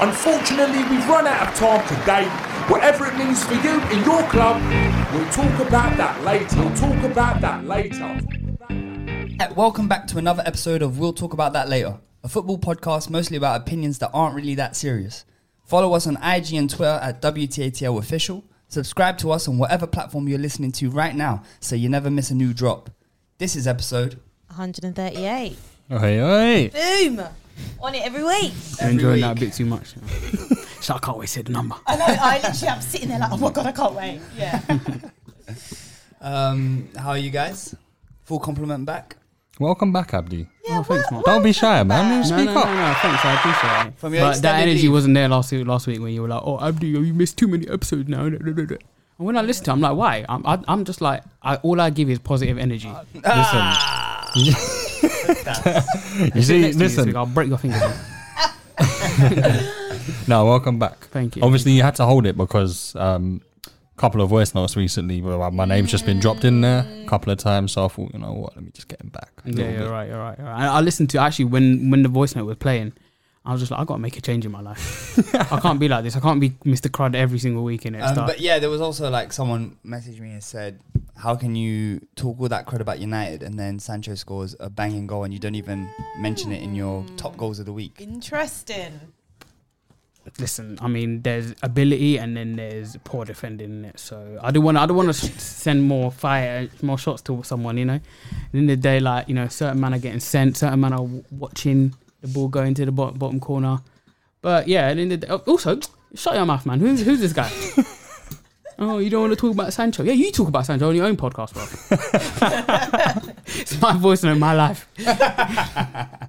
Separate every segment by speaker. Speaker 1: Unfortunately, we've run out of time today. Whatever it means for you in your club, we'll talk about that later. We'll talk about that later.
Speaker 2: Uh, Welcome back to another episode of We'll Talk About That Later, a football podcast mostly about opinions that aren't really that serious. Follow us on IG and Twitter at WTATL Official. Subscribe to us on whatever platform you're listening to right now so you never miss a new drop. This is episode
Speaker 3: 138.
Speaker 4: Oh, Hey, hey.
Speaker 3: Boom! On it every week.
Speaker 4: I'm enjoying that a bit too much. so I can't wait to see the number.
Speaker 3: I know. I literally, I'm sitting there like, oh my god, I can't wait. Yeah.
Speaker 2: Um, how are you guys? Full compliment back.
Speaker 4: Welcome back, Abdi.
Speaker 3: Yeah,
Speaker 4: oh, thanks,
Speaker 3: wel-
Speaker 4: man. Don't be shy,
Speaker 3: welcome
Speaker 4: man. You
Speaker 3: back.
Speaker 4: speak up. thanks. I appreciate it.
Speaker 2: From your
Speaker 4: but that
Speaker 2: extended
Speaker 4: energy
Speaker 2: leave.
Speaker 4: wasn't there last week, last week when you were like, oh, Abdi, you missed too many episodes now. And when I listen to it, I'm like, why? I'm, I, I'm just like, I, all I give is positive energy.
Speaker 2: Ah.
Speaker 4: listen. you see, listen. I'll break your fingers. no, welcome back. Thank you. Obviously, you had to hold it because a um, couple of voice notes recently, well, my name's just been dropped in there a couple of times. So I thought, you know what, let me just get him back. Yeah, you're right, you're right, you're right. I, I listened to actually when when the voice note was playing. I was just like, I gotta make a change in my life. I can't be like this. I can't be Mr. Crud every single week in it.
Speaker 2: Um, but yeah, there was also like someone messaged me and said, "How can you talk all that crud about United and then Sancho scores a banging goal and you don't even mention it in your top goals of the week?"
Speaker 3: Interesting.
Speaker 4: listen, I mean, there's ability and then there's poor defending in it. So I don't want, I don't want to send more fire, more shots to someone. You know, At the end of the day, like you know, certain man are getting sent, certain man are w- watching the ball go into the bottom, bottom corner. But yeah, and the day, oh, also shut your mouth, man. Who's who's this guy? Oh, you don't want to talk about Sancho? Yeah, you talk about Sancho on your own podcast, bro. it's my voice and my life.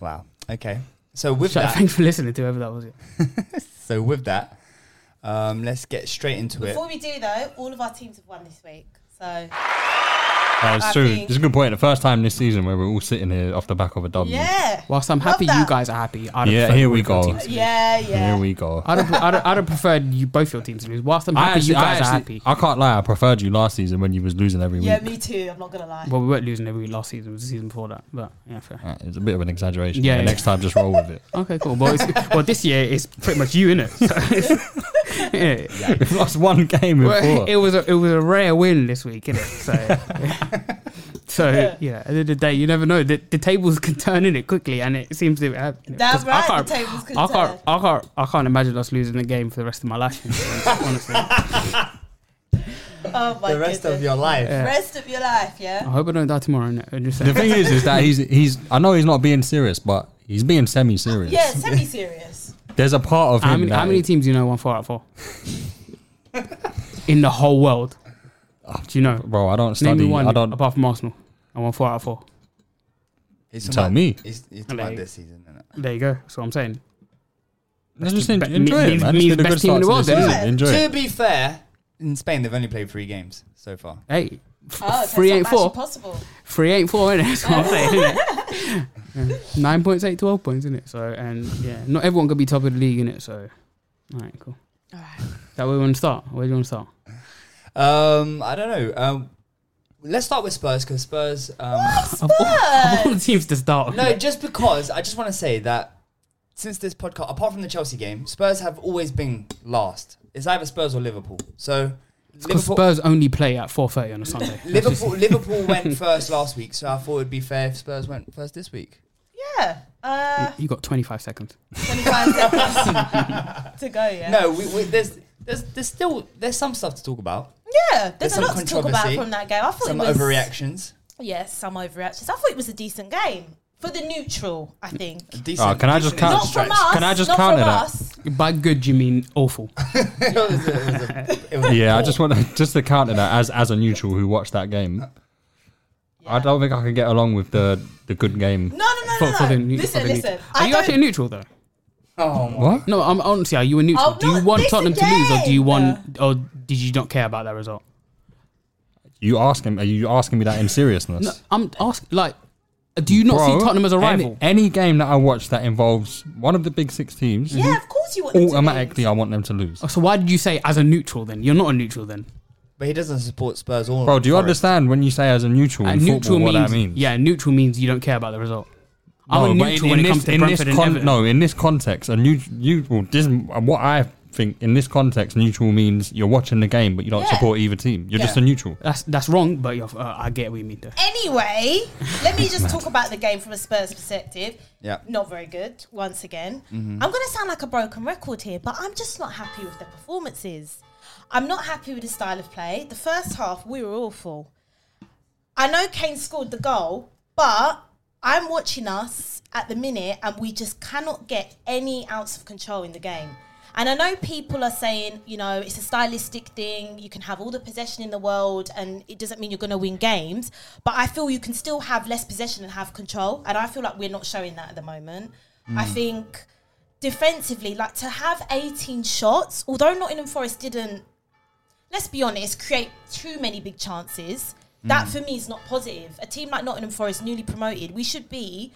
Speaker 2: Wow. Okay. So with
Speaker 4: Shut-
Speaker 2: that,
Speaker 4: Thanks for listening to whoever that was.
Speaker 2: so with that, um, let's get straight into it.
Speaker 3: Before we do though, all of our teams have won this week. So
Speaker 4: That's
Speaker 3: I true. think- It's
Speaker 4: a good point. The first time this season where we're all sitting here off the back of a W.
Speaker 3: yeah.
Speaker 4: Whilst I'm
Speaker 3: Love
Speaker 4: happy you
Speaker 3: that.
Speaker 4: guys are happy, I'd
Speaker 1: Yeah,
Speaker 4: prefer
Speaker 1: here
Speaker 4: both
Speaker 1: we
Speaker 4: your
Speaker 1: go.
Speaker 4: teams to lose.
Speaker 3: Yeah, yeah.
Speaker 1: go.
Speaker 4: I'd have, I'd, I'd have preferred you both your teams to lose. Whilst I'm happy you guys are happy.
Speaker 1: I can't lie. I preferred you last season when you was losing every
Speaker 3: yeah, me too. I'm not gonna lie.
Speaker 4: Well, we weren't losing every week last season. It was the season before that. But yeah, fair.
Speaker 1: It's a bit of an exaggeration.
Speaker 4: Yeah, yeah.
Speaker 1: Next time, just roll with it.
Speaker 4: Okay, cool. Well, it's, well, this year it's pretty much you, innit? So, yeah.
Speaker 1: We've lost one game
Speaker 4: Well,
Speaker 1: before.
Speaker 4: it was a, it was a rare win this week, innit? So, so yeah. At the end of the day, you never know. The, the tables can turn in it quickly, and it seems to have.
Speaker 3: That's
Speaker 4: 'cause
Speaker 3: right,
Speaker 4: I can't,
Speaker 3: the tables can
Speaker 4: I can't,
Speaker 3: turn.
Speaker 4: I can't, I can't imagine us losing the game for the rest of my life. Honestly, I
Speaker 3: Oh my
Speaker 2: the rest
Speaker 3: goodness.
Speaker 2: of your life.
Speaker 3: rest of your life, yeah.
Speaker 4: hope I don't die tomorrow. innit? I just-
Speaker 1: the thing is, is that he's he's. I know he's not being serious, but he's being semi-serious.
Speaker 3: Yeah, semi-serious.
Speaker 1: There's a part of him.
Speaker 4: how many,
Speaker 1: that
Speaker 4: how many teams do you know one four out of four in the whole world?
Speaker 1: Ah.
Speaker 4: Do you know?
Speaker 1: Bro, I don't
Speaker 4: Name
Speaker 1: study.
Speaker 4: me one
Speaker 1: I don't.
Speaker 4: apart from Arsenal. I won four out of four.
Speaker 2: It's
Speaker 1: Tell
Speaker 2: about-
Speaker 1: me.
Speaker 2: It's, it's
Speaker 4: Hello.
Speaker 2: about this season, isn't it?
Speaker 4: There you go. That's what I'm saying.
Speaker 1: Let's just
Speaker 4: team-
Speaker 1: en- enjoy
Speaker 4: means-
Speaker 1: it, man.
Speaker 4: means
Speaker 1: It's been a
Speaker 4: best
Speaker 1: good
Speaker 4: team in
Speaker 1: start
Speaker 4: the
Speaker 1: to
Speaker 4: world,
Speaker 1: the
Speaker 4: then,
Speaker 1: season. Enjoy
Speaker 2: To
Speaker 1: it.
Speaker 2: be fair, in Spain they've only played three games so far.
Speaker 4: Hey, Oh, so
Speaker 1: Three
Speaker 4: it's
Speaker 1: eight
Speaker 4: not
Speaker 1: four.
Speaker 4: actually possible.
Speaker 1: Three eight four, innit? That's what I'm saying. innit? Yeah. Nine points, eight, 12 points, innit? So and yeah, not everyone could be top of the league, innit? So, all right, cool.
Speaker 4: All right.
Speaker 1: That where we want to start. Where do you want to start?
Speaker 2: Um, I don't know. Um, let's start with Spurs because Spurs. Um,
Speaker 1: Of all, of all the teams to start. on,
Speaker 2: no, just because I just want to say that since this podcast, apart from the Chelsea game, Spurs have always been last. It's either Spurs or Liverpool. So
Speaker 1: 'Cause
Speaker 2: Liverpool,
Speaker 1: Spurs only play at four thirty on a Sunday. That's just-
Speaker 2: Liverpool, Liverpool went first last week, so I thought it'd be fair if Spurs went first this week.
Speaker 4: Yeah. Uh,
Speaker 1: you got twenty five seconds.
Speaker 4: 25 seconds to go, yeah?
Speaker 2: No, we, we, there's there's there's still there's some stuff to talk about.
Speaker 4: Yeah, there's,
Speaker 2: There's
Speaker 4: a
Speaker 2: some
Speaker 4: lot to talk about
Speaker 2: controversy,
Speaker 4: from that game. I thought
Speaker 2: Some
Speaker 4: it was.
Speaker 2: overreactions.
Speaker 4: Yes, some overreactions. I thought it was a decent game. For the neutral, I think.
Speaker 2: Decent,
Speaker 5: Oh, can I just
Speaker 2: decent
Speaker 5: count-
Speaker 4: Not
Speaker 2: distraction.
Speaker 4: from us.
Speaker 5: Can I just
Speaker 4: not
Speaker 5: counter
Speaker 4: from
Speaker 5: that?
Speaker 4: Us.
Speaker 1: By good, you mean awful.
Speaker 2: It was a- it was a- it was a
Speaker 5: Yeah, I
Speaker 2: poor-
Speaker 5: just want to, just to counter that as as a neutral who watched that game. I don't think I can get along with the the good game.
Speaker 4: No, no, no,
Speaker 1: For-
Speaker 4: no.
Speaker 1: for
Speaker 4: no.
Speaker 1: the neu-
Speaker 4: listen,
Speaker 1: for the
Speaker 4: listen.
Speaker 1: neutral.
Speaker 4: I
Speaker 1: Are you
Speaker 4: don't-
Speaker 1: actually neutral though?
Speaker 2: Oh, my-
Speaker 5: What?
Speaker 1: No, I'm honestly. Are you a neutral?
Speaker 4: Oh,
Speaker 1: do you
Speaker 4: not
Speaker 1: want
Speaker 4: this
Speaker 1: Tottenham to lose, or do you
Speaker 4: again.
Speaker 1: want, or did you not care about that result?
Speaker 5: You asking? Are you asking me that in seriousness?
Speaker 1: No, I'm asking. Like, do you not
Speaker 5: Bro,
Speaker 1: see Tottenham as a
Speaker 5: any-
Speaker 1: rival?
Speaker 5: Any, game that I watch that involves one of the big six teams,
Speaker 4: Yeah, of course you want them to
Speaker 5: automatically
Speaker 4: lose.
Speaker 5: I want them to lose.
Speaker 1: so why did you say as a neutral then? You're not a neutral then.
Speaker 2: But he doesn't support Spurs or.
Speaker 5: Bro, do you
Speaker 2: Forest.
Speaker 5: understand when you say as a neutral,
Speaker 1: Uh,
Speaker 5: in
Speaker 1: neutral
Speaker 5: football,
Speaker 1: means,
Speaker 5: what that means?
Speaker 1: yeah, neutral means you don't care about the result. I'm a
Speaker 5: No, but
Speaker 1: neutral when it comes to
Speaker 5: in
Speaker 1: Brentford and
Speaker 5: con-
Speaker 1: Everton.
Speaker 5: No, in this context, a new neutral. This, what I think in this context, neutral means you're watching the game, but you don't
Speaker 4: Yeah.
Speaker 5: support either team. You're just a
Speaker 2: Yeah.
Speaker 5: neutral.
Speaker 1: That's that's wrong, but you're, uh, I get what you mean. Though.
Speaker 4: Anyway, let me just talk about the game from a Spurs perspective.
Speaker 2: Yeah.
Speaker 4: Not very good, once again. I'm going to sound like a broken record here, but I'm just not happy with the performances. I'm not happy with the style of play. The first half, we were awful. I know Kane scored the goal, but I'm watching us at the minute and we just cannot get any ounce of control in the game. And I know people are saying, you know, it's a stylistic thing. You can have all the possession in the world and it doesn't mean you're going to win games. But I feel you can still have less possession and have control. And I feel like we're not showing that at the moment. I think defensively, like to have 18 shots, although Nottingham Forest didn't let's be honest, create too many big chances. That for me is not positive. A team like Nottingham Forest, newly promoted, we should be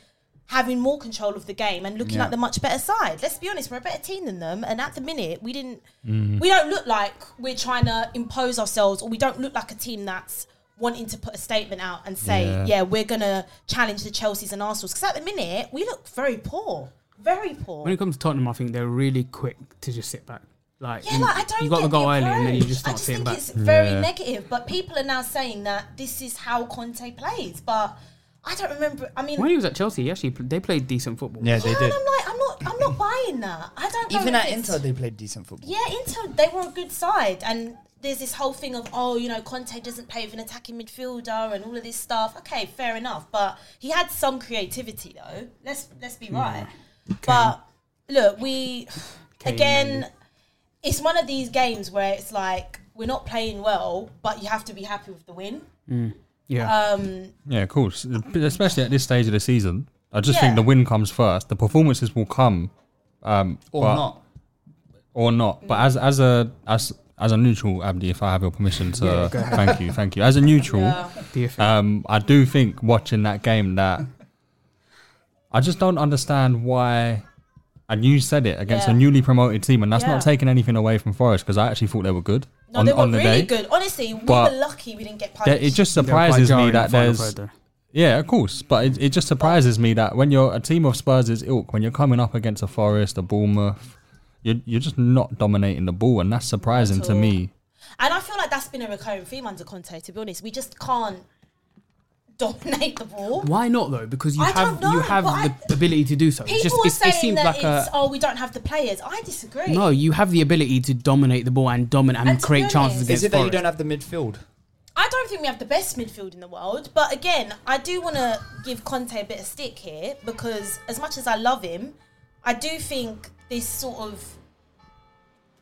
Speaker 4: having more control of the game and looking
Speaker 2: Yeah.
Speaker 4: like the much better side. Let's be honest, we're a better team than them. And at the minute, we didn't, we don't look like we're trying to impose ourselves, or we don't look like a team that's wanting to put a statement out and say, yeah,
Speaker 5: Yeah.
Speaker 4: we're gonna challenge the Chelseas and Arsenal's. Because at the minute, we look very poor, very poor.
Speaker 1: When it comes to Tottenham, I think they're really quick to just sit back. Like,
Speaker 4: Yeah,
Speaker 1: you,
Speaker 4: like I don't.
Speaker 1: you got
Speaker 4: get
Speaker 1: the goal
Speaker 4: the
Speaker 1: early, and then you
Speaker 4: approach.
Speaker 1: just
Speaker 4: I
Speaker 1: start
Speaker 4: just
Speaker 1: sitting
Speaker 4: think
Speaker 1: back.
Speaker 4: it's very
Speaker 5: Yeah.
Speaker 4: negative. But people are now saying that this is how Conte plays. But I don't remember. I mean,
Speaker 1: When he was at Chelsea, he actually pl- they played decent football.
Speaker 2: Yeah,
Speaker 4: yeah,
Speaker 2: they
Speaker 4: and
Speaker 2: did.
Speaker 4: I'm like, I'm not, I'm not buying that. I don't. know
Speaker 2: Even
Speaker 4: if
Speaker 2: at
Speaker 4: it's-
Speaker 2: Inter, they played decent football.
Speaker 4: Yeah, Inter, they were a good side, and there's this whole thing of oh, you know, Conte doesn't play with an attacking midfielder and all of this stuff. Okay, fair enough, but he had some creativity though. Let's let's be right. But look, we again, it's one of these games where it's like we're not playing well, but you have to be happy with the win.
Speaker 1: Yeah,
Speaker 4: Um,
Speaker 5: Yeah, of course. Especially at this stage of the season, I just
Speaker 4: Yeah.
Speaker 5: think the win comes first. The performances will come, um,
Speaker 2: Or
Speaker 5: but-
Speaker 2: not.
Speaker 5: or not. But as as a as as a neutral, Abdi, if I have your permission to
Speaker 1: Yeah, go ahead.
Speaker 5: thank you, thank you. As a neutral,
Speaker 1: do you think?
Speaker 5: um, I do think watching that game that I just don't understand why. And you said it against a
Speaker 4: Yeah.
Speaker 5: newly promoted team, and that's
Speaker 4: Yeah.
Speaker 5: not taking anything away from Forest because I actually thought they were good
Speaker 4: no,
Speaker 5: on,
Speaker 4: they were
Speaker 5: on the
Speaker 4: really
Speaker 5: day.
Speaker 4: good. Honestly, we
Speaker 5: But
Speaker 4: were lucky we didn't get
Speaker 5: They-
Speaker 4: punished.
Speaker 5: It just
Speaker 1: They were quite
Speaker 5: surprises
Speaker 1: jarring
Speaker 5: me
Speaker 1: in
Speaker 5: that
Speaker 1: the final
Speaker 5: there's
Speaker 1: third, though.
Speaker 5: yeah, of course, but it, it just surprises me that when you're a team of Spurs' ilk, when you're coming up against a Forest, a Bournemouth, you're you're just not dominating the ball, and that's surprising to
Speaker 4: all.
Speaker 5: me.
Speaker 4: And I feel like that's been a recurring theme under Conte. To be honest, we just can't dominate the ball.
Speaker 1: Why not though? Because you
Speaker 4: I don't
Speaker 1: have
Speaker 4: know,
Speaker 1: you have the
Speaker 4: but I-
Speaker 1: ability to do so. It's
Speaker 4: People
Speaker 1: just
Speaker 4: are
Speaker 1: it's,
Speaker 4: saying
Speaker 1: it seems
Speaker 4: that
Speaker 1: like
Speaker 4: it's
Speaker 1: a
Speaker 4: oh we don't have the players. I disagree.
Speaker 1: no. You have the ability to dominate the ball and dominate and,
Speaker 4: And to be
Speaker 1: create chances
Speaker 4: honest-
Speaker 1: against
Speaker 2: Is it that you
Speaker 1: Forest.
Speaker 2: don't have the midfield?
Speaker 4: I don't think we have the best midfield in the world. But again, I do want to give Conte a bit of stick here because as much as I love him, I do think this sort of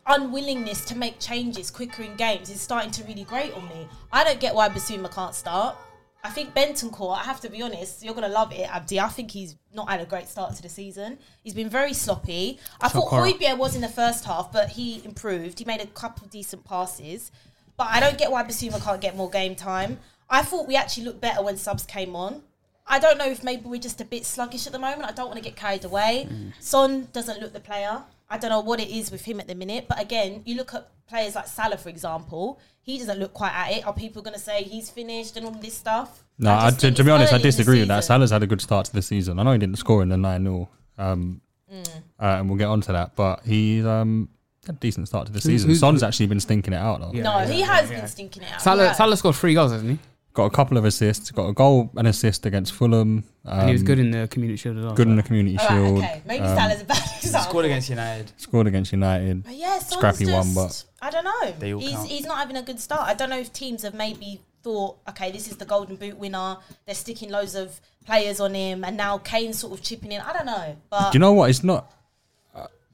Speaker 4: unwillingness to make changes quicker in games is starting to really grate on me. I don't get why Basuma can't start. I think Bentoncourt, I have to be honest, you're going to love it, Abdi. I think he's not had a great start to the season. He's been very sloppy. I thought
Speaker 1: Sokora.
Speaker 4: Hoybier was in the first half, but he improved. He made a couple decent passes. But I don't get why Basuma can't get more game time. I thought we actually looked better when subs came on. I don't know if maybe we're just a bit sluggish at the moment. I don't want to get carried away.
Speaker 6: Mm.
Speaker 4: Son doesn't look the player. I don't know what it is with him at the minute. But again, you look at players like Salah, for example. He doesn't look quite at it. Are people going to say he's finished and all this stuff?
Speaker 5: No, I to, to be honest, I
Speaker 4: early in the
Speaker 5: disagree with that. Salah's had a good start to the season. I know he didn't score in the 9 0, um, uh, and we'll get on to that, but he's um, had a decent start to the
Speaker 1: Who-
Speaker 5: season.
Speaker 1: who-
Speaker 5: Son's actually been stinking it out, though.
Speaker 4: no, he has been stinking it out.
Speaker 1: Salah,
Speaker 4: Yeah.
Speaker 1: Salah scored three goals, hasn't he?
Speaker 5: Got a couple of assists, got a goal and assist against Fulham. Um,
Speaker 1: And he was good in the Community Shield as well.
Speaker 5: Good in the Community
Speaker 4: All right,
Speaker 5: Shield.
Speaker 4: okay. Maybe
Speaker 5: um,
Speaker 4: Salah's a bad example.
Speaker 2: Scored against United.
Speaker 5: Scored against United.
Speaker 4: But yeah, Son's
Speaker 5: scrappy one,
Speaker 4: just,
Speaker 5: but
Speaker 4: I don't
Speaker 5: They
Speaker 4: know.
Speaker 5: all
Speaker 4: He's,
Speaker 5: count.
Speaker 4: he's not having a good start. I don't know if teams have maybe thought, okay, this is the Golden Boot winner. They're sticking loads of players on him, and now Kane's sort of chipping in. I don't know, but
Speaker 5: do you know what? It's not.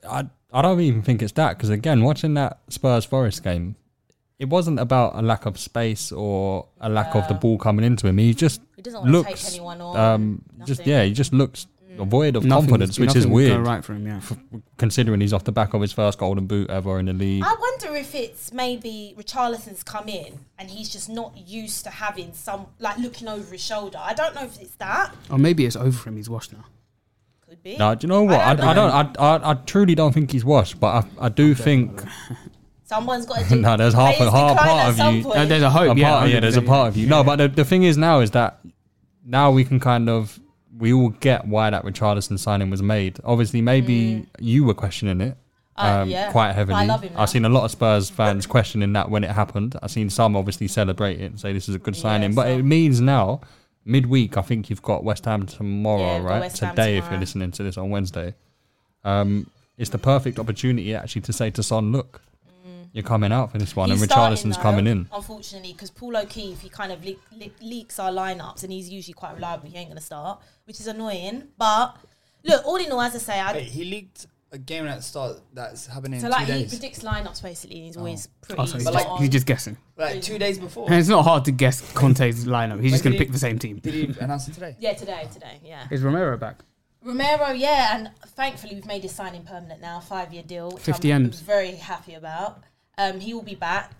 Speaker 5: I I don't even think it's that because again, watching that Spurs Forest game, it wasn't about a lack of space or a lack of the ball coming into him. He just
Speaker 4: He doesn't wanna take
Speaker 5: looks
Speaker 4: anyone on,
Speaker 5: um just yeah, he just looks
Speaker 4: Mm.
Speaker 5: void of
Speaker 1: Nothing's-
Speaker 5: confidence, which is
Speaker 1: nothing would go
Speaker 5: weird.
Speaker 1: right for him, yeah.
Speaker 5: f- considering he's off the back of his first golden boot ever in the league.
Speaker 4: I wonder if it's maybe Richarlison's come in and he's just not used to having some like looking over his shoulder. I don't know if it's that.
Speaker 1: Or maybe it's over for him. He's washed now.
Speaker 4: Could be.
Speaker 5: No, do you know what? I, I don't. I, I I truly don't think he's washed, but I I do think
Speaker 4: Someone's got to do.
Speaker 5: no, there's half a
Speaker 4: players
Speaker 5: half
Speaker 4: decline at
Speaker 5: part of
Speaker 4: some
Speaker 5: you.
Speaker 4: point.
Speaker 5: A
Speaker 1: Oh,
Speaker 5: part- yeah, there's a part of you. No, but the, the thing is now is that now we can kind of we all get why that Richardson signing was made. Obviously, maybe you were questioning it.
Speaker 4: Uh,
Speaker 5: Um,
Speaker 4: yeah.
Speaker 5: quite
Speaker 4: But
Speaker 5: heavily.
Speaker 4: I love him now.
Speaker 5: have seen a lot of Spurs fans questioning that when it happened. I've seen some obviously celebrate it and say this is a good signing, but it means now midweek. I think you've got West Ham tomorrow,
Speaker 4: Yeah, we've got
Speaker 5: right?
Speaker 4: West
Speaker 5: Today,
Speaker 4: Ham
Speaker 5: if you're
Speaker 4: tomorrow.
Speaker 5: listening to this on Wednesday, um, it's the perfect opportunity actually to say to Son, look, you're coming out for this one,
Speaker 4: Mm. He's
Speaker 5: and
Speaker 4: starting,
Speaker 5: Richarlison's
Speaker 4: though,
Speaker 5: coming in.
Speaker 4: Unfortunately, because Paul O'Keefe, he kind of le- le- leaks our lineups, and he's usually quite reliable. He ain't going to start, which is annoying. But look, all in all, as I say, I,
Speaker 2: Wait, he leaked a game at start that's happening
Speaker 4: so
Speaker 2: in
Speaker 4: like
Speaker 2: two
Speaker 4: he
Speaker 2: days.
Speaker 4: predicts lineups basically, and he's always pretty.
Speaker 1: Oh, so he's,
Speaker 4: spot
Speaker 1: just,
Speaker 4: on.
Speaker 1: he's just guessing.
Speaker 2: like two days before.
Speaker 1: And it's not hard to guess Conte's lineup. He's just
Speaker 2: Wait,
Speaker 1: going
Speaker 2: did he-
Speaker 1: to pick the same team.
Speaker 2: Did he announce it today?
Speaker 4: Yeah, today, today, yeah.
Speaker 1: Is Romero back?
Speaker 4: Romero, yeah, and thankfully we've made his signing permanent now, five year deal, which
Speaker 1: 50
Speaker 4: I'm
Speaker 1: M's.
Speaker 4: very happy about. Um, he will be back.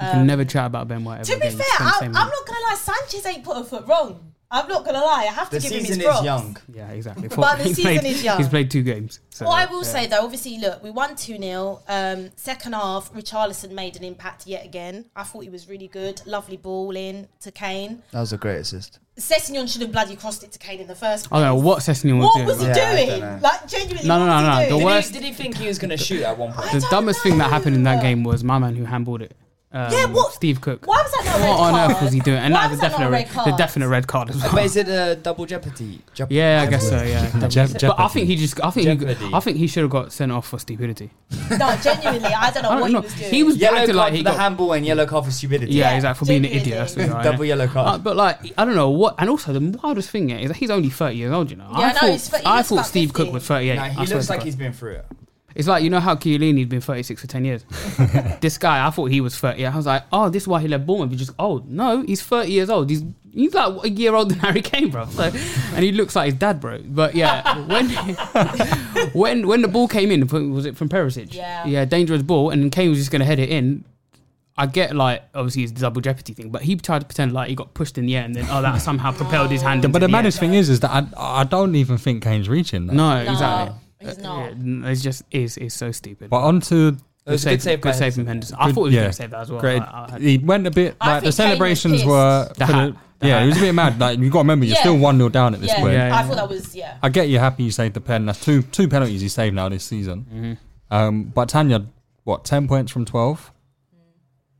Speaker 1: You
Speaker 4: Um,
Speaker 1: can never chat about Ben White ever
Speaker 4: To be
Speaker 1: again.
Speaker 4: fair,
Speaker 1: It's been the
Speaker 4: I, I'm
Speaker 1: same
Speaker 4: not gonna lie. Sanchez ain't put a foot wrong. I'm not gonna lie. I have to
Speaker 2: The
Speaker 4: give him his
Speaker 2: season is
Speaker 4: props.
Speaker 2: young.
Speaker 1: Yeah, exactly.
Speaker 4: But the
Speaker 1: He's
Speaker 4: season
Speaker 1: played-
Speaker 4: is young.
Speaker 1: He's played two games. So,
Speaker 4: well, I will
Speaker 1: yeah.
Speaker 4: say though, obviously, look, we won 2 0. Um, second half, Richarlison made an impact yet again. I thought he was really good. Lovely ball in to Kane.
Speaker 2: That was a great assist.
Speaker 4: Sessignon should have bloody crossed it to Kane in the first
Speaker 1: I
Speaker 4: place.
Speaker 1: don't know what Sesame was
Speaker 4: What
Speaker 1: doing.
Speaker 4: was he
Speaker 1: right?
Speaker 4: doing? Like, genuinely.
Speaker 1: No, no,
Speaker 4: what was
Speaker 1: no,
Speaker 4: he
Speaker 1: no,
Speaker 4: doing?
Speaker 1: the worst-
Speaker 2: Did he think he was going to shoot at one point?
Speaker 1: The dumbest thing that happened in that game was my man who handballed it. Um,
Speaker 4: Yeah, what-
Speaker 1: Steve Cook.
Speaker 4: Why was that not a red
Speaker 1: What on
Speaker 4: card?
Speaker 1: earth was he doing? And
Speaker 4: Why
Speaker 1: that
Speaker 4: was
Speaker 1: was a
Speaker 4: that not
Speaker 1: definite
Speaker 4: a red
Speaker 1: red, the
Speaker 4: card?
Speaker 1: definite red card as well.
Speaker 2: But is it a double jeopardy? Jep-
Speaker 1: Yeah, I guess so. Yeah,
Speaker 2: Jeopardy.
Speaker 1: but I think he just. I think.
Speaker 2: Jeopardy.
Speaker 1: He, I think he should have got sent off for stupidity.
Speaker 4: No, genuinely, I don't know
Speaker 1: I don't
Speaker 4: what
Speaker 1: know.
Speaker 4: he was doing.
Speaker 1: He was
Speaker 2: yellow
Speaker 1: acting
Speaker 2: card
Speaker 1: like
Speaker 2: for
Speaker 1: he
Speaker 2: the
Speaker 1: got-
Speaker 2: handball and yellow card for stupidity.
Speaker 1: Yeah, exactly. For being an idiot, that's what
Speaker 2: Double yellow card.
Speaker 1: Uh, but like, I don't know what. And also, the wildest thing is that he's only thirty years old. You know,
Speaker 2: Yeah, I
Speaker 1: I
Speaker 2: know,
Speaker 1: thought
Speaker 2: he's fi- he
Speaker 1: I
Speaker 2: looks
Speaker 1: thought
Speaker 2: about
Speaker 1: Steve
Speaker 2: 50.
Speaker 1: Cook was thirty-eight.
Speaker 2: Nah,
Speaker 1: I
Speaker 2: he
Speaker 1: swear
Speaker 2: looks
Speaker 1: to
Speaker 2: like
Speaker 1: God.
Speaker 2: he's been through it.
Speaker 1: It's like you know how Chiellini's been 36 for 10 years. this guy, I thought he was 30. I was like, oh, this is why he left Bournemouth. He's just old. No, he's 30 years old. He's he's like a year older than Harry Kane, bro. So, and he looks like his dad, bro. But yeah, when when when the ball came in, from- was it from Perisic?
Speaker 4: Yeah.
Speaker 1: yeah, dangerous ball, and Kane was just gonna head it in. I get like obviously it's the double jeopardy thing, but he tried to pretend like he got pushed in the air, and then oh that somehow propelled his hand.
Speaker 5: But the
Speaker 1: man
Speaker 5: maddest thing is, is that I, I don't even think Kane's reaching that.
Speaker 1: No, exactly. Uh, He's not. it's just is is so stupid.
Speaker 5: But onto
Speaker 1: It was a good save, good save from Henderson. I thought he was
Speaker 5: yeah,
Speaker 1: going to save that as well.
Speaker 5: Great.
Speaker 1: I- I-
Speaker 5: he went a bit
Speaker 1: I
Speaker 5: like the
Speaker 1: think Kane was
Speaker 5: celebrations
Speaker 1: pissed.
Speaker 5: were.
Speaker 1: The
Speaker 5: for
Speaker 1: hat, the
Speaker 5: yeah,
Speaker 1: hat.
Speaker 5: it was a bit mad. Like you got to remember, you're
Speaker 4: Yeah.
Speaker 5: still one 0 down at this
Speaker 4: Yeah,
Speaker 5: point.
Speaker 4: I thought that was, yeah.
Speaker 5: I get you happy you saved the pen. That's two two penalties you saved now this season. Um, but Tanya, what ten points from twelve?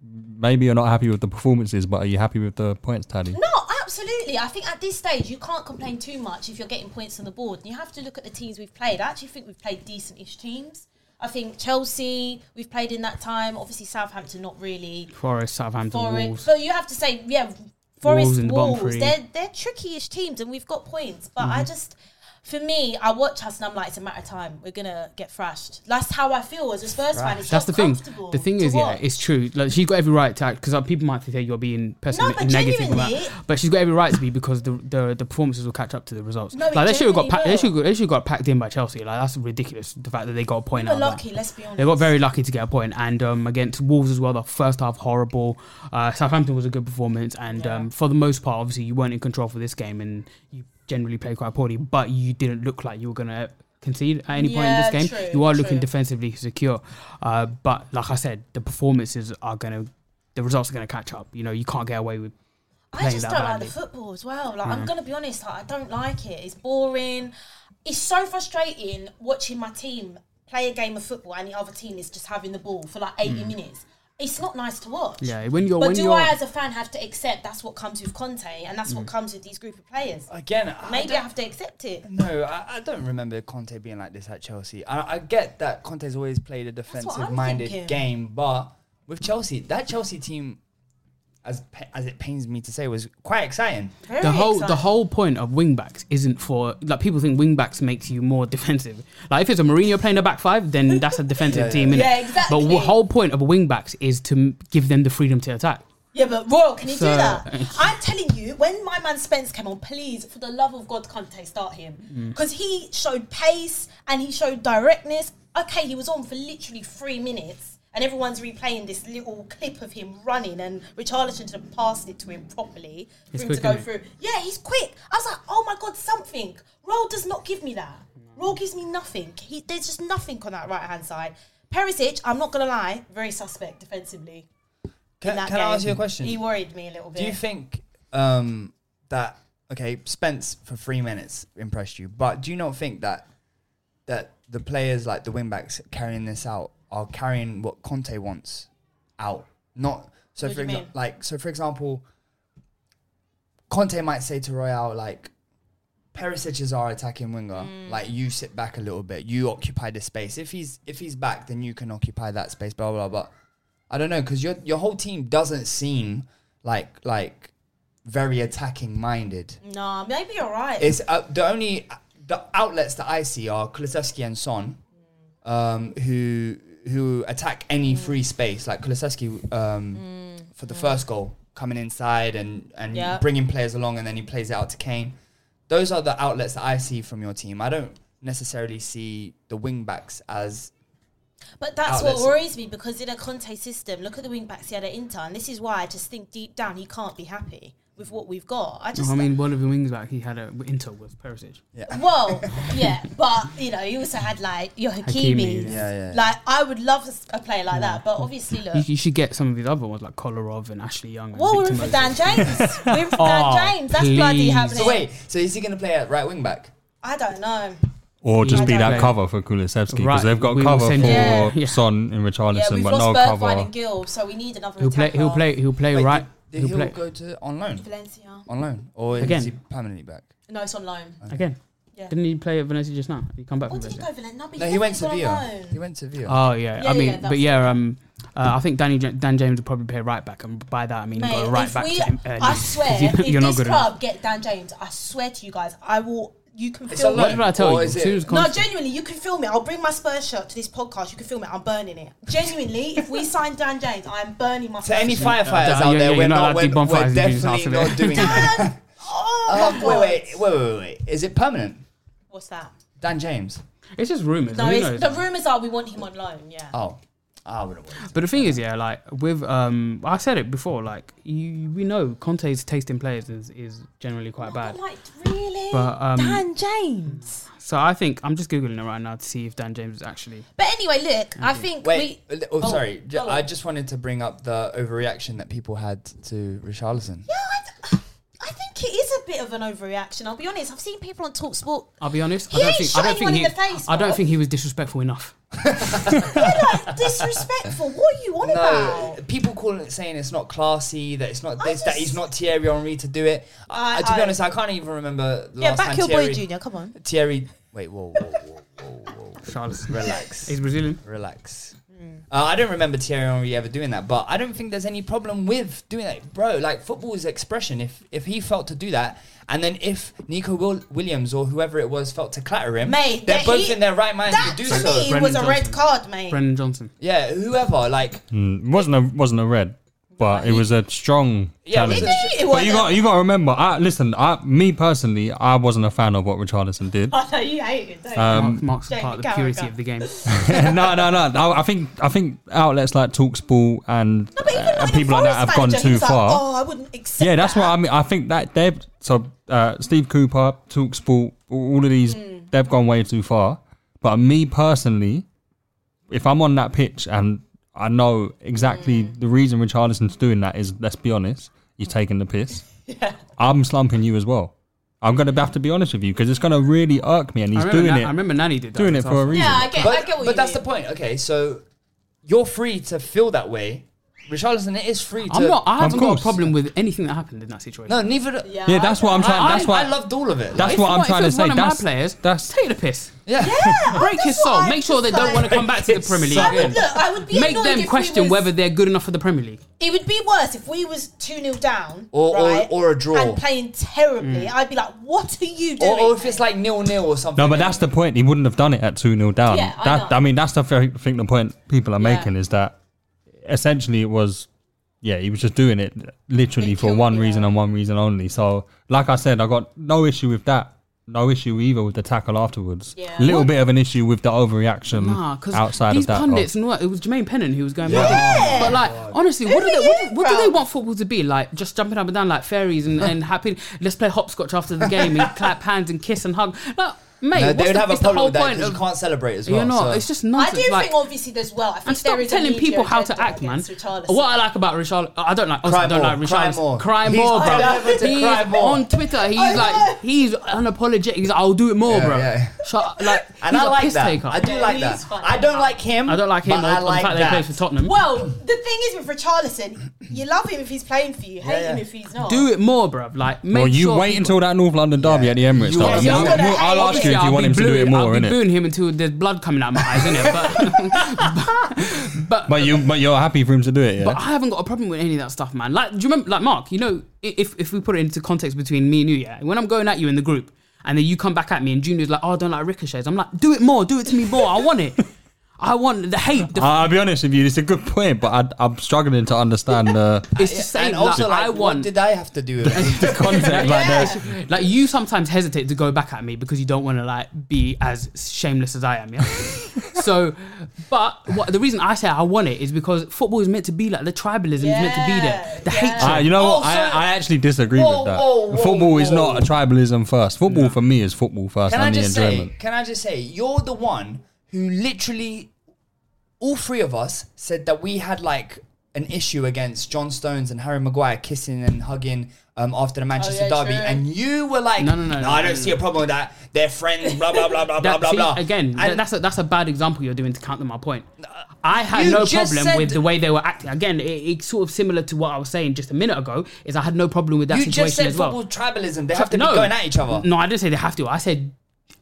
Speaker 5: Maybe you're not happy with the performances, but are you happy with the points tally?
Speaker 4: No, absolutely. I think at this stage you can't complain too much if you're getting points on the board. You have to look at the teams we've played. I actually think we've played decent-ish teams. I think Chelsea we've played in that time. Obviously Southampton not really.
Speaker 1: Forest, Southampton,
Speaker 4: Forest,
Speaker 1: Wolves.
Speaker 4: but you have to say yeah. Forest
Speaker 1: Wolves
Speaker 4: Wolves,
Speaker 1: in the bottom three. Mm-hmm.
Speaker 4: they're they're tricky-ish teams and we've got points, but I just for me, I watch us and I'm like, it's a matter of time. We're gonna get thrashed. That's how I feel as a Spurs fan. It's
Speaker 1: That's
Speaker 4: not
Speaker 1: the thing.
Speaker 4: comfortable
Speaker 1: The thing
Speaker 4: to
Speaker 1: is, yeah,
Speaker 4: watch.
Speaker 1: it's true. Like she's got every right to act because people might think that you're being personally
Speaker 4: but
Speaker 1: negative about.
Speaker 4: genuinely-
Speaker 1: But she's got every right to be because the the, the performances will catch up to the results.
Speaker 4: No, it
Speaker 1: like they should have got
Speaker 4: genuinely
Speaker 1: pa- they
Speaker 4: will.
Speaker 1: should they should have got packed in by Chelsea. Like that's ridiculous. The fact that they got a point
Speaker 4: We were
Speaker 1: out of that.
Speaker 4: lucky, let's be
Speaker 1: They got very lucky to get a point, and um, against Wolves as well. The first half horrible. Uh, Southampton was a good performance, and um, for the most part, obviously you weren't in control for this game, and you generally played quite poorly. But you didn't look like you were gonna concede at any point
Speaker 7: Yeah,
Speaker 1: in this game.
Speaker 7: true,
Speaker 1: you are looking
Speaker 7: true.
Speaker 1: defensively secure, uh, but like I said, the performances are gonna, the results are gonna catch up. You know, you can't get away with.
Speaker 4: I
Speaker 1: Playing
Speaker 4: just
Speaker 1: that Mm.
Speaker 4: don't like the
Speaker 1: badly.
Speaker 4: football as well. Like
Speaker 1: Yeah.
Speaker 4: I'm gonna be honest, like, I don't like it. It's boring. It's so frustrating watching my team play a game of football and the other team is just having the ball for like 80
Speaker 1: Mm.
Speaker 4: minutes. It's not nice to watch.
Speaker 1: Yeah, when you're
Speaker 4: but
Speaker 1: when
Speaker 4: do
Speaker 1: you're
Speaker 4: I, as a fan, have to accept that's what comes with Conte and that's what
Speaker 8: Mm.
Speaker 4: comes with these group of players?
Speaker 8: Again, I
Speaker 4: maybe I, have to accept it.
Speaker 8: No, I, I don't remember Conte being like this at Chelsea. I, I get that Conte's always played a
Speaker 4: thinking.
Speaker 8: defensive-minded game, but with Chelsea, that Chelsea team, as pa- as it pains me to say, was quite exciting.
Speaker 1: the whole the whole point of wing backs isn't for like people think wing backs makes you more defensive. Like if it's a Mourinho playing a back five, then that's a defensive
Speaker 8: Yeah,
Speaker 1: team,
Speaker 8: yeah.
Speaker 1: innit?
Speaker 8: Yeah,
Speaker 1: But
Speaker 4: exactly.
Speaker 1: the whole point of wing backs is to m- give them the freedom to attack.
Speaker 4: Yeah, but Royal, can you do
Speaker 1: So-
Speaker 4: that? I'm telling you, when my man Spence came on, please, for the love of God, Conte, start him.
Speaker 1: Mm.
Speaker 4: Because he showed pace and he showed directness. Okay, he was on for literally three minutes, and everyone's replaying this little clip of him running, and Richarlison had passed it to him properly for
Speaker 1: He's
Speaker 4: him
Speaker 1: quick,
Speaker 4: to go
Speaker 1: isn't he?
Speaker 4: through. Yeah, he's quick. I was like, oh my God, something. Royal does not give me that. Royal gives me nothing. He, there's just nothing on that right hand side. Perisic, I'm not going to lie, very suspect defensively.
Speaker 8: Can-
Speaker 4: in that
Speaker 8: can I
Speaker 4: game.
Speaker 8: ask you a question?
Speaker 4: He worried me a little bit.
Speaker 8: Do you think um, that okay, Spence for three minutes impressed you, but do you not think that that the players like the wingbacks carrying this out are carrying what Conte wants out? Not so
Speaker 9: What
Speaker 8: for
Speaker 9: do you
Speaker 8: exa-
Speaker 9: mean?
Speaker 8: like so for example, Conte might say to Royale like. Perisic is our attacking winger.
Speaker 9: Mm.
Speaker 8: Like you sit back a little bit, you occupy the space. If he's if he's back, then you can occupy that space. Blah blah blah. I don't know because your your whole team doesn't seem like like very attacking minded.
Speaker 4: No, maybe you're right.
Speaker 8: It's uh, the only the outlets that I see are Kulusevski and Son, um, who who attack any free space. Like Kulusevski um, for the first goal, coming inside and and
Speaker 9: Yeah.
Speaker 8: bringing players along, and then he plays it out to Kane. Those are the outlets that I see from your team. I don't necessarily see the wing backs as
Speaker 4: but
Speaker 1: Oh,
Speaker 4: that's
Speaker 8: outlets.
Speaker 4: what worries me because in a Conte system, look at the wing backs he had at Inter, and this is why I just think deep down he can't be happy with what we've got. I just
Speaker 1: I mean, one of the wings back he had a Inter was Perisic.
Speaker 8: Yeah.
Speaker 4: well, yeah, but you know, he also had like your Hakimi.
Speaker 1: Hakimi, yeah. Yeah, yeah.
Speaker 4: Like I would love a s- a player like that, but obviously,
Speaker 1: You,
Speaker 4: look,
Speaker 1: you should get some of his other ones like Kolarov and Ashley Young. And
Speaker 4: well, we're
Speaker 1: Victor
Speaker 4: in for
Speaker 1: Moses.
Speaker 4: Dan
Speaker 1: Oh,
Speaker 4: James. we're in for Dan James. That's
Speaker 1: please.
Speaker 4: bloody happening.
Speaker 8: So wait, so is he going to play at right wing back?
Speaker 4: I don't know.
Speaker 5: Or just
Speaker 4: I
Speaker 5: be
Speaker 4: don't
Speaker 5: that
Speaker 4: know.
Speaker 5: cover for Kulisevsky because
Speaker 1: Right,
Speaker 5: they've got
Speaker 1: we will
Speaker 5: cover for
Speaker 1: send you- Yeah.
Speaker 5: Son and
Speaker 4: Yeah,
Speaker 5: Richarlison,
Speaker 4: we've
Speaker 5: but no
Speaker 4: lost Bergwijn
Speaker 5: cover.
Speaker 4: and Gill, so we need another
Speaker 1: He'll play.
Speaker 4: attacker.
Speaker 1: He'll play. He'll play
Speaker 8: Wait,
Speaker 1: right.
Speaker 8: Did
Speaker 1: he'll
Speaker 8: he
Speaker 1: play
Speaker 8: go to on loan?
Speaker 4: Valencia.
Speaker 8: On loan, or
Speaker 1: Again.
Speaker 8: is he permanently back?
Speaker 4: No, it's on loan.
Speaker 1: again.
Speaker 4: Yeah.
Speaker 1: Didn't he play at Valencia just now? He come back
Speaker 4: Or
Speaker 1: from
Speaker 4: did he
Speaker 1: Valencia.
Speaker 4: go Valen- No, but
Speaker 8: No, he went to
Speaker 4: definitely gone on
Speaker 8: Villa.
Speaker 4: loan.
Speaker 8: He went to Villa.
Speaker 1: Oh yeah, I
Speaker 4: Yeah,
Speaker 1: mean,
Speaker 4: yeah,
Speaker 1: but
Speaker 4: that's
Speaker 1: ja, um, uh, I think Danny Ja- Dan James would probably play right back, and by that I mean go
Speaker 4: Mate,
Speaker 1: right
Speaker 4: if
Speaker 1: back.
Speaker 4: we,
Speaker 1: to him, uh,
Speaker 4: I
Speaker 1: Leeds, 'cause
Speaker 4: swear,
Speaker 1: you-
Speaker 4: if
Speaker 1: you're not
Speaker 4: this
Speaker 1: good
Speaker 4: club
Speaker 1: enough.
Speaker 4: get Dan James, I swear to you guys, I will. You can
Speaker 1: It's
Speaker 4: film
Speaker 1: a
Speaker 4: me.
Speaker 1: loan, What did I tell or you? is As soon it- as
Speaker 4: No,
Speaker 1: Conte-
Speaker 4: genuinely, you can film it. I'll bring my Spurs shirt to this podcast. You can film it. I'm burning it. Genuinely, if we sign Dan James, I'm burning my.
Speaker 8: To any
Speaker 4: Spurs shirt.
Speaker 8: firefighters
Speaker 1: Yeah,
Speaker 8: out
Speaker 1: Uh, yeah,
Speaker 8: there,
Speaker 1: you're
Speaker 8: we're
Speaker 1: not
Speaker 8: not,
Speaker 1: allowed to
Speaker 8: we're,
Speaker 1: do bonfires
Speaker 8: we're
Speaker 1: in June's
Speaker 8: definitely
Speaker 1: house,
Speaker 8: not
Speaker 1: innit?
Speaker 8: doing that.
Speaker 4: Oh,
Speaker 8: Um, wait,
Speaker 4: my God.
Speaker 8: wait, wait, wait, wait, wait. Is it permanent?
Speaker 4: What's that?
Speaker 8: Dan James.
Speaker 1: It's just rumors.
Speaker 4: No, it's, the rumors are we want him on loan. Yeah.
Speaker 8: Oh, I would have.
Speaker 1: But the thing is, yeah, like with um, I said it before, like you, we know Conte's taste in players is, is generally quite bad.
Speaker 4: Like really?
Speaker 1: But, um,
Speaker 4: Dan James.
Speaker 1: So I think I'm just googling it right now to see if Dan James is actually.
Speaker 4: But anyway, look, I think
Speaker 8: Wait,
Speaker 4: we.
Speaker 8: oh, sorry. Ju- I just wanted to bring up the overreaction that people had to Richarlison.
Speaker 4: I think it is a bit of an overreaction. I'll be honest. I've seen people on Talk Sport
Speaker 1: I'll be honest.
Speaker 4: He
Speaker 1: I don't
Speaker 4: ain't
Speaker 1: think. I don't
Speaker 4: shot anyone
Speaker 1: think he.
Speaker 4: in the face,
Speaker 1: I don't
Speaker 4: Rob.
Speaker 1: think he was disrespectful enough.
Speaker 4: disrespectful. What are you on about?
Speaker 8: No, people calling it saying it's not classy, that it's not this, that he's not Thierry Henry to do it. I,
Speaker 4: I-
Speaker 8: to be
Speaker 4: I-
Speaker 8: honest, I can't even remember the
Speaker 4: Yeah,
Speaker 8: last
Speaker 4: back
Speaker 8: time
Speaker 4: your
Speaker 8: Thierry,
Speaker 4: boy, Junior. Come on.
Speaker 8: Thierry, wait, whoa, whoa, whoa, whoa, whoa, whoa.
Speaker 1: Charles,
Speaker 8: relax.
Speaker 1: He's Brazilian.
Speaker 8: Relax.
Speaker 4: Hmm.
Speaker 8: Uh, I don't remember Thierry Henry ever doing that, but I don't think there's any problem with doing that, bro. Like football is expression. If if he felt to do that, and then if Nico Will- Williams or whoever it was felt to clatter him,
Speaker 4: Mate,
Speaker 8: they're
Speaker 4: that
Speaker 8: both
Speaker 4: he-
Speaker 8: in their right minds
Speaker 4: that
Speaker 8: to do
Speaker 4: to
Speaker 8: so.
Speaker 4: me was a red card, mate.
Speaker 5: Brendan Johnson.
Speaker 8: Yeah, whoever. Like
Speaker 5: Mm, wasn't a wasn't a red, but it was a strong
Speaker 8: Yeah, it was
Speaker 5: challenge.
Speaker 8: a
Speaker 4: str-
Speaker 5: but you got you got to remember. I, listen, I, me personally, I wasn't a fan of what Richarlison did.
Speaker 4: I know you hate it. Don't you?
Speaker 5: Um,
Speaker 10: Mark's
Speaker 4: Jamie
Speaker 10: part of the
Speaker 4: Carragher.
Speaker 10: purity of the game.
Speaker 5: no, no, no. I, I think I think outlets like Talksport and uh, people like that have gone
Speaker 4: Manager,
Speaker 5: too
Speaker 4: he's like,
Speaker 5: far.
Speaker 4: oh, I wouldn't accept.
Speaker 5: yeah, that's what I mean. I think that they've so uh, Steve Cooper, Talksport, all of these they've gone way too far. But me personally, if I'm on that pitch and I know exactly the reason Richardson's doing that is, let's be honest, he's taking the piss.
Speaker 4: Yeah.
Speaker 5: I'm slumping you as well. I'm gonna have to be honest with you because it's gonna really irk me, and he's
Speaker 10: I remember
Speaker 5: doing
Speaker 10: Na-
Speaker 5: it.
Speaker 10: I remember Nani did that
Speaker 5: doing it
Speaker 10: with
Speaker 5: for a
Speaker 10: Arsenal.
Speaker 5: reason.
Speaker 4: get-
Speaker 8: but,
Speaker 4: I get what
Speaker 8: but
Speaker 4: you
Speaker 8: that's
Speaker 4: mean.
Speaker 8: the point. Okay, so you're free to feel that way. Richarlison, it is free. To,
Speaker 10: I'm not. I haven't got
Speaker 5: course.
Speaker 10: a problem with anything that happened in that situation.
Speaker 8: No, neither. do-
Speaker 5: Yeah, that's what I'm trying.
Speaker 10: I-
Speaker 5: that's why
Speaker 8: I loved all of it.
Speaker 5: That's
Speaker 10: If
Speaker 5: what I'm
Speaker 10: one-
Speaker 5: trying
Speaker 10: if
Speaker 5: to
Speaker 10: it's
Speaker 5: say.
Speaker 10: One of my
Speaker 5: That's
Speaker 10: players. That's take the piss.
Speaker 8: Yeah.
Speaker 10: Break his soul. Make sure they don't want to come back to the Premier League.
Speaker 4: I would,
Speaker 10: again.
Speaker 4: look, I would be
Speaker 10: Make
Speaker 4: annoyed if
Speaker 10: them
Speaker 4: we
Speaker 10: question
Speaker 4: was-
Speaker 10: whether they're good enough for the Premier League.
Speaker 4: It would be worse if we was two 0 down,
Speaker 8: Or- or-
Speaker 4: right,
Speaker 8: or a draw.
Speaker 4: and playing terribly.
Speaker 10: Mm.
Speaker 4: I'd be like, "What are you doing?"
Speaker 8: Or, or if it's like nil nil or something.
Speaker 5: no, but that's the point. He wouldn't have done it at two 0 down.
Speaker 4: Yeah, I
Speaker 5: that
Speaker 4: know.
Speaker 5: I mean, that's the very- I think the point people are
Speaker 4: Yeah.
Speaker 5: making is that essentially it was, yeah, he was just doing it literally for one reason and one reason only. So, like I said, I got no issue with that. No issue either with the tackle afterwards.
Speaker 10: Yeah.
Speaker 5: Little
Speaker 10: What?
Speaker 5: bit of an issue with the overreaction
Speaker 10: Nah,
Speaker 8: Ah,
Speaker 10: because
Speaker 5: outside
Speaker 10: these
Speaker 5: of that.
Speaker 10: pundits and what it was Jermaine Pennant who was going.
Speaker 5: Yeah.
Speaker 10: back in.
Speaker 5: Yeah.
Speaker 10: But like, honestly, what do
Speaker 4: are
Speaker 10: they what,
Speaker 4: you,
Speaker 10: do, what do
Speaker 4: bro?
Speaker 10: they want football to be like? Just jumping up and down like fairies and, and happy. Let's play hopscotch after the game and clap hands and kiss and hug. Like, mate,
Speaker 8: no,
Speaker 10: what's
Speaker 8: they would
Speaker 10: the,
Speaker 8: have a
Speaker 10: it's the
Speaker 8: problem
Speaker 10: whole
Speaker 8: with that
Speaker 10: point
Speaker 8: because
Speaker 10: of
Speaker 8: you can't celebrate as well.
Speaker 10: you're not.
Speaker 8: so-
Speaker 10: It's just
Speaker 4: I
Speaker 10: nonsense.
Speaker 4: do
Speaker 10: like,
Speaker 4: think obviously there's well. I think there
Speaker 10: and stop
Speaker 4: is a
Speaker 10: telling
Speaker 4: media
Speaker 10: people how to
Speaker 4: agenda
Speaker 10: act, man.
Speaker 4: against Richarlison.
Speaker 10: What I like about Richarlison, I don't like.
Speaker 8: Cry
Speaker 10: I don't
Speaker 8: more,
Speaker 10: like
Speaker 8: cry
Speaker 10: Richarlison.
Speaker 8: more.
Speaker 10: Cry
Speaker 8: He's
Speaker 10: more,
Speaker 8: cry more
Speaker 10: bro.
Speaker 8: to
Speaker 10: He's
Speaker 8: cry more.
Speaker 10: on Twitter. He's like, he's unapologetic. He's like, I'll do it more,
Speaker 8: Yeah,
Speaker 10: bro.
Speaker 8: yeah.
Speaker 10: Shut, like,
Speaker 8: and
Speaker 10: he's
Speaker 8: I
Speaker 10: a
Speaker 8: like
Speaker 10: piss
Speaker 8: that.
Speaker 10: taker.
Speaker 8: I do like that. I don't like him.
Speaker 10: I don't like him.
Speaker 8: but
Speaker 10: though,
Speaker 8: I
Speaker 10: for
Speaker 8: like
Speaker 10: the fact that he plays for Tottenham.
Speaker 4: Well, the thing is with Richarlison, you love him if he's playing for you, hate
Speaker 10: yeah.
Speaker 4: him if he's not.
Speaker 10: do it more, bruv. Like, make
Speaker 5: Well, you
Speaker 10: sure
Speaker 5: wait
Speaker 10: people-
Speaker 5: until that North London derby at the Emirates.
Speaker 10: You
Speaker 5: though.
Speaker 10: are-
Speaker 5: I mean,
Speaker 10: you're
Speaker 5: I'll-
Speaker 10: gonna
Speaker 5: I'll ask you if
Speaker 10: Obviously,
Speaker 5: you
Speaker 10: I'll
Speaker 5: want
Speaker 10: be
Speaker 5: him to do
Speaker 10: booing-
Speaker 5: it more,
Speaker 10: I'll be
Speaker 5: innit?
Speaker 10: booing him until there's blood coming out my eyes, innit? But,
Speaker 5: But you, but you're happy for him to do it, yeah.
Speaker 10: but I haven't got a problem with any of that stuff, man. Like, do you remember, like, Mark, you know, i- if, if we put it into context between me and you, yeah, when I'm going at you in the group and then you come back at me and Junior's like, oh, I don't like ricochets, I'm like, do it more, do it to me more. I want it. I want the hate. The
Speaker 5: I'll be honest with you, it's a good point, but I, I'm struggling to understand uh,
Speaker 10: It's the same.
Speaker 8: And also,
Speaker 10: like,
Speaker 8: like,
Speaker 10: I want.
Speaker 8: what did I have to do with it?
Speaker 5: the concept like this.
Speaker 10: Like you sometimes hesitate to go back at me because you don't want to like be as shameless as I am. Yeah. so, but what, the reason I say I want it is because football is meant to be like the tribalism is meant to be there. The hatred.
Speaker 5: Ah, you know
Speaker 8: Oh,
Speaker 5: what?
Speaker 8: so-
Speaker 5: I, I actually disagree
Speaker 8: Whoa,
Speaker 5: with that.
Speaker 8: whoa, whoa,
Speaker 5: football is
Speaker 8: whoa.
Speaker 5: not a tribalism first. Football for me is football first
Speaker 8: Can I
Speaker 5: and the
Speaker 8: just
Speaker 5: enjoyment.
Speaker 8: say? Can I just say? You're the one who literally, all three of us said that we had like an issue against John Stones and Harry Maguire kissing and hugging um, after the Manchester
Speaker 4: Oh, yeah,
Speaker 8: derby,
Speaker 4: true.
Speaker 8: and you were like,
Speaker 10: No, no, no, no,
Speaker 8: I
Speaker 10: no,
Speaker 8: don't
Speaker 10: no,
Speaker 8: see a problem with that. They're friends, blah blah blah blah blah
Speaker 10: That-
Speaker 8: blah
Speaker 10: see,
Speaker 8: blah.
Speaker 10: Again, th-
Speaker 8: And-
Speaker 10: that's a, that's a bad example you're doing to counter my point. I had
Speaker 8: You
Speaker 10: no
Speaker 8: just
Speaker 10: problem
Speaker 8: said-
Speaker 10: with the way they were acting. Again, it, it's sort of similar to what I was saying just a minute ago. Is I had no problem with that
Speaker 8: you
Speaker 10: situation
Speaker 8: just said
Speaker 10: as well.
Speaker 8: football tribalism. They have to
Speaker 10: no.
Speaker 8: be going at each other.
Speaker 10: No, I didn't say they have to. I said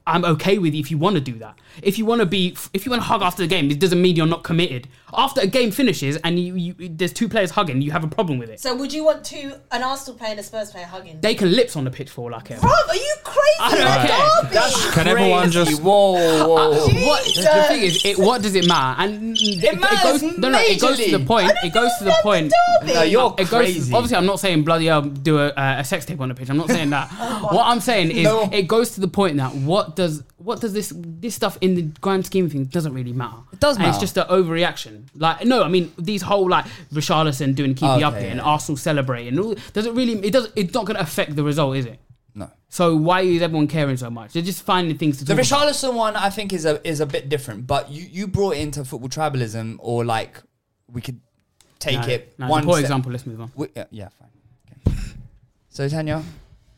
Speaker 10: I'm okay with you if you want to do that. If you want to be, if you want to hug after the game, it doesn't mean you're not committed. After a game finishes and you, you there's two players hugging, you have a problem with it.
Speaker 4: So would you want to an Arsenal player and a Spurs player hugging?
Speaker 10: They can lips on the pitch for all I care.
Speaker 4: Bro, are you crazy?
Speaker 10: I don't
Speaker 4: Like,
Speaker 10: care.
Speaker 4: Derby.
Speaker 8: That's
Speaker 5: Can everyone
Speaker 8: crazy.
Speaker 5: just-
Speaker 8: whoa, whoa, whoa.
Speaker 10: What the thing is, it what does it matter?
Speaker 8: Uh,
Speaker 10: And it,
Speaker 8: matters
Speaker 10: goes, no, no, it goes to the
Speaker 8: majorly.
Speaker 10: point. It goes to the point.
Speaker 8: No, you're
Speaker 10: it goes.
Speaker 8: crazy.
Speaker 10: Obviously, I'm not saying bloody hell do a, uh, a sex tape on the pitch. I'm not saying that. what I'm saying is,
Speaker 8: Oh No.
Speaker 10: it goes to the point that what does what does this this stuff in the grand scheme of things doesn't really matter. It
Speaker 8: does
Speaker 10: And it's
Speaker 8: matter.
Speaker 10: just an overreaction. Like no, I mean these whole like Richarlison doing keep
Speaker 8: Okay,
Speaker 10: up here and
Speaker 8: yeah.
Speaker 10: Arsenal celebrating. all- Doesn't really. It does. It's not going to affect the result, is it?
Speaker 8: No.
Speaker 10: So why is everyone caring so much? They're just finding things to
Speaker 8: The
Speaker 10: talk about.
Speaker 8: Richarlison one, I think, is a is a bit different. But you you brought into football tribalism, or like we could take
Speaker 10: No,
Speaker 8: it
Speaker 10: no, it's a
Speaker 8: one
Speaker 10: poor
Speaker 8: step-
Speaker 10: example. Let's move on.
Speaker 8: We- yeah, yeah, fine. Okay. So Tanya,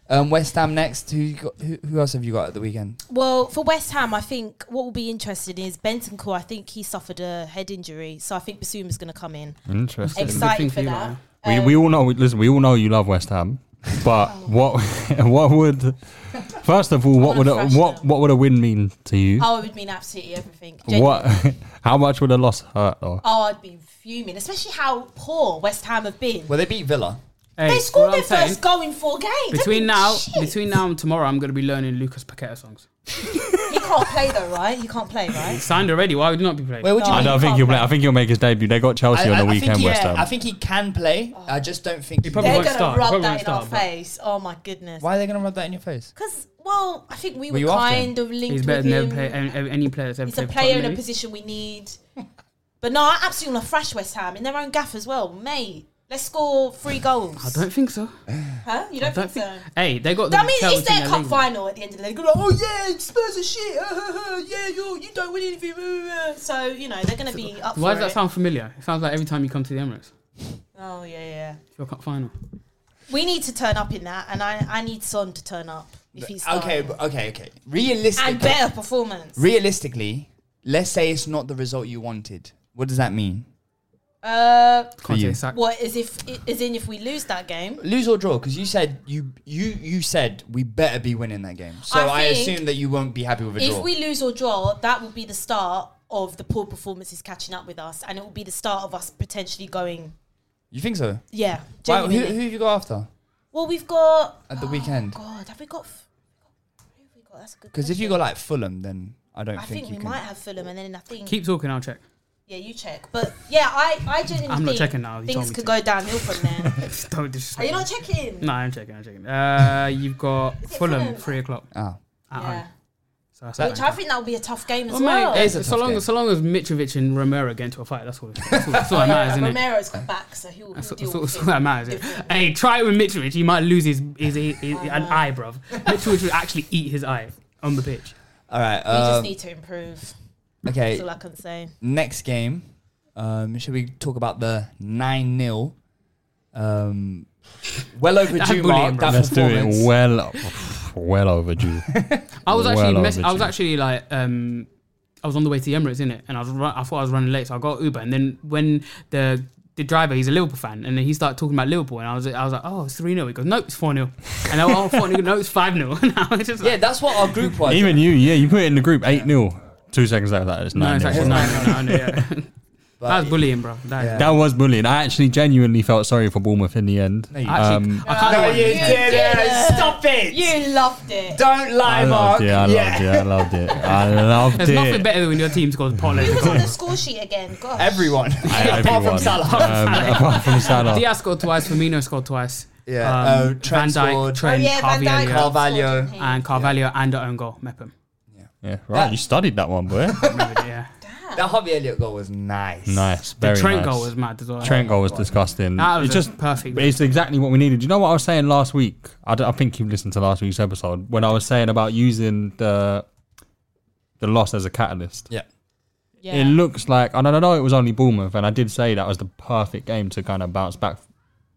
Speaker 8: um, West Ham next. Who you got, who, who else have you got at the weekend?
Speaker 4: Well, for West Ham, I think what will be interesting is Bentancur. I think he suffered a head injury, so I think Basuma is going to come in.
Speaker 5: Interesting.
Speaker 10: Good thing
Speaker 4: Excited
Speaker 10: for
Speaker 4: for
Speaker 10: you,
Speaker 4: that.
Speaker 5: We, we all know. Listen, we all know you love West Ham. But what what would first of all what would a,
Speaker 4: wanna thrash
Speaker 5: what what would a win mean to you?
Speaker 4: Oh, it would mean absolutely everything.
Speaker 5: what how much would a loss hurt? Or
Speaker 4: Oh, I'd be fuming, especially how poor West Ham have been.
Speaker 8: Well, they beat Villa.
Speaker 4: they
Speaker 1: Hey,
Speaker 4: scored
Speaker 1: what
Speaker 4: their
Speaker 1: I'm saying-
Speaker 4: first goal in four games. They've
Speaker 1: Between
Speaker 4: been
Speaker 1: now,
Speaker 4: shit.
Speaker 1: between now and tomorrow, I'm going to be learning Lucas Paqueta songs.
Speaker 4: he can't play though, right? He can't play, right?
Speaker 1: Signed already. Why would he not be played?
Speaker 8: Where would you
Speaker 5: I
Speaker 8: mean
Speaker 5: don't
Speaker 8: he
Speaker 5: think
Speaker 8: can't
Speaker 5: he'll play. I think he'll make his debut. They got Chelsea on the
Speaker 8: I
Speaker 5: weekend.
Speaker 8: Think,
Speaker 5: West
Speaker 8: yeah,
Speaker 5: Ham.
Speaker 8: I think he can play. I just don't think
Speaker 1: He probably
Speaker 4: They're
Speaker 1: won't
Speaker 4: gonna
Speaker 1: start.
Speaker 4: rub
Speaker 1: Probably
Speaker 4: that
Speaker 1: won't
Speaker 4: in our
Speaker 1: start, but-
Speaker 4: face. Oh my goodness.
Speaker 8: Why are they going to rub that in your face?
Speaker 4: Because well, I think we
Speaker 8: Were
Speaker 4: were,
Speaker 8: you after
Speaker 4: kind of linked
Speaker 1: He's better
Speaker 4: with
Speaker 1: than
Speaker 4: him.
Speaker 1: every player, any, any player that's ever
Speaker 4: He's a
Speaker 1: played for
Speaker 4: player in
Speaker 1: Tottenham,
Speaker 4: a
Speaker 1: maybe.
Speaker 4: position we need. But no, I absolutely want to thrash West Ham in their own gaff as well, mate. Let's score three goals.
Speaker 1: I don't think so.
Speaker 4: Huh? You don't, think, so?
Speaker 1: Hey, they got. The
Speaker 4: I mean,
Speaker 1: Chelsea
Speaker 4: it's their
Speaker 1: in
Speaker 4: cup
Speaker 1: league.
Speaker 4: final at the end of the day. They're gonna be Like, oh yeah, Spurs are shit. uh, uh, uh, yeah, you you don't win anything. uh, uh." So you know they're gonna be up
Speaker 1: Why
Speaker 4: for
Speaker 1: does that
Speaker 4: it.
Speaker 1: sound familiar? It sounds like every time you come to the Emirates,
Speaker 4: Oh yeah, yeah.
Speaker 1: your cup final.
Speaker 4: We need to turn up in that, and I I need Son to turn up if he's
Speaker 8: Okay, but- okay, okay. Realistically,
Speaker 4: and better performance.
Speaker 8: realistically, let's say it's not the result you wanted. What does that mean?
Speaker 4: Uh,
Speaker 8: For you.
Speaker 4: what is if is in if we lose that game?
Speaker 8: Lose or draw? Because you said you you you said we better be winning that game. So I,
Speaker 4: I think
Speaker 8: assume that you won't be happy with a draw.
Speaker 4: If we lose or draw, that will be the start of the poor performances catching up with us, and it will be the start of us potentially going.
Speaker 8: you think so?
Speaker 4: Yeah,
Speaker 8: Why, who,
Speaker 4: genuinely.
Speaker 8: who have you got after
Speaker 4: Well, we've got.
Speaker 8: at the weekend?
Speaker 4: Oh, God, have we got? f- who have we got? That's a good.
Speaker 8: Because if you
Speaker 4: question.
Speaker 8: got like Fulham, then I don't
Speaker 4: I
Speaker 8: think,
Speaker 4: think,
Speaker 8: you
Speaker 4: we
Speaker 8: can.
Speaker 4: might have Fulham, and then I think.
Speaker 1: Keep talking. I'll check.
Speaker 4: yeah, you check, but yeah, I I genuinely
Speaker 1: I'm not
Speaker 4: think
Speaker 1: checking now, you told
Speaker 4: Things
Speaker 1: me
Speaker 4: could
Speaker 1: to.
Speaker 4: go downhill from there.
Speaker 1: Don't
Speaker 4: Are
Speaker 1: disrespect.
Speaker 4: you
Speaker 1: me.
Speaker 4: not checking?
Speaker 1: No, I'm checking. I'm checking. Uh, you've got Fulham,
Speaker 4: Fulham?
Speaker 1: three o'clock
Speaker 8: Ah.
Speaker 4: Yeah.
Speaker 1: at home. So that's
Speaker 4: Which I think that will be a tough game as
Speaker 1: Oh,
Speaker 4: well.
Speaker 1: mate,
Speaker 8: It is a
Speaker 1: so
Speaker 8: tough
Speaker 1: long
Speaker 8: game.
Speaker 1: so long as Mitrovic and Romero get into a fight, that's all. That's all, that's all that matters, isn't it?
Speaker 4: Romero's got back, so he will
Speaker 1: That's,
Speaker 4: he'll
Speaker 1: that's,
Speaker 4: deal
Speaker 1: all-
Speaker 4: with
Speaker 1: that's all
Speaker 4: it.
Speaker 1: that matters. innit? Hey, try it with Mitrovic. He might lose his, his, his,
Speaker 4: Oh,
Speaker 1: his an eye, bruv. Mitrovic would actually eat his eye on the pitch.
Speaker 8: All right.
Speaker 4: We just
Speaker 8: um,
Speaker 4: need to improve. That's
Speaker 8: okay.
Speaker 4: all I can say.
Speaker 8: Next game. Um, should we talk about the nine 0 um, Well overdue mark.
Speaker 1: bullying, bro.
Speaker 8: That
Speaker 5: Let's do
Speaker 8: performance.
Speaker 5: it well, well overdue.
Speaker 1: I was actually
Speaker 5: Well
Speaker 1: mess- I was
Speaker 5: overdue.
Speaker 1: actually like um I was on the way to the Emirates in it and I was run- I thought I was running late so I got Uber and then when the the driver he's a Liverpool fan and then he started talking about Liverpool and I was I was like oh it's 3 0 he goes nope it's 4 0 and I was oh 4 0 no it's 5 0 and I was just
Speaker 8: Yeah,
Speaker 1: like,
Speaker 8: that's what our group was.
Speaker 5: Even you, yeah, you put it in the group eight 0 Two seconds after that, it's
Speaker 1: no
Speaker 5: nine
Speaker 1: it's
Speaker 5: 0
Speaker 1: actually 9 0 no, yeah
Speaker 8: But
Speaker 1: that was bullying bro that is-
Speaker 5: That was bullying. I actually genuinely felt sorry for Bournemouth in the end. Um,
Speaker 8: you
Speaker 1: actually I can't
Speaker 8: No, you
Speaker 1: yeah.
Speaker 8: didn't. Stop it.
Speaker 4: You loved it.
Speaker 8: Don't lie,
Speaker 5: I
Speaker 8: Mark.
Speaker 5: loved it. I loved it. I loved it. I loved
Speaker 1: there's nothing
Speaker 5: it.
Speaker 1: better than when your team scores Paulo
Speaker 4: Who was on the score sheet again? Gosh.
Speaker 8: Everyone,
Speaker 5: I-
Speaker 8: apart
Speaker 5: everyone.
Speaker 8: from Salah.
Speaker 5: Um, apart from Salah.
Speaker 1: Diaz scored twice Firmino scored twice
Speaker 8: Yeah, uh, Trent
Speaker 1: Um, Van Dijk
Speaker 8: scored.
Speaker 1: Trent
Speaker 4: oh, yeah, Van
Speaker 1: Harvey
Speaker 4: Dijk
Speaker 1: Elliott,
Speaker 8: Carvajal.
Speaker 1: and Carvalho and our own goal Mepham
Speaker 5: Yeah, right.
Speaker 8: That-
Speaker 5: you studied that one, boy.
Speaker 1: yeah
Speaker 8: That Harvey Elliott goal was nice.
Speaker 5: nice.
Speaker 1: the
Speaker 5: Very
Speaker 1: Trent
Speaker 5: nice.
Speaker 1: goal was mad as well
Speaker 5: Trent goal was disgusting.
Speaker 1: That was
Speaker 5: it's
Speaker 1: a
Speaker 5: just
Speaker 1: perfect
Speaker 5: but It's exactly what we needed. You know what I was saying last week? I, d- I think you listened to last week's episode when I was saying about using the the loss as a catalyst.
Speaker 8: Yeah.
Speaker 4: Yeah.
Speaker 5: It looks like, and I know it was only Bournemouth, and I did say that was the perfect game to kind of bounce back,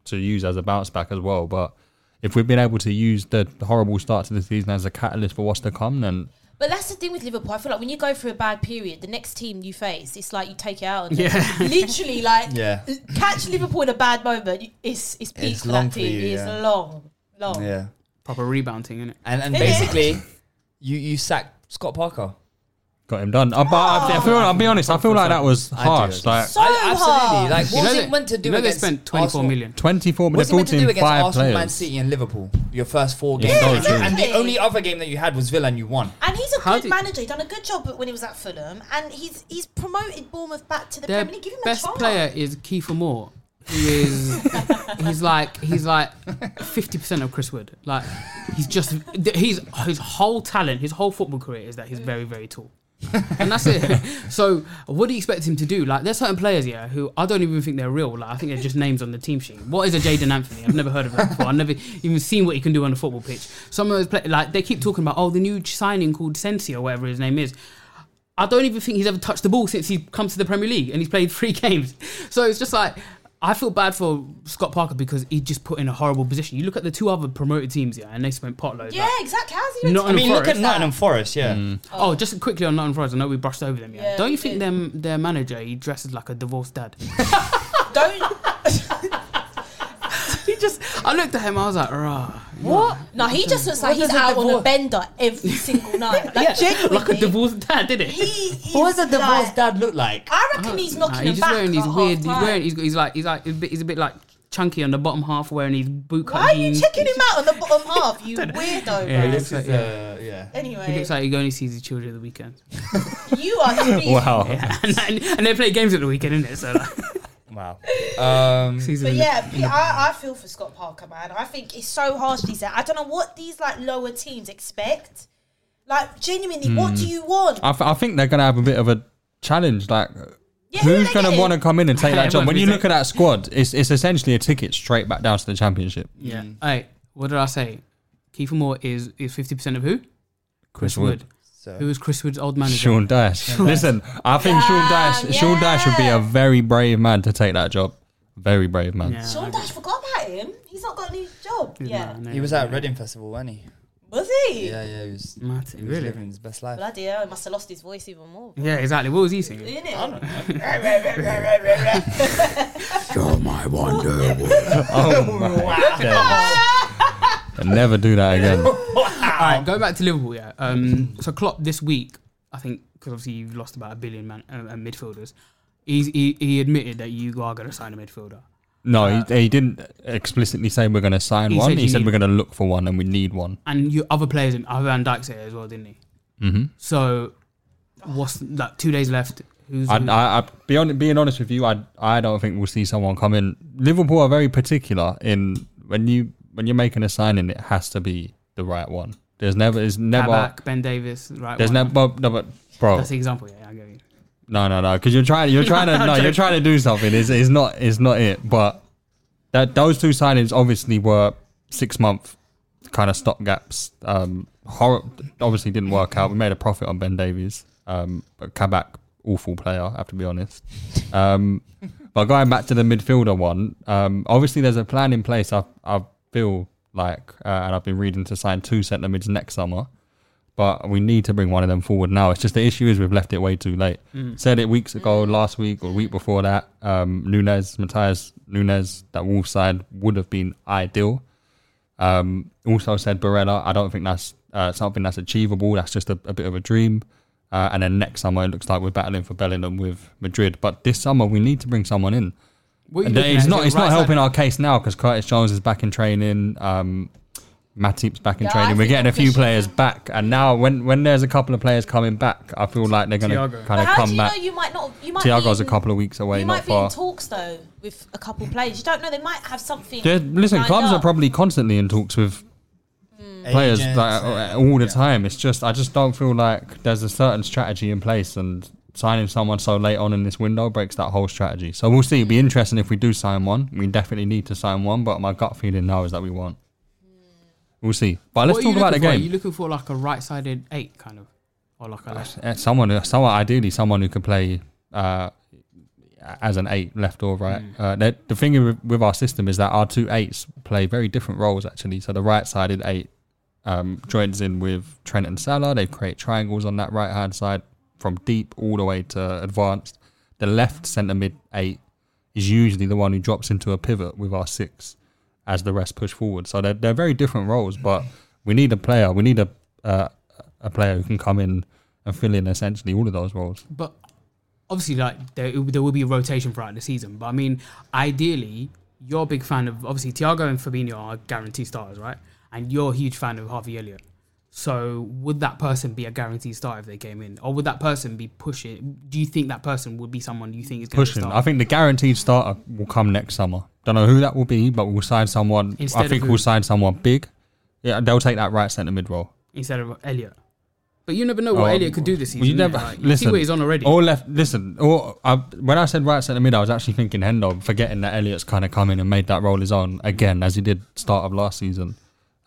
Speaker 5: to use as a bounce back as well. But if we've been able to use the horrible start to the season as a catalyst for what's to come, then
Speaker 4: But that's the thing with Liverpool. I feel like when you go through a bad period, the next team you face, it's like you take it out. On them. Literally, like
Speaker 8: Yeah.
Speaker 4: l- catch Liverpool in a bad moment. you- It's it's peak
Speaker 8: It's
Speaker 4: for
Speaker 8: long
Speaker 4: that
Speaker 8: for
Speaker 4: team.
Speaker 8: you,
Speaker 4: It's
Speaker 8: yeah.
Speaker 4: long, long.
Speaker 8: Yeah.
Speaker 1: proper rebounding innit
Speaker 8: And and
Speaker 4: Yeah.
Speaker 8: basically, you you sacked Scott Parker.
Speaker 5: got him done. Uh, but I, I feel, I'll
Speaker 1: Ah.
Speaker 5: be honest, I feel like that was
Speaker 8: I do.
Speaker 5: harsh. Like
Speaker 4: So
Speaker 8: absolutely.
Speaker 4: hard.
Speaker 8: Like what was
Speaker 1: they-
Speaker 8: it meant to do
Speaker 1: you know they
Speaker 8: against
Speaker 1: spent 24
Speaker 8: Arsenal?
Speaker 1: million.
Speaker 5: 24
Speaker 8: What's
Speaker 5: minutes,
Speaker 8: it meant to do against
Speaker 5: five
Speaker 8: Arsenal,
Speaker 5: players.
Speaker 8: Man City, and Liverpool? Your first four
Speaker 5: Yeah,
Speaker 8: games,
Speaker 5: so true.
Speaker 8: and the
Speaker 4: exactly.
Speaker 8: only other game that you had was Villa, and you won.
Speaker 4: And he's a
Speaker 1: How
Speaker 4: good
Speaker 1: do-
Speaker 4: manager. He's done a good job when he was at Fulham, and he's he's promoted Bournemouth back to the
Speaker 1: Their
Speaker 4: Premier League. Give him
Speaker 1: best
Speaker 4: a chance.
Speaker 1: player is Kiefer Moore. He is. he's like he's like fifty percent of Chris Wood. Like he's just th- he's his whole talent, his whole football career is that he's very very tall. and that's it. So, what do you expect him to do? Like, there's certain players here who I don't even think they're real. Like, I think they're just names on the team sheet. What is a Jaden Anthony? I've never heard of him before. I've never even seen what he can do on the football pitch. Some of those play- like they keep talking about oh the new signing called Sensi or whatever his name is. I don't even think he's ever touched the ball since he's come to the Premier League and he's played three games. So it's just like I feel bad for Scott Parker because he just put in a horrible position. You look at the two other promoted teams here and they spent potloads.
Speaker 4: Yeah, exactly. How's he?
Speaker 1: Not
Speaker 4: Not
Speaker 8: I mean, look
Speaker 1: Forest.
Speaker 8: at Mm. Nottingham Forest. Yeah.
Speaker 1: Oh, just quickly on Nottingham Forest, I know we brushed over them. Yeah.
Speaker 4: Yeah,
Speaker 1: Don't
Speaker 4: we
Speaker 1: you think
Speaker 4: did.
Speaker 1: them their manager he dresses like a divorced dad?
Speaker 4: don't.
Speaker 1: just, I looked at him. I was like, rah.
Speaker 4: What? No, he just looks like
Speaker 1: What
Speaker 4: he's
Speaker 1: does a
Speaker 4: out on a
Speaker 1: divorce-
Speaker 4: bender every single night. Like, genuinely.
Speaker 1: like a divorced dad, did it?
Speaker 4: What does a divorced
Speaker 6: dad look like?
Speaker 4: I reckon he's knocking
Speaker 1: Nah,
Speaker 4: him
Speaker 1: he's just
Speaker 4: back.
Speaker 1: wearing these
Speaker 4: at
Speaker 1: weird. He's
Speaker 4: half-time.
Speaker 1: wearing. He's, he's like. He's like. He's a bit, he's a bit like chunky on the bottom half, wearing these boot cut
Speaker 4: Why are you
Speaker 1: jeans.
Speaker 4: checking him out on the bottom half, you weirdo?
Speaker 1: Yeah, he
Speaker 4: bro?
Speaker 1: looks like,
Speaker 6: Uh,
Speaker 1: yeah. yeah.
Speaker 4: Anyway.
Speaker 5: uh,
Speaker 1: he looks like he only sees his children at the weekend.
Speaker 4: You are to be.
Speaker 1: Yeah, and, and they play games at the weekend, innit? So like,
Speaker 2: wow. Um,
Speaker 4: But yeah, P- I, I feel for Scott Parker, man. I think it's so harsh these days. I don't know what these like lower teams expect. Like genuinely, what
Speaker 5: Hmm.
Speaker 4: do you want?
Speaker 5: I, th- I think they're going to have a bit of a challenge. Like,
Speaker 4: who
Speaker 5: who's going to want to come in and take
Speaker 1: Yeah,
Speaker 5: that job?
Speaker 1: everyone's
Speaker 5: When you
Speaker 1: gonna
Speaker 5: look at that squad, it's it's essentially a ticket straight back down to the championship.
Speaker 1: yeah. Hey, what did I say? Kiefer Moore is is fifty percent of who?
Speaker 5: Chris Wood.
Speaker 2: So-
Speaker 1: Who was Chris Wood's old manager?
Speaker 5: Sean Dash.
Speaker 1: Sean
Speaker 5: Listen, I think Sean Dash. Sean Dash would be a very brave man to take that job. Very brave man.
Speaker 4: Sean Dash forgot about him. He's not got a new job. Yeah,
Speaker 2: He was at Reading Festival, wasn't he?
Speaker 4: was he?
Speaker 2: Yeah, yeah, he was,
Speaker 1: Martin,
Speaker 2: he was
Speaker 1: really?
Speaker 2: living his best life.
Speaker 4: Bloody hell! He must have lost his voice even more.
Speaker 1: Yeah, exactly. What was he singing?
Speaker 4: Isn't it? You're
Speaker 1: my
Speaker 4: wonder
Speaker 5: Oh my I'll never do that again.
Speaker 1: All right, go back to Liverpool. Yeah. Um, so Klopp this week, I think, because obviously you've lost about a billion man uh, uh, midfielders. He's, he he admitted that you are going to sign a midfielder.
Speaker 5: No, he, he didn't explicitly say we're going to sign
Speaker 1: He
Speaker 5: one.
Speaker 1: said
Speaker 5: he
Speaker 1: you
Speaker 5: said
Speaker 1: need-
Speaker 5: we're going to look for one and we need one.
Speaker 1: and your other players, in other Van Dijk said it as well, didn't he?
Speaker 5: Mhm.
Speaker 1: So, what's like two days left? Who's
Speaker 5: I,
Speaker 1: who?
Speaker 5: I, I be on, being honest with you, I I don't think we'll see someone come in. Liverpool are very particular in when you when you're making a signing, it has to be the right one. There's never is never
Speaker 1: Kabak, Ben Davis, right?
Speaker 5: there's
Speaker 1: one.
Speaker 5: never but, no, but bro
Speaker 1: That's the example. Yeah, I get you.
Speaker 5: no no no because you're trying you're trying to
Speaker 1: I'm
Speaker 5: no you're
Speaker 1: joking.
Speaker 5: trying to do something. It's, it's not it's not it. But that those two signings obviously were six month kind of stop gaps. Um, hor- obviously didn't work out. We made a profit on Ben Davies. Um, but Kabak, awful player, I have to be honest. Um, but going back to the midfielder one, um, obviously there's a plan in place. I I feel like, uh, and I've been reading to sign two centre mids next summer. But we need to bring one of them forward now. It's just the issue is we've left it way too late.
Speaker 1: Mm.
Speaker 5: Said it weeks ago, last week or week before that. Um, Nunes, Matthias Nunes, that Wolves side would have been ideal. Um, also said Barella. I don't think that's uh, something that's achievable. That's just a, a bit of a dream. Uh, and then next summer, it looks like we're battling for Bellingham with Madrid. But this summer, we need to bring someone in.
Speaker 1: What are you
Speaker 5: And
Speaker 1: looking
Speaker 5: it's
Speaker 1: at?
Speaker 5: not.
Speaker 1: Is it
Speaker 5: It's
Speaker 1: right
Speaker 5: not
Speaker 1: side?
Speaker 5: helping our case now because Curtis Jones is back in training. Um, Matip's back in
Speaker 1: Yeah, I
Speaker 5: training. We're
Speaker 1: think
Speaker 5: getting a
Speaker 1: I'm
Speaker 5: few
Speaker 1: fishing
Speaker 5: players back, and now when when there's a couple of players coming back, I feel like they're going to kind
Speaker 1: Thiago.
Speaker 4: But
Speaker 5: of
Speaker 4: how do
Speaker 5: come
Speaker 4: you
Speaker 5: back.
Speaker 4: know you might not? You might.
Speaker 5: Thiago's
Speaker 4: be
Speaker 5: a
Speaker 4: in-
Speaker 5: couple of weeks away,
Speaker 4: You
Speaker 5: not
Speaker 4: might be
Speaker 5: far.
Speaker 4: in talks though with a couple players. You don't know. They might have something.
Speaker 5: They're- listen,
Speaker 4: lined
Speaker 5: clubs
Speaker 4: up.
Speaker 5: are probably constantly in talks with players
Speaker 2: Agents,
Speaker 5: like, uh, all the time. It's just I just don't feel like there's a certain strategy in place, and signing someone so late on in this window breaks that whole strategy. So we'll see. It'd be interesting if we do sign one. We definitely need to sign one, but my gut feeling now is that we won't. We'll see. But
Speaker 1: What
Speaker 5: let's
Speaker 1: are you
Speaker 5: talk about the
Speaker 1: looking for? Are you
Speaker 5: game.
Speaker 1: looking for like a right-sided eight, kind of, or like a left?
Speaker 5: Uh, Someone, someone, ideally, someone who can play. Uh, as an eight left or right. Uh, the- the thing with, with our system is that our two eights play very different roles actually. So the right sided eight um, joins in with Trent and Salah. They create triangles on that right hand side from deep all the way to advanced. The left centre mid eight is usually the one who drops into a pivot with our six as the rest push forward. So they're, they're very different roles, but we need a player. We need a uh, a player who can come in and fill in essentially all of those roles.
Speaker 1: But obviously, like there, there will be rotation throughout the season. But I mean, ideally, you're a big fan of obviously Thiago and Fabinho are guaranteed starters, right? And you're a huge fan of Harvey Elliott. So would that person be a guaranteed start if they came in, or would that person be pushing? Do you think that person would be someone you think is going to
Speaker 5: pushing.
Speaker 1: start?
Speaker 5: I think the guaranteed starter will come next summer. Don't know who that will be, but we'll sign someone.
Speaker 1: Instead
Speaker 5: I
Speaker 1: of
Speaker 5: think
Speaker 1: who?
Speaker 5: we'll sign someone big. Yeah, they'll take that right centre mid role.
Speaker 1: instead of Elliot. But you never know what
Speaker 5: Oh,
Speaker 1: Elliot could do this
Speaker 5: well,
Speaker 1: season.
Speaker 5: you never
Speaker 1: innit? Like, you
Speaker 5: listen.
Speaker 1: see what he's on already.
Speaker 5: All left. Listen. All, I, when I said right centre mid, I was actually thinking Hendo, forgetting that Elliot's kind of come in and made that role his own again, as he did start of last season.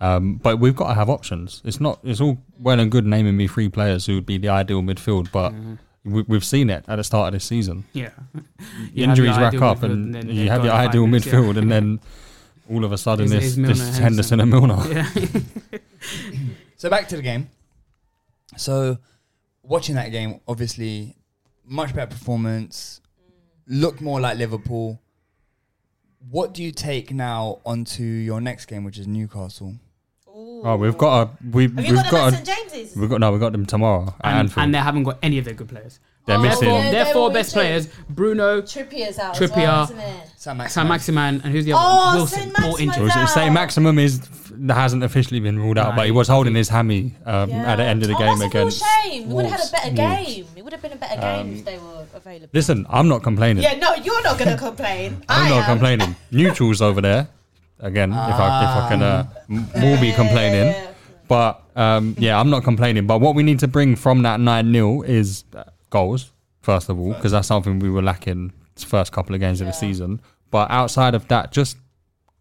Speaker 5: Um, but we've got to have options. It's not. It's all well and good naming me three players who would be the ideal midfield, but
Speaker 1: Mm-hmm.
Speaker 5: we, we've seen it at the start of this season
Speaker 1: yeah. You have your
Speaker 5: injuries rack
Speaker 1: ideal
Speaker 5: up
Speaker 1: midfield
Speaker 5: and,
Speaker 1: then
Speaker 5: you
Speaker 1: they've
Speaker 5: have
Speaker 1: gone
Speaker 5: your
Speaker 1: five
Speaker 5: ideal
Speaker 1: minutes, yeah.
Speaker 5: midfield and then all of a sudden
Speaker 1: Is-
Speaker 5: this,
Speaker 1: is Milner
Speaker 5: this
Speaker 1: and
Speaker 5: Henderson and Milner.
Speaker 1: Yeah.
Speaker 2: So back to the game. So watching that game, obviously, much better performance. Looked more like Liverpool.
Speaker 11: What do you take now onto your next game, which is Newcastle?
Speaker 8: Oh, we've got a we,
Speaker 11: Have
Speaker 8: we've
Speaker 11: you got them
Speaker 8: got
Speaker 11: at
Speaker 8: a,
Speaker 11: St. James's?
Speaker 8: We've got no, we got them tomorrow. at
Speaker 1: And,
Speaker 8: Anfield.
Speaker 1: and they haven't got any of their good players.
Speaker 8: They're missing.
Speaker 1: Their four, their
Speaker 4: They're
Speaker 1: four
Speaker 4: all
Speaker 1: best
Speaker 4: missing.
Speaker 1: players: Bruno,
Speaker 4: Trippier's out. as well,
Speaker 1: Trippier,
Speaker 4: isn't it?
Speaker 1: Sam Maximan, and who's the
Speaker 4: Oh,
Speaker 1: other one?
Speaker 4: Saint
Speaker 1: Wilson. All
Speaker 4: Maximan's
Speaker 1: injured.
Speaker 4: out.
Speaker 8: Say maximum is hasn't officially been ruled out, but he was holding his hammy um, at the end of the
Speaker 4: oh,
Speaker 8: game
Speaker 4: that's a real
Speaker 8: against.
Speaker 4: shame. We would have had a
Speaker 8: Wolves.
Speaker 4: better
Speaker 8: Wolves.
Speaker 4: game. It would have been a better game
Speaker 5: Um,
Speaker 4: if they were available.
Speaker 8: Listen, I'm not complaining.
Speaker 4: Yeah, no, you're not going to complain.
Speaker 8: I'm
Speaker 4: I
Speaker 8: not
Speaker 4: am.
Speaker 8: complaining. Neutrals over there. Again, if I if I can, uh, m- will be complaining. But um, yeah, I'm not complaining. But what we need to bring from that nine 0 is uh, goals first of all, because that's something we were lacking the first couple of games of the season. But outside of that, just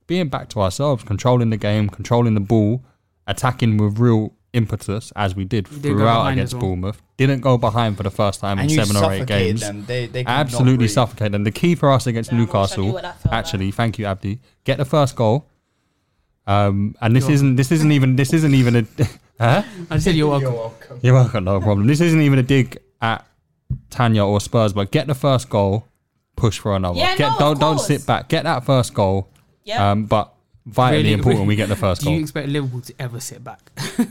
Speaker 8: being back to ourselves, controlling the game, controlling the ball, attacking with real impetus as we did
Speaker 11: did go
Speaker 8: throughout
Speaker 11: behind
Speaker 8: against
Speaker 11: as well.
Speaker 8: Bournemouth. Didn't go behind for the first time
Speaker 11: And
Speaker 8: in
Speaker 11: you
Speaker 8: seven or eight
Speaker 11: suffocated
Speaker 8: games.
Speaker 11: them. They- they could not
Speaker 8: Absolutely
Speaker 11: breathe.
Speaker 8: suffocate them. The key for us against Newcastle,
Speaker 11: what I
Speaker 8: actually, thank you, Abdi. Get the first goal. Um, and this
Speaker 1: You're
Speaker 8: isn't this isn't even this isn't even a huh?
Speaker 1: I said you're welcome.
Speaker 8: You're welcome, no problem. This isn't even a dig at Tanya or Spurs, but get the first goal, push for another.
Speaker 1: Yeah,
Speaker 8: get
Speaker 1: no, of
Speaker 8: don't don't
Speaker 1: course.
Speaker 8: sit back. Get that first goal.
Speaker 1: Yeah.
Speaker 8: Um, but vitally
Speaker 1: Really-
Speaker 8: important we get the first
Speaker 1: Do you
Speaker 8: goal.
Speaker 1: expect Liverpool to ever sit back?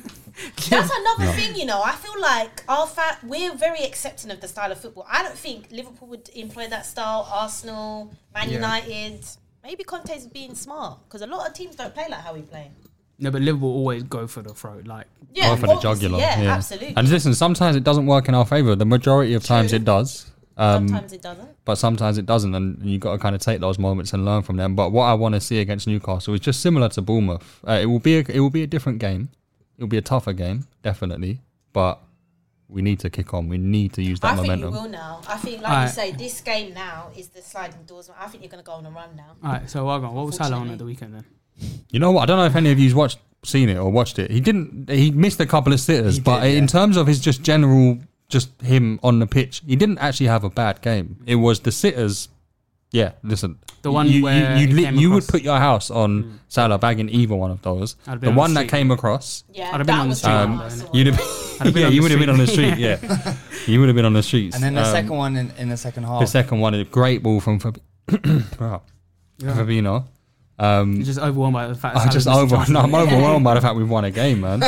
Speaker 4: That's another
Speaker 8: No.
Speaker 4: thing, you know. I feel like our fa- we're very accepting of the style of football. I don't think Liverpool would employ that style. Arsenal, Man
Speaker 1: Yeah.
Speaker 4: United. Maybe Conte's being smart because a lot of teams don't play like how we play.
Speaker 1: No, but Liverpool always go for the throat. Like
Speaker 4: Yeah,
Speaker 8: Go for the
Speaker 4: obviously,
Speaker 8: jugular.
Speaker 4: yeah, absolutely.
Speaker 8: And listen, sometimes it doesn't work in our favour. The majority of times it does. Um,
Speaker 4: Sometimes it doesn't.
Speaker 8: but sometimes it doesn't, and you got to kind of take those moments and learn from them. But what I want to see against Newcastle is just similar to Bournemouth. Uh, it will be a, it will be a different game. It will be a tougher game, definitely. But we need to kick on. We need to use that
Speaker 4: I think
Speaker 8: momentum.
Speaker 4: you will now. I think, like
Speaker 8: Alright.
Speaker 4: you say, this game now is the sliding doors. I think you're going to go on a run now.
Speaker 1: all right, so Argon, what was Salah on at the weekend then?
Speaker 8: You know what? I don't know if any of you's watched, seen it, or watched it. He didn't. He missed a couple of sitters, but in terms of his just general, just him on the pitch, he didn't actually have a bad game. It was the sitters. Yeah, listen.
Speaker 1: The one
Speaker 8: you,
Speaker 1: where
Speaker 8: you,
Speaker 1: it
Speaker 8: you, li-
Speaker 1: came
Speaker 8: you would
Speaker 1: across- Hmm.
Speaker 8: put your house on Salah bagging either one of those.
Speaker 1: I'd have
Speaker 8: The
Speaker 1: been on
Speaker 8: one
Speaker 1: the
Speaker 8: that
Speaker 1: street.
Speaker 8: came across.
Speaker 4: Yeah,
Speaker 1: I'd have been on the street.
Speaker 8: Um,
Speaker 1: though, innit?
Speaker 8: you'd have
Speaker 1: I'd have
Speaker 8: been, yeah,
Speaker 1: on
Speaker 8: you
Speaker 1: the
Speaker 8: would have been on the
Speaker 1: street.
Speaker 8: street. Yeah, you would have been on the streets.
Speaker 11: And then the
Speaker 8: Um,
Speaker 11: second one in, in the second half.
Speaker 8: the second one, a great ball from Fab- wow.
Speaker 1: Yeah.
Speaker 8: Fabinho. Um,
Speaker 1: You're just overwhelmed by the fact.
Speaker 8: I'm
Speaker 1: Salah's
Speaker 8: just
Speaker 1: missed
Speaker 8: over.
Speaker 1: chances.
Speaker 8: No, I'm overwhelmed by the fact we've won a game, man.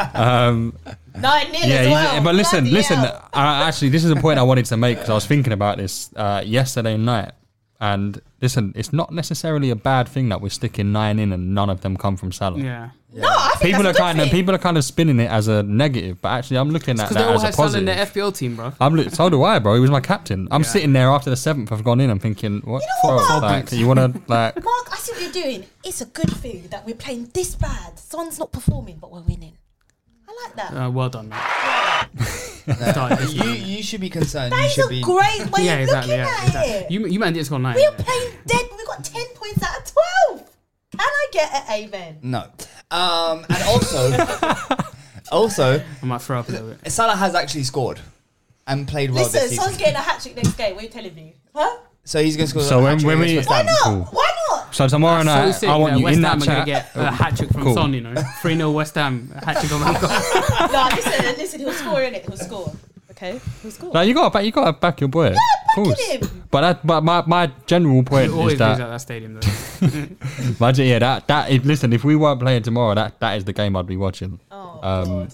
Speaker 8: um,
Speaker 4: Nine nil
Speaker 8: yeah,
Speaker 4: as
Speaker 8: he's-
Speaker 4: well.
Speaker 8: Eh, but listen,
Speaker 4: Oh, Bloody
Speaker 8: listen.
Speaker 4: hell.
Speaker 8: I, actually, this is a point I wanted to make because I was thinking about this uh, yesterday night. And listen, it's not necessarily a bad thing that we're sticking nine in and none of them come from Salah.
Speaker 1: Yeah.
Speaker 4: No, I think
Speaker 8: People are
Speaker 4: that's a good
Speaker 8: kind of
Speaker 4: thing.
Speaker 8: people are kind of spinning it as a negative, but actually, I'm looking at
Speaker 1: Because they
Speaker 8: that
Speaker 1: all
Speaker 8: as a
Speaker 1: had Salah in
Speaker 8: positive. Um,
Speaker 1: their FPL team, bro.
Speaker 8: I'm li- so do I, bro. He was my captain. I'm sitting there after the seventh. I've gone in. I'm thinking, what?
Speaker 4: know what,
Speaker 8: bro,
Speaker 4: Mark?
Speaker 8: like, you want to like?
Speaker 4: Mark, I see what you're doing. It's a good thing that we're playing this bad. Son's not performing, but we're winning. I like
Speaker 8: Oh,
Speaker 4: that.
Speaker 1: Uh, well done, man.
Speaker 11: No, you, you should be concerned. you
Speaker 4: that is
Speaker 11: should
Speaker 4: a
Speaker 11: be
Speaker 4: great way
Speaker 1: yeah,
Speaker 4: of
Speaker 1: exactly.
Speaker 4: looking
Speaker 1: Yeah,
Speaker 4: at
Speaker 1: exactly.
Speaker 4: it.
Speaker 1: You, you man did score nine.
Speaker 4: we are playing dead, but we got 10 points out of 12. Can I get an amen?
Speaker 8: Mm,
Speaker 11: no. Um, and also, also,
Speaker 1: I might throw up a little bit.
Speaker 11: Salah has actually scored and played well
Speaker 4: Listen,
Speaker 11: this season.
Speaker 4: Son's getting a hat trick next game. What are you telling me? Huh?
Speaker 11: So he's going to score.
Speaker 8: So
Speaker 11: a
Speaker 8: when-
Speaker 11: hat-trick
Speaker 8: when we-
Speaker 11: against
Speaker 8: Why
Speaker 11: West Ham.
Speaker 8: not? Cool.
Speaker 4: Why not?
Speaker 8: So tomorrow
Speaker 1: so
Speaker 8: night,
Speaker 1: sick,
Speaker 8: I want
Speaker 1: know,
Speaker 8: you
Speaker 1: West
Speaker 8: in
Speaker 1: Ham
Speaker 8: that
Speaker 1: are gonna
Speaker 8: chat.
Speaker 1: get a hat trick from
Speaker 8: Cool.
Speaker 1: Son, you know, three 0 West Ham hat trick on Van
Speaker 4: no, listen, listen, he'll score in it. He'll score. Okay? He'll score.
Speaker 8: No, you got to back. You got to back your boy. of course.
Speaker 4: him.
Speaker 8: But that, but my, my general point
Speaker 1: Always
Speaker 8: is
Speaker 1: lose at
Speaker 8: that
Speaker 1: that stadium though.
Speaker 8: my gen- yeah that that if, listen if we weren't playing tomorrow that that is the game I'd be watching.
Speaker 4: Oh,
Speaker 8: Um,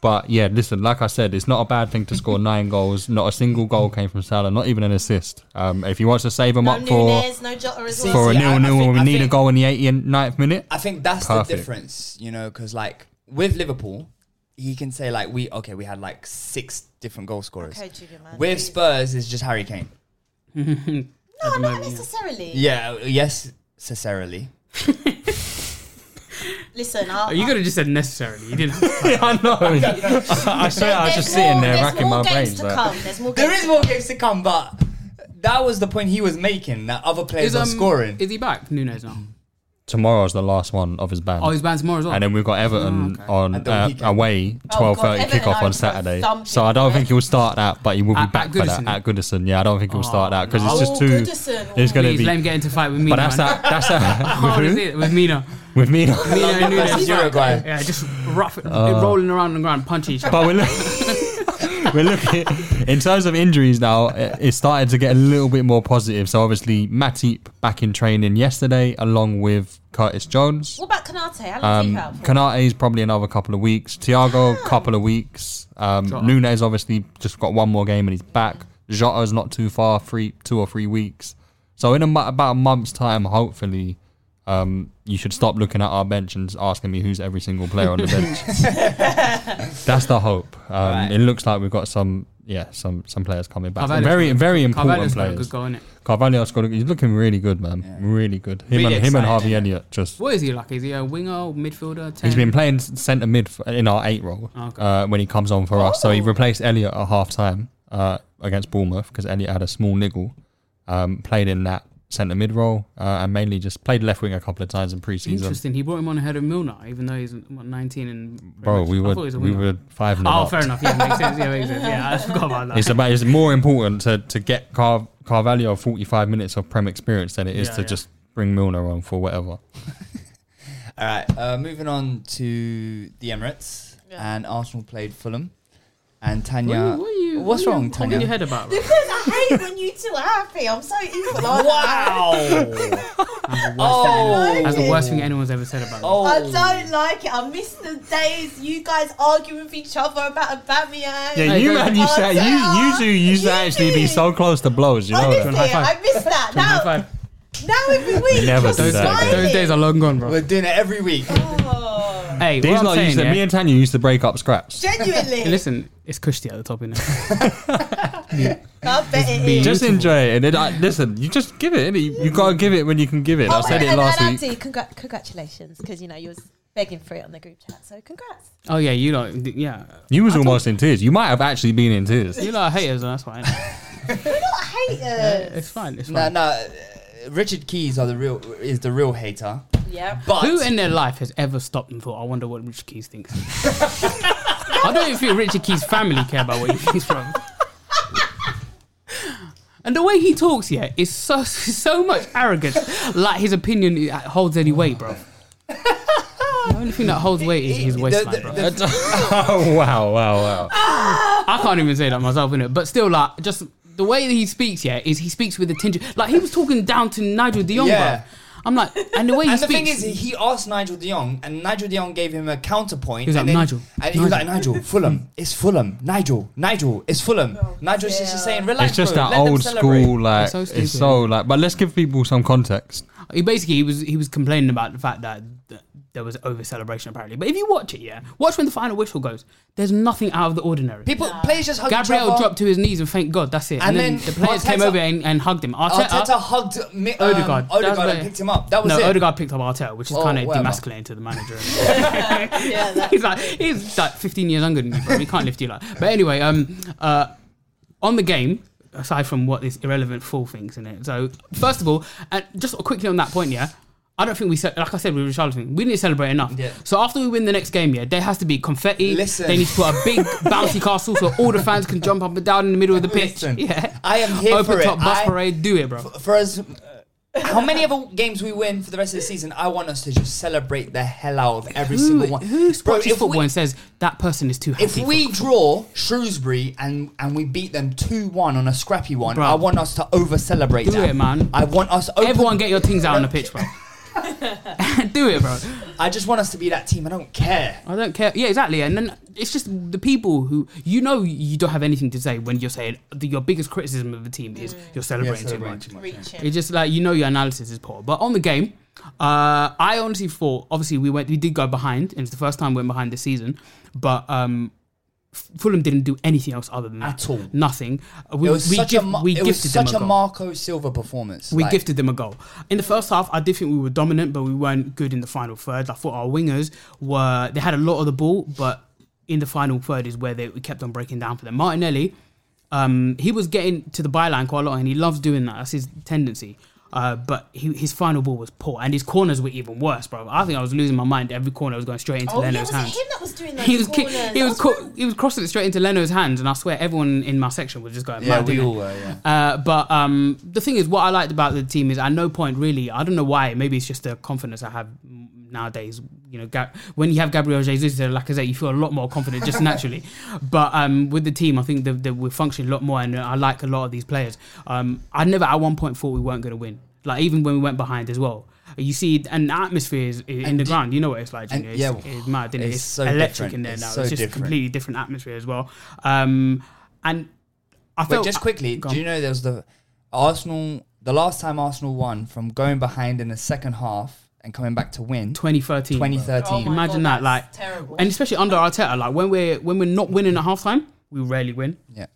Speaker 8: but yeah, listen. Like I said, it's not a bad thing to score nine goals. Not a single goal came from Salah. Not even an assist. Um, if he wants to save him
Speaker 4: No
Speaker 8: up for
Speaker 4: Nunes, no Jota as well.
Speaker 8: for a
Speaker 11: Yeah, I- I
Speaker 8: nil nil
Speaker 11: think-
Speaker 8: when we
Speaker 11: I
Speaker 8: need a
Speaker 11: think-
Speaker 8: goal in the 89th minute,
Speaker 1: Uh,
Speaker 11: I think that's the
Speaker 8: Perfect.
Speaker 11: difference, you know, because like with Liverpool, he can say like we okay, we had like six different goal scorers.
Speaker 4: Okay, Julian, man,
Speaker 11: with
Speaker 4: please.
Speaker 11: Spurs, it's just Harry Kane.
Speaker 4: No, not necessarily.
Speaker 11: Yeah, yes, necessarily.
Speaker 5: Oh,
Speaker 4: Listen, I'll,
Speaker 1: You could have just said necessarily. You didn't.
Speaker 8: I know. I swear, I was
Speaker 4: There's
Speaker 8: just sitting
Speaker 4: more-
Speaker 8: there
Speaker 4: there's
Speaker 8: racking
Speaker 4: more
Speaker 8: my brains.
Speaker 4: games To
Speaker 8: like-
Speaker 4: come. There's more games
Speaker 11: There is more games to come, but that was the point he was making that other players are
Speaker 1: um,
Speaker 11: scoring.
Speaker 1: Is he back? Nunes now.
Speaker 8: Tomorrow's the last one of his ban.
Speaker 1: Oh, he's banned tomorrow as well. Oh,
Speaker 8: and then we've got Everton on
Speaker 11: At the
Speaker 8: uh,
Speaker 11: weekend.
Speaker 8: away
Speaker 4: Oh,
Speaker 8: twelve thirty
Speaker 4: God, Everton
Speaker 8: kickoff
Speaker 4: are
Speaker 8: on Saturday.
Speaker 4: thumping,
Speaker 8: So I don't think he'll start that, but he will be
Speaker 1: At-
Speaker 8: back
Speaker 1: at
Speaker 8: for
Speaker 1: Goodison?
Speaker 8: that at Goodison. Yeah, I don't think he'll start that because it's
Speaker 4: Oh,
Speaker 8: just too.
Speaker 4: Goodison.
Speaker 8: It's going to
Speaker 1: Please
Speaker 8: be.
Speaker 1: let him get into a fight with me.
Speaker 8: but that's
Speaker 1: man.
Speaker 8: that. That's that.
Speaker 1: Oh,
Speaker 8: with
Speaker 1: that's
Speaker 8: who?
Speaker 1: it, with Mina.
Speaker 8: With me.
Speaker 1: Mina and Nunes.
Speaker 11: versus Uruguay.
Speaker 5: Uh.
Speaker 1: Yeah, just rough, rolling around on the ground, punching each other.
Speaker 8: but we're, look-
Speaker 5: we're looking in terms of injuries now. It, it started to get a little bit more positive. So obviously, Matip back in training yesterday, along with Curtis Jones.
Speaker 4: What about Kanate? How long's
Speaker 5: Um,
Speaker 4: he out for?
Speaker 5: Kanate is probably another couple of weeks. Thiago, couple of weeks. Um,
Speaker 4: Jota.
Speaker 5: Nunes obviously just got one more game and he's back. Jota's not too far, three, two or three weeks. So in a, mo- about a month's time, hopefully, um, you should stop looking at our bench and asking me who's every single player on the bench. That's the hope. Um, It looks like we've got some, yeah, some some players coming back.
Speaker 1: Carvalho's
Speaker 5: very
Speaker 1: got-
Speaker 5: very important
Speaker 1: Carvalho's got a
Speaker 5: players.
Speaker 1: good goal, innit?
Speaker 5: Carvalho's got a- he's looking really good, man. Really good. Him
Speaker 1: Really
Speaker 5: and him and
Speaker 1: exciting,
Speaker 5: Harvey
Speaker 1: innit?
Speaker 5: Elliott just
Speaker 1: What is he like? Is he a winger, midfielder? 10?
Speaker 5: He's been playing centre mid f- in our eight role
Speaker 1: Okay. Oh.
Speaker 5: uh, when he comes on for us. So he replaced Elliot at half time uh, against Bournemouth because Elliot had a small niggle. Um, played in that centre mid role uh, and mainly just played left wing a couple of times in pre season.
Speaker 1: Interesting. He brought him on ahead of Milner, even though he's what, 19 and. pretty
Speaker 5: Bro,
Speaker 1: much-
Speaker 5: we
Speaker 1: I
Speaker 5: were-
Speaker 1: thought he was a
Speaker 5: we
Speaker 1: winger.
Speaker 5: were five nil
Speaker 1: Oh,
Speaker 5: up.
Speaker 1: fair enough. Yeah, makes sense. Yeah, makes sense. Yeah, I forgot about that.
Speaker 5: It's about it's more important to, to get Car- Carvalho 45 minutes of Prem experience than it is
Speaker 8: Yeah,
Speaker 5: to
Speaker 8: yeah.
Speaker 5: just bring Milner on for whatever.
Speaker 8: All right, uh, moving on to the Emirates, and Arsenal played Fulham, and Tanya.
Speaker 4: What are you- what are you-
Speaker 8: what's
Speaker 4: what are you
Speaker 8: wrong,
Speaker 4: holding
Speaker 8: Tanya?
Speaker 4: your head
Speaker 1: about?
Speaker 4: Because I hate when you two are happy. I'm so evil.
Speaker 8: Wow.
Speaker 4: Oh.
Speaker 1: That's the worst thing anyone's ever said about him.
Speaker 8: Oh.
Speaker 4: I don't like it. I miss the days you guys arguing with each other about Aubameyang.
Speaker 5: Yeah, you man, you say you you two used to actually be so close to blows. You know
Speaker 4: Honestly,
Speaker 5: that.
Speaker 4: ah, I miss that. Now, now every week,
Speaker 5: Never
Speaker 4: you're
Speaker 5: do that.
Speaker 4: smiling.
Speaker 5: Those days
Speaker 1: are long gone, bro.
Speaker 8: We're doing it every week.
Speaker 1: Hey,
Speaker 5: These
Speaker 1: what I'm
Speaker 5: lot
Speaker 1: saying,
Speaker 5: used to,
Speaker 1: yeah,
Speaker 5: me and Tanya used to break up scraps.
Speaker 4: Genuinely.
Speaker 1: Listen, it's Kushti at the top, innit?
Speaker 4: I bet it is.
Speaker 5: Just enjoy it, and then I, listen. You just give it. innit? You, you gotta give it when you can give it. I said it
Speaker 4: and,
Speaker 5: last
Speaker 4: and
Speaker 5: week.
Speaker 4: Andy, congra- congratulations, because you know you was begging for it on the group chat. So congrats.
Speaker 1: Oh, yeah, you lot. Yeah.
Speaker 5: You was almost in tears. You might have actually been in tears.
Speaker 1: You lot are haters, and that's fine.
Speaker 4: We're not haters.
Speaker 1: It's fine. It's
Speaker 8: No,
Speaker 1: fine.
Speaker 8: no. uh, Richard Keys are the real is the real hater.
Speaker 4: Yeah.
Speaker 8: But
Speaker 1: Who in their life has ever stopped and thought, I wonder what Richard Keys thinks? I don't even think Richard Keys' family care about what he thinks, bro. And the way he talks, yeah, is so so much arrogance. Like his opinion uh, holds any weight, bro. The only thing that holds weight is his waistline, bro.
Speaker 5: oh wow, wow, wow.
Speaker 1: I can't even say that myself, innit? But still, like, just the way that he speaks, yeah, is he speaks with a tinge. of- Like, he was talking down to Nigel de Jong,
Speaker 8: Yeah.
Speaker 1: bro. I'm like, and the way he
Speaker 8: and the
Speaker 1: speaks.
Speaker 8: thing is, he asked Nigel De Jong, and Nigel De Jong gave him a counterpoint.
Speaker 1: He was
Speaker 8: and
Speaker 1: like,
Speaker 8: then-
Speaker 1: "Nigel,
Speaker 8: and he was like,
Speaker 1: Nigel."
Speaker 8: Nigel, Fulham, it's Fulham. Nigel, Nigel, it's Fulham. Nigel's just saying, relax.
Speaker 5: It's just
Speaker 8: bro,
Speaker 5: that
Speaker 8: let them
Speaker 5: old
Speaker 8: celebrate."
Speaker 5: school, like
Speaker 1: It's so
Speaker 5: Uh, it's
Speaker 1: stupid.
Speaker 5: so like. But let's give people some context.
Speaker 1: he basically he was he was complaining about the fact that, that there was over celebration apparently. But if you watch it, yeah, watch when the final whistle goes. There's nothing out of the ordinary.
Speaker 8: People, players just hug each
Speaker 1: Gabriel
Speaker 8: other.
Speaker 1: dropped to his knees and thank God. That's it. And,
Speaker 8: And
Speaker 1: then,
Speaker 8: then
Speaker 1: the players came
Speaker 8: Arteta-
Speaker 1: over and, and hugged him. Arteta,
Speaker 8: Arteta hugged Mi- um,
Speaker 1: Odegaard.
Speaker 8: Odegaard,
Speaker 1: That was
Speaker 8: and
Speaker 1: it.
Speaker 8: picked him up. That was
Speaker 1: no,
Speaker 8: it.
Speaker 1: Odegaard picked up Arteta, which is
Speaker 8: Oh,
Speaker 1: kind of
Speaker 8: whatever.
Speaker 1: demasculating to the manager. he's like he's like 15 years younger than you, bro. He can't lift you like. But anyway, um, uh, on the game. Aside from what this irrelevant fool thinks in it, so first of all, and just quickly on that point, yeah, I don't think we said, like I said, we were Charlton. We didn't celebrate enough.
Speaker 8: Yeah.
Speaker 1: So after we win the next game, yeah, there has to be confetti.
Speaker 8: Listen.
Speaker 1: They need to put a big bouncy castle so all the fans can jump up and down in the middle of the pitch.
Speaker 8: Listen,
Speaker 1: yeah,
Speaker 8: I am here
Speaker 1: open
Speaker 8: for it.
Speaker 1: top bus
Speaker 8: I-
Speaker 1: parade. Do it, bro.
Speaker 8: for us, how many other games we win for the rest of the season? I want us to just celebrate the hell out of every single one.
Speaker 1: Who's
Speaker 8: Bro,
Speaker 1: watches
Speaker 8: if
Speaker 1: football
Speaker 8: we-
Speaker 1: and says that person is too happy?
Speaker 8: If
Speaker 1: for
Speaker 8: we draw Shrewsbury and, and we beat them 2 1 on a scrappy one,
Speaker 1: Bro.
Speaker 8: I want us to over celebrate
Speaker 1: Do
Speaker 8: that.
Speaker 1: it, man.
Speaker 8: I want us open.
Speaker 1: Everyone get your things out on the pitch, bro. Do it, bro.
Speaker 8: I just want us to be that team. I don't care.
Speaker 1: I don't care. Yeah, exactly. And then it's just the people who you know you don't have anything to say when you're saying the, your biggest criticism of the team is you're celebrating,
Speaker 8: celebrating
Speaker 1: too
Speaker 8: too
Speaker 1: much.
Speaker 8: much,
Speaker 1: It's just like you know your analysis is poor. But on the game, uh, I honestly thought obviously we went we did go behind, and it's the first time we went behind this season. But um, F- Fulham didn't do anything else other than that.
Speaker 8: At all.
Speaker 1: Nothing. Uh, We,
Speaker 8: it was
Speaker 1: we,
Speaker 8: such
Speaker 1: gift-
Speaker 8: a, Ma-
Speaker 1: we
Speaker 8: it
Speaker 1: gifted
Speaker 8: was such
Speaker 1: them
Speaker 8: a
Speaker 1: a goal.
Speaker 8: Marco Silva performance.
Speaker 1: We
Speaker 8: Like,
Speaker 1: gifted them a goal. In the first half, I did think we were dominant, but we weren't good in the final third. I thought our wingers were they had a lot of the ball, but in the final third is where they we kept on breaking down for them. Martinelli, um, he was getting to the byline quite a lot, and he loves doing that. That's his tendency. Uh, but he, his final ball was poor, and his corners were even worse, bro. I think I was losing my mind. Every corner was going straight into
Speaker 4: Oh, yeah,
Speaker 1: Leno's
Speaker 4: was it
Speaker 1: hands.
Speaker 4: him that was doing those
Speaker 1: He was ki-
Speaker 4: corners?
Speaker 1: he was
Speaker 4: That's
Speaker 1: co- he was crossing it straight into Leno's hands, and I swear everyone in my section was just going.
Speaker 8: Yeah,
Speaker 1: mad,
Speaker 8: we
Speaker 1: didn't
Speaker 8: all
Speaker 1: they?
Speaker 8: were, yeah.
Speaker 1: Uh, but um, the thing is, what I liked about the team is at no point really, I don't know why, maybe it's just the confidence I have m- nowadays. You know, Ga- when you have Gabriel Jesus and Lacazette, you feel a lot more confident just naturally. But um, with the team, I think that, that we're functioning a lot more, and I like a lot of these players. Um, I never at one point thought we weren't going to win. Like even when we went behind as well. You see, and the atmosphere is in the ground. You know what it's like.
Speaker 8: and
Speaker 1: Junior. It's,
Speaker 8: yeah,
Speaker 1: it's mad. It's,
Speaker 8: it's
Speaker 1: it's
Speaker 8: so
Speaker 1: electric
Speaker 8: different.
Speaker 1: in there
Speaker 8: It's
Speaker 1: now.
Speaker 8: so
Speaker 1: it's just
Speaker 8: different.
Speaker 1: completely different atmosphere as well. Um, and I
Speaker 8: Wait,
Speaker 1: felt
Speaker 8: just quickly,
Speaker 1: Go
Speaker 8: do
Speaker 1: on.
Speaker 8: you know there was the Arsenal, the last time Arsenal won from going behind in the second half and coming back to win?
Speaker 1: 2013.
Speaker 8: 2013.
Speaker 1: Imagine that, like, and especially under Arteta, like when we're when we're not winning at halftime, we rarely win.
Speaker 8: Yeah.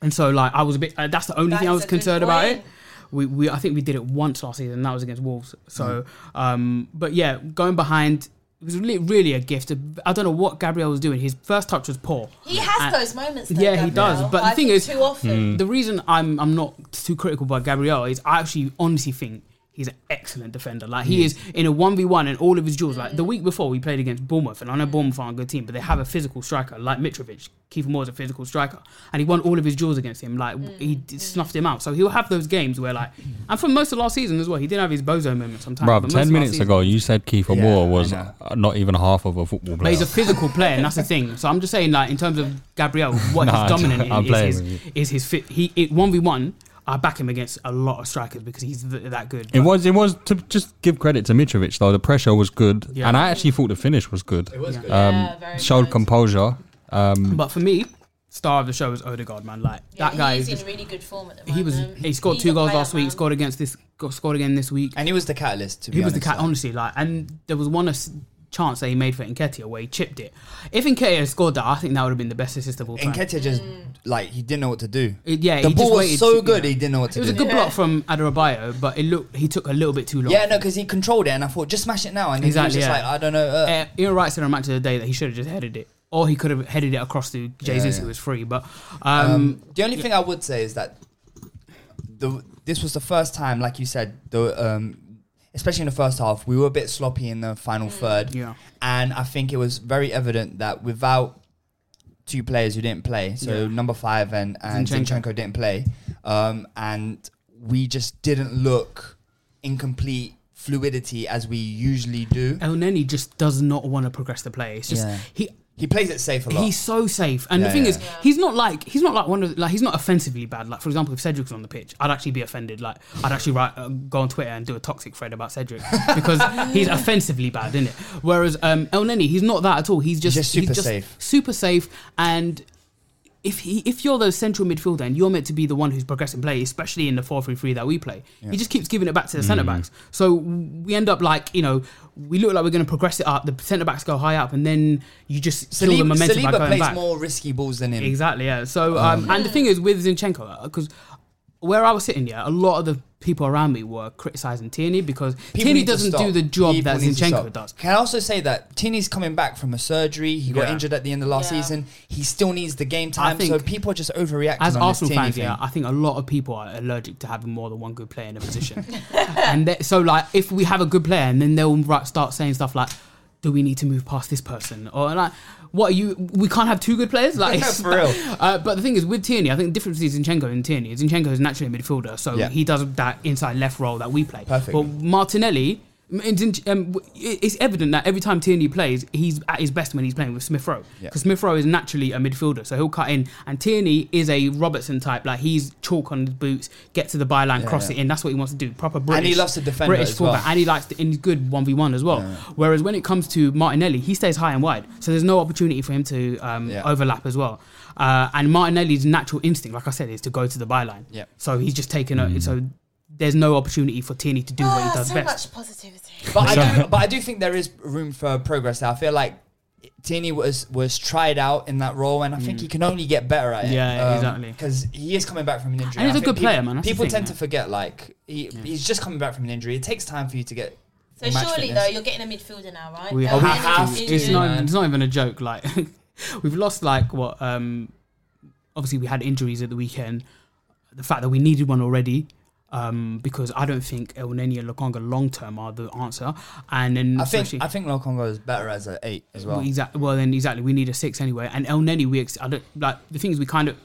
Speaker 1: And so, like, I was a bit. Uh, that's the only
Speaker 4: That
Speaker 1: thing I
Speaker 4: is
Speaker 1: was
Speaker 4: a good
Speaker 1: concerned about
Speaker 4: point.
Speaker 1: it. We, we I think we did it once last season. and That was against Wolves. So, um, but yeah, going behind it was really, really a gift. I don't know what Gabriel was doing. His first touch was poor.
Speaker 12: He has
Speaker 1: And-
Speaker 12: those moments. Though,
Speaker 1: yeah, he does.
Speaker 12: Gabriel.
Speaker 1: But
Speaker 12: I
Speaker 1: the thing
Speaker 12: think
Speaker 1: is,
Speaker 12: too
Speaker 5: Mm.
Speaker 12: often.
Speaker 1: the reason I'm I'm not too critical about Gabriel is I actually honestly think he's an excellent defender. Like he
Speaker 5: Mm.
Speaker 4: Yeah.
Speaker 1: is in a one v one and all of his duels. Like the week before we played against Bournemouth, and I know Bournemouth aren't a good team, but they have a physical striker like Mitrovic. Kiefer Moore's a physical striker, and he won all of his duels against him. Like w he d- snuffed him out. So he'll have those games where like, and for most of last season as well, he did have his bozo moment sometimes.
Speaker 5: Bruv,
Speaker 1: but most of last
Speaker 5: ten minutes
Speaker 1: season-
Speaker 5: ago you said Kiefer Moore was uh, not even half of a football
Speaker 1: But
Speaker 5: player.
Speaker 1: he's a physical player, and that's the thing. So I'm just saying, like in terms of Gabriel, what
Speaker 5: Nah,
Speaker 1: he's dominant in
Speaker 5: I'm playing
Speaker 1: is
Speaker 5: with
Speaker 1: his, is his fit. He one v one. I back him against a lot of strikers because he's th- that good.
Speaker 5: It was it was to just give credit to Mitrovic though the pressure was good
Speaker 1: Yeah.
Speaker 5: and I actually thought the finish was good.
Speaker 1: It was Yeah. good.
Speaker 5: Um,
Speaker 1: Yeah, very
Speaker 5: showed composure. Um,
Speaker 1: But for me, star of the show is Odegaard, man. Like
Speaker 4: Yeah,
Speaker 1: that guy
Speaker 4: he is
Speaker 1: is
Speaker 4: in
Speaker 1: just-
Speaker 4: really good form at the
Speaker 1: he
Speaker 4: moment.
Speaker 1: was. He scored
Speaker 4: He's
Speaker 1: two
Speaker 4: a
Speaker 1: goals
Speaker 4: player,
Speaker 1: last week. Scored against this. Got, scored again this week.
Speaker 8: And he was the catalyst. To
Speaker 1: he
Speaker 8: be
Speaker 1: was the
Speaker 8: honest,
Speaker 1: cat. Honestly, like, and there was one as- chance that he made for Enketia where he chipped it. If Enketia had scored that, I think that would have been the best assist of all time.
Speaker 8: Nketiah just like he didn't know what to do.
Speaker 1: It- yeah,
Speaker 8: the
Speaker 1: he
Speaker 8: ball
Speaker 1: just
Speaker 8: was
Speaker 1: waited
Speaker 8: so
Speaker 1: to-
Speaker 8: good
Speaker 1: yeah.
Speaker 8: he didn't know what to
Speaker 1: It was
Speaker 8: do.
Speaker 1: a good block from Adarabio, but it looked he took a little bit too long.
Speaker 8: Yeah, no, because he controlled it, and I thought just smash it now, and then he was just like, I don't know. Uh,
Speaker 1: uh, Ian Wright said on Match of the Day that he should have just headed it, or he could have headed it across to Jesus,
Speaker 8: yeah.
Speaker 1: who was free. But
Speaker 8: Um,
Speaker 1: um,
Speaker 8: the only thing I would say is that the this was the first time, like you said, the um, especially in the first half, we were a bit sloppy in the final third.
Speaker 1: Yeah.
Speaker 8: and I think it was very evident that without two players who didn't play, so
Speaker 1: Yeah.
Speaker 8: number five and, and
Speaker 1: Zinchenko.
Speaker 8: Zinchenko. didn't play, um, and we just didn't look in complete fluidity as we usually do.
Speaker 1: El Neni just does not want to progress the play. It's just
Speaker 8: Yeah.
Speaker 1: he
Speaker 8: he plays it safe a lot.
Speaker 1: He's so safe, and
Speaker 8: Yeah,
Speaker 1: the thing
Speaker 8: yeah.
Speaker 1: is, he's not like he's not like one of the- like he's not offensively bad. Like for example, if Cedric was on the pitch, I'd actually be offended. Like I'd actually write uh, go on Twitter and do a toxic thread about Cedric because he's offensively bad, isn't it? Whereas um, El Neni, he's not that at all. He's just,
Speaker 8: just
Speaker 1: he's
Speaker 8: super safe.
Speaker 1: super safe, and. If he, if you're the central midfielder and you're meant to be the one who's progressing play, especially in the 4-3-3 that we play,
Speaker 8: Yeah.
Speaker 1: he just keeps giving it back to the
Speaker 8: Mm.
Speaker 1: centre backs. So we end up like you know we look like we're going to progress it up. The centre backs go high up, and then you just kill the
Speaker 8: Saliba,
Speaker 1: momentum by
Speaker 8: Saliba
Speaker 1: going
Speaker 8: plays
Speaker 1: back.
Speaker 8: more Oh, risky balls than him.
Speaker 1: Exactly, yeah. So, um, and the thing is with Zinchenko, because where I was sitting, yeah, a lot of the people around me were criticizing Tierney because
Speaker 8: People
Speaker 1: Tierney
Speaker 8: need to
Speaker 1: doesn't
Speaker 8: stop.
Speaker 1: do the job
Speaker 8: People
Speaker 1: that
Speaker 8: need to
Speaker 1: Zinchenko
Speaker 8: stop.
Speaker 1: does.
Speaker 8: Can I also say that Tini's coming back from a surgery? He got
Speaker 1: Yeah.
Speaker 8: injured at the end of last season. He still needs the game
Speaker 1: I
Speaker 8: time.
Speaker 1: think-
Speaker 8: So people are just overreacting
Speaker 1: As
Speaker 8: on
Speaker 1: Arsenal
Speaker 8: this Tierney
Speaker 1: fans,
Speaker 8: thing.
Speaker 1: yeah, I think a lot of people are allergic to having more than one good player in a position. and that- so, like, if we have a good player, and then they'll right- start saying stuff like, "Do we need to move past this person?" or like, "What are you? We can't have two good players." Like, it's-
Speaker 8: For real.
Speaker 1: Uh, but the thing is, with Tierney, I think the difference is Zinchenko and Tierney. Zinchenko is naturally a midfielder, so
Speaker 8: Yeah.
Speaker 1: he does that inside left role that we play.
Speaker 8: Perfect.
Speaker 1: But Martinelli. m- and Zin- Um, w- it- it's evident that every time Tierney plays, he's at his best when he's playing with Smith Rowe.
Speaker 8: Yeah.
Speaker 1: Because Smith Rowe is naturally a midfielder, so he'll cut in. And Tierney is a Robertson type, like he's chalk on his boots, get to the byline,
Speaker 8: Yeah,
Speaker 1: cross
Speaker 8: yeah.
Speaker 1: it in. That's what he wants to do. Proper
Speaker 8: he
Speaker 1: British.
Speaker 8: loves to defend
Speaker 1: British
Speaker 8: it as well.
Speaker 1: fullback, and he likes to, and he's good one v one as well. Whereas when it comes to Martinelli, he stays high and wide, so there's no opportunity for him to um, overlap as well. Uh, and Martinelli's natural instinct, like I said, is to go to the byline.
Speaker 8: Yeah. Mm.
Speaker 1: So he's just taken. A, so there's no opportunity for Tierney to do what
Speaker 4: Oh,
Speaker 1: he
Speaker 12: Ah,
Speaker 1: does
Speaker 12: so
Speaker 1: best.
Speaker 12: much positivity.
Speaker 8: But I do, but I do think there is room for progress. There. I feel like Tini was was tried out in that role, and I think
Speaker 1: Mm.
Speaker 8: he can only get better at it.
Speaker 1: Yeah, exactly.
Speaker 8: Because he is coming back from an injury.
Speaker 1: And he's
Speaker 8: I
Speaker 1: a
Speaker 8: think
Speaker 1: good
Speaker 8: people-
Speaker 1: player, man. That's the
Speaker 8: people
Speaker 1: thing,
Speaker 8: tend
Speaker 1: yeah.
Speaker 8: to forget like he, he's just coming back from an injury. It takes time for you to get.
Speaker 4: So
Speaker 8: match
Speaker 4: surely
Speaker 8: fitness.
Speaker 4: though, you're getting a midfielder now, right?
Speaker 1: We
Speaker 4: Elneny
Speaker 1: have
Speaker 4: is
Speaker 1: to.
Speaker 4: injured.
Speaker 1: It's not. It's not even a joke. Like we've lost like what? Um, obviously, we had injuries at the weekend. The fact that we needed one already. Um, because I don't think El Neni and Lokonga long term are the answer, and then
Speaker 8: I
Speaker 1: especially-
Speaker 8: think I think Lokonga is better as an eight as well.
Speaker 1: Exactly. Well, then exactly, we need a six anyway. And El Neni, we ex- I don't, like the thing is, we kind of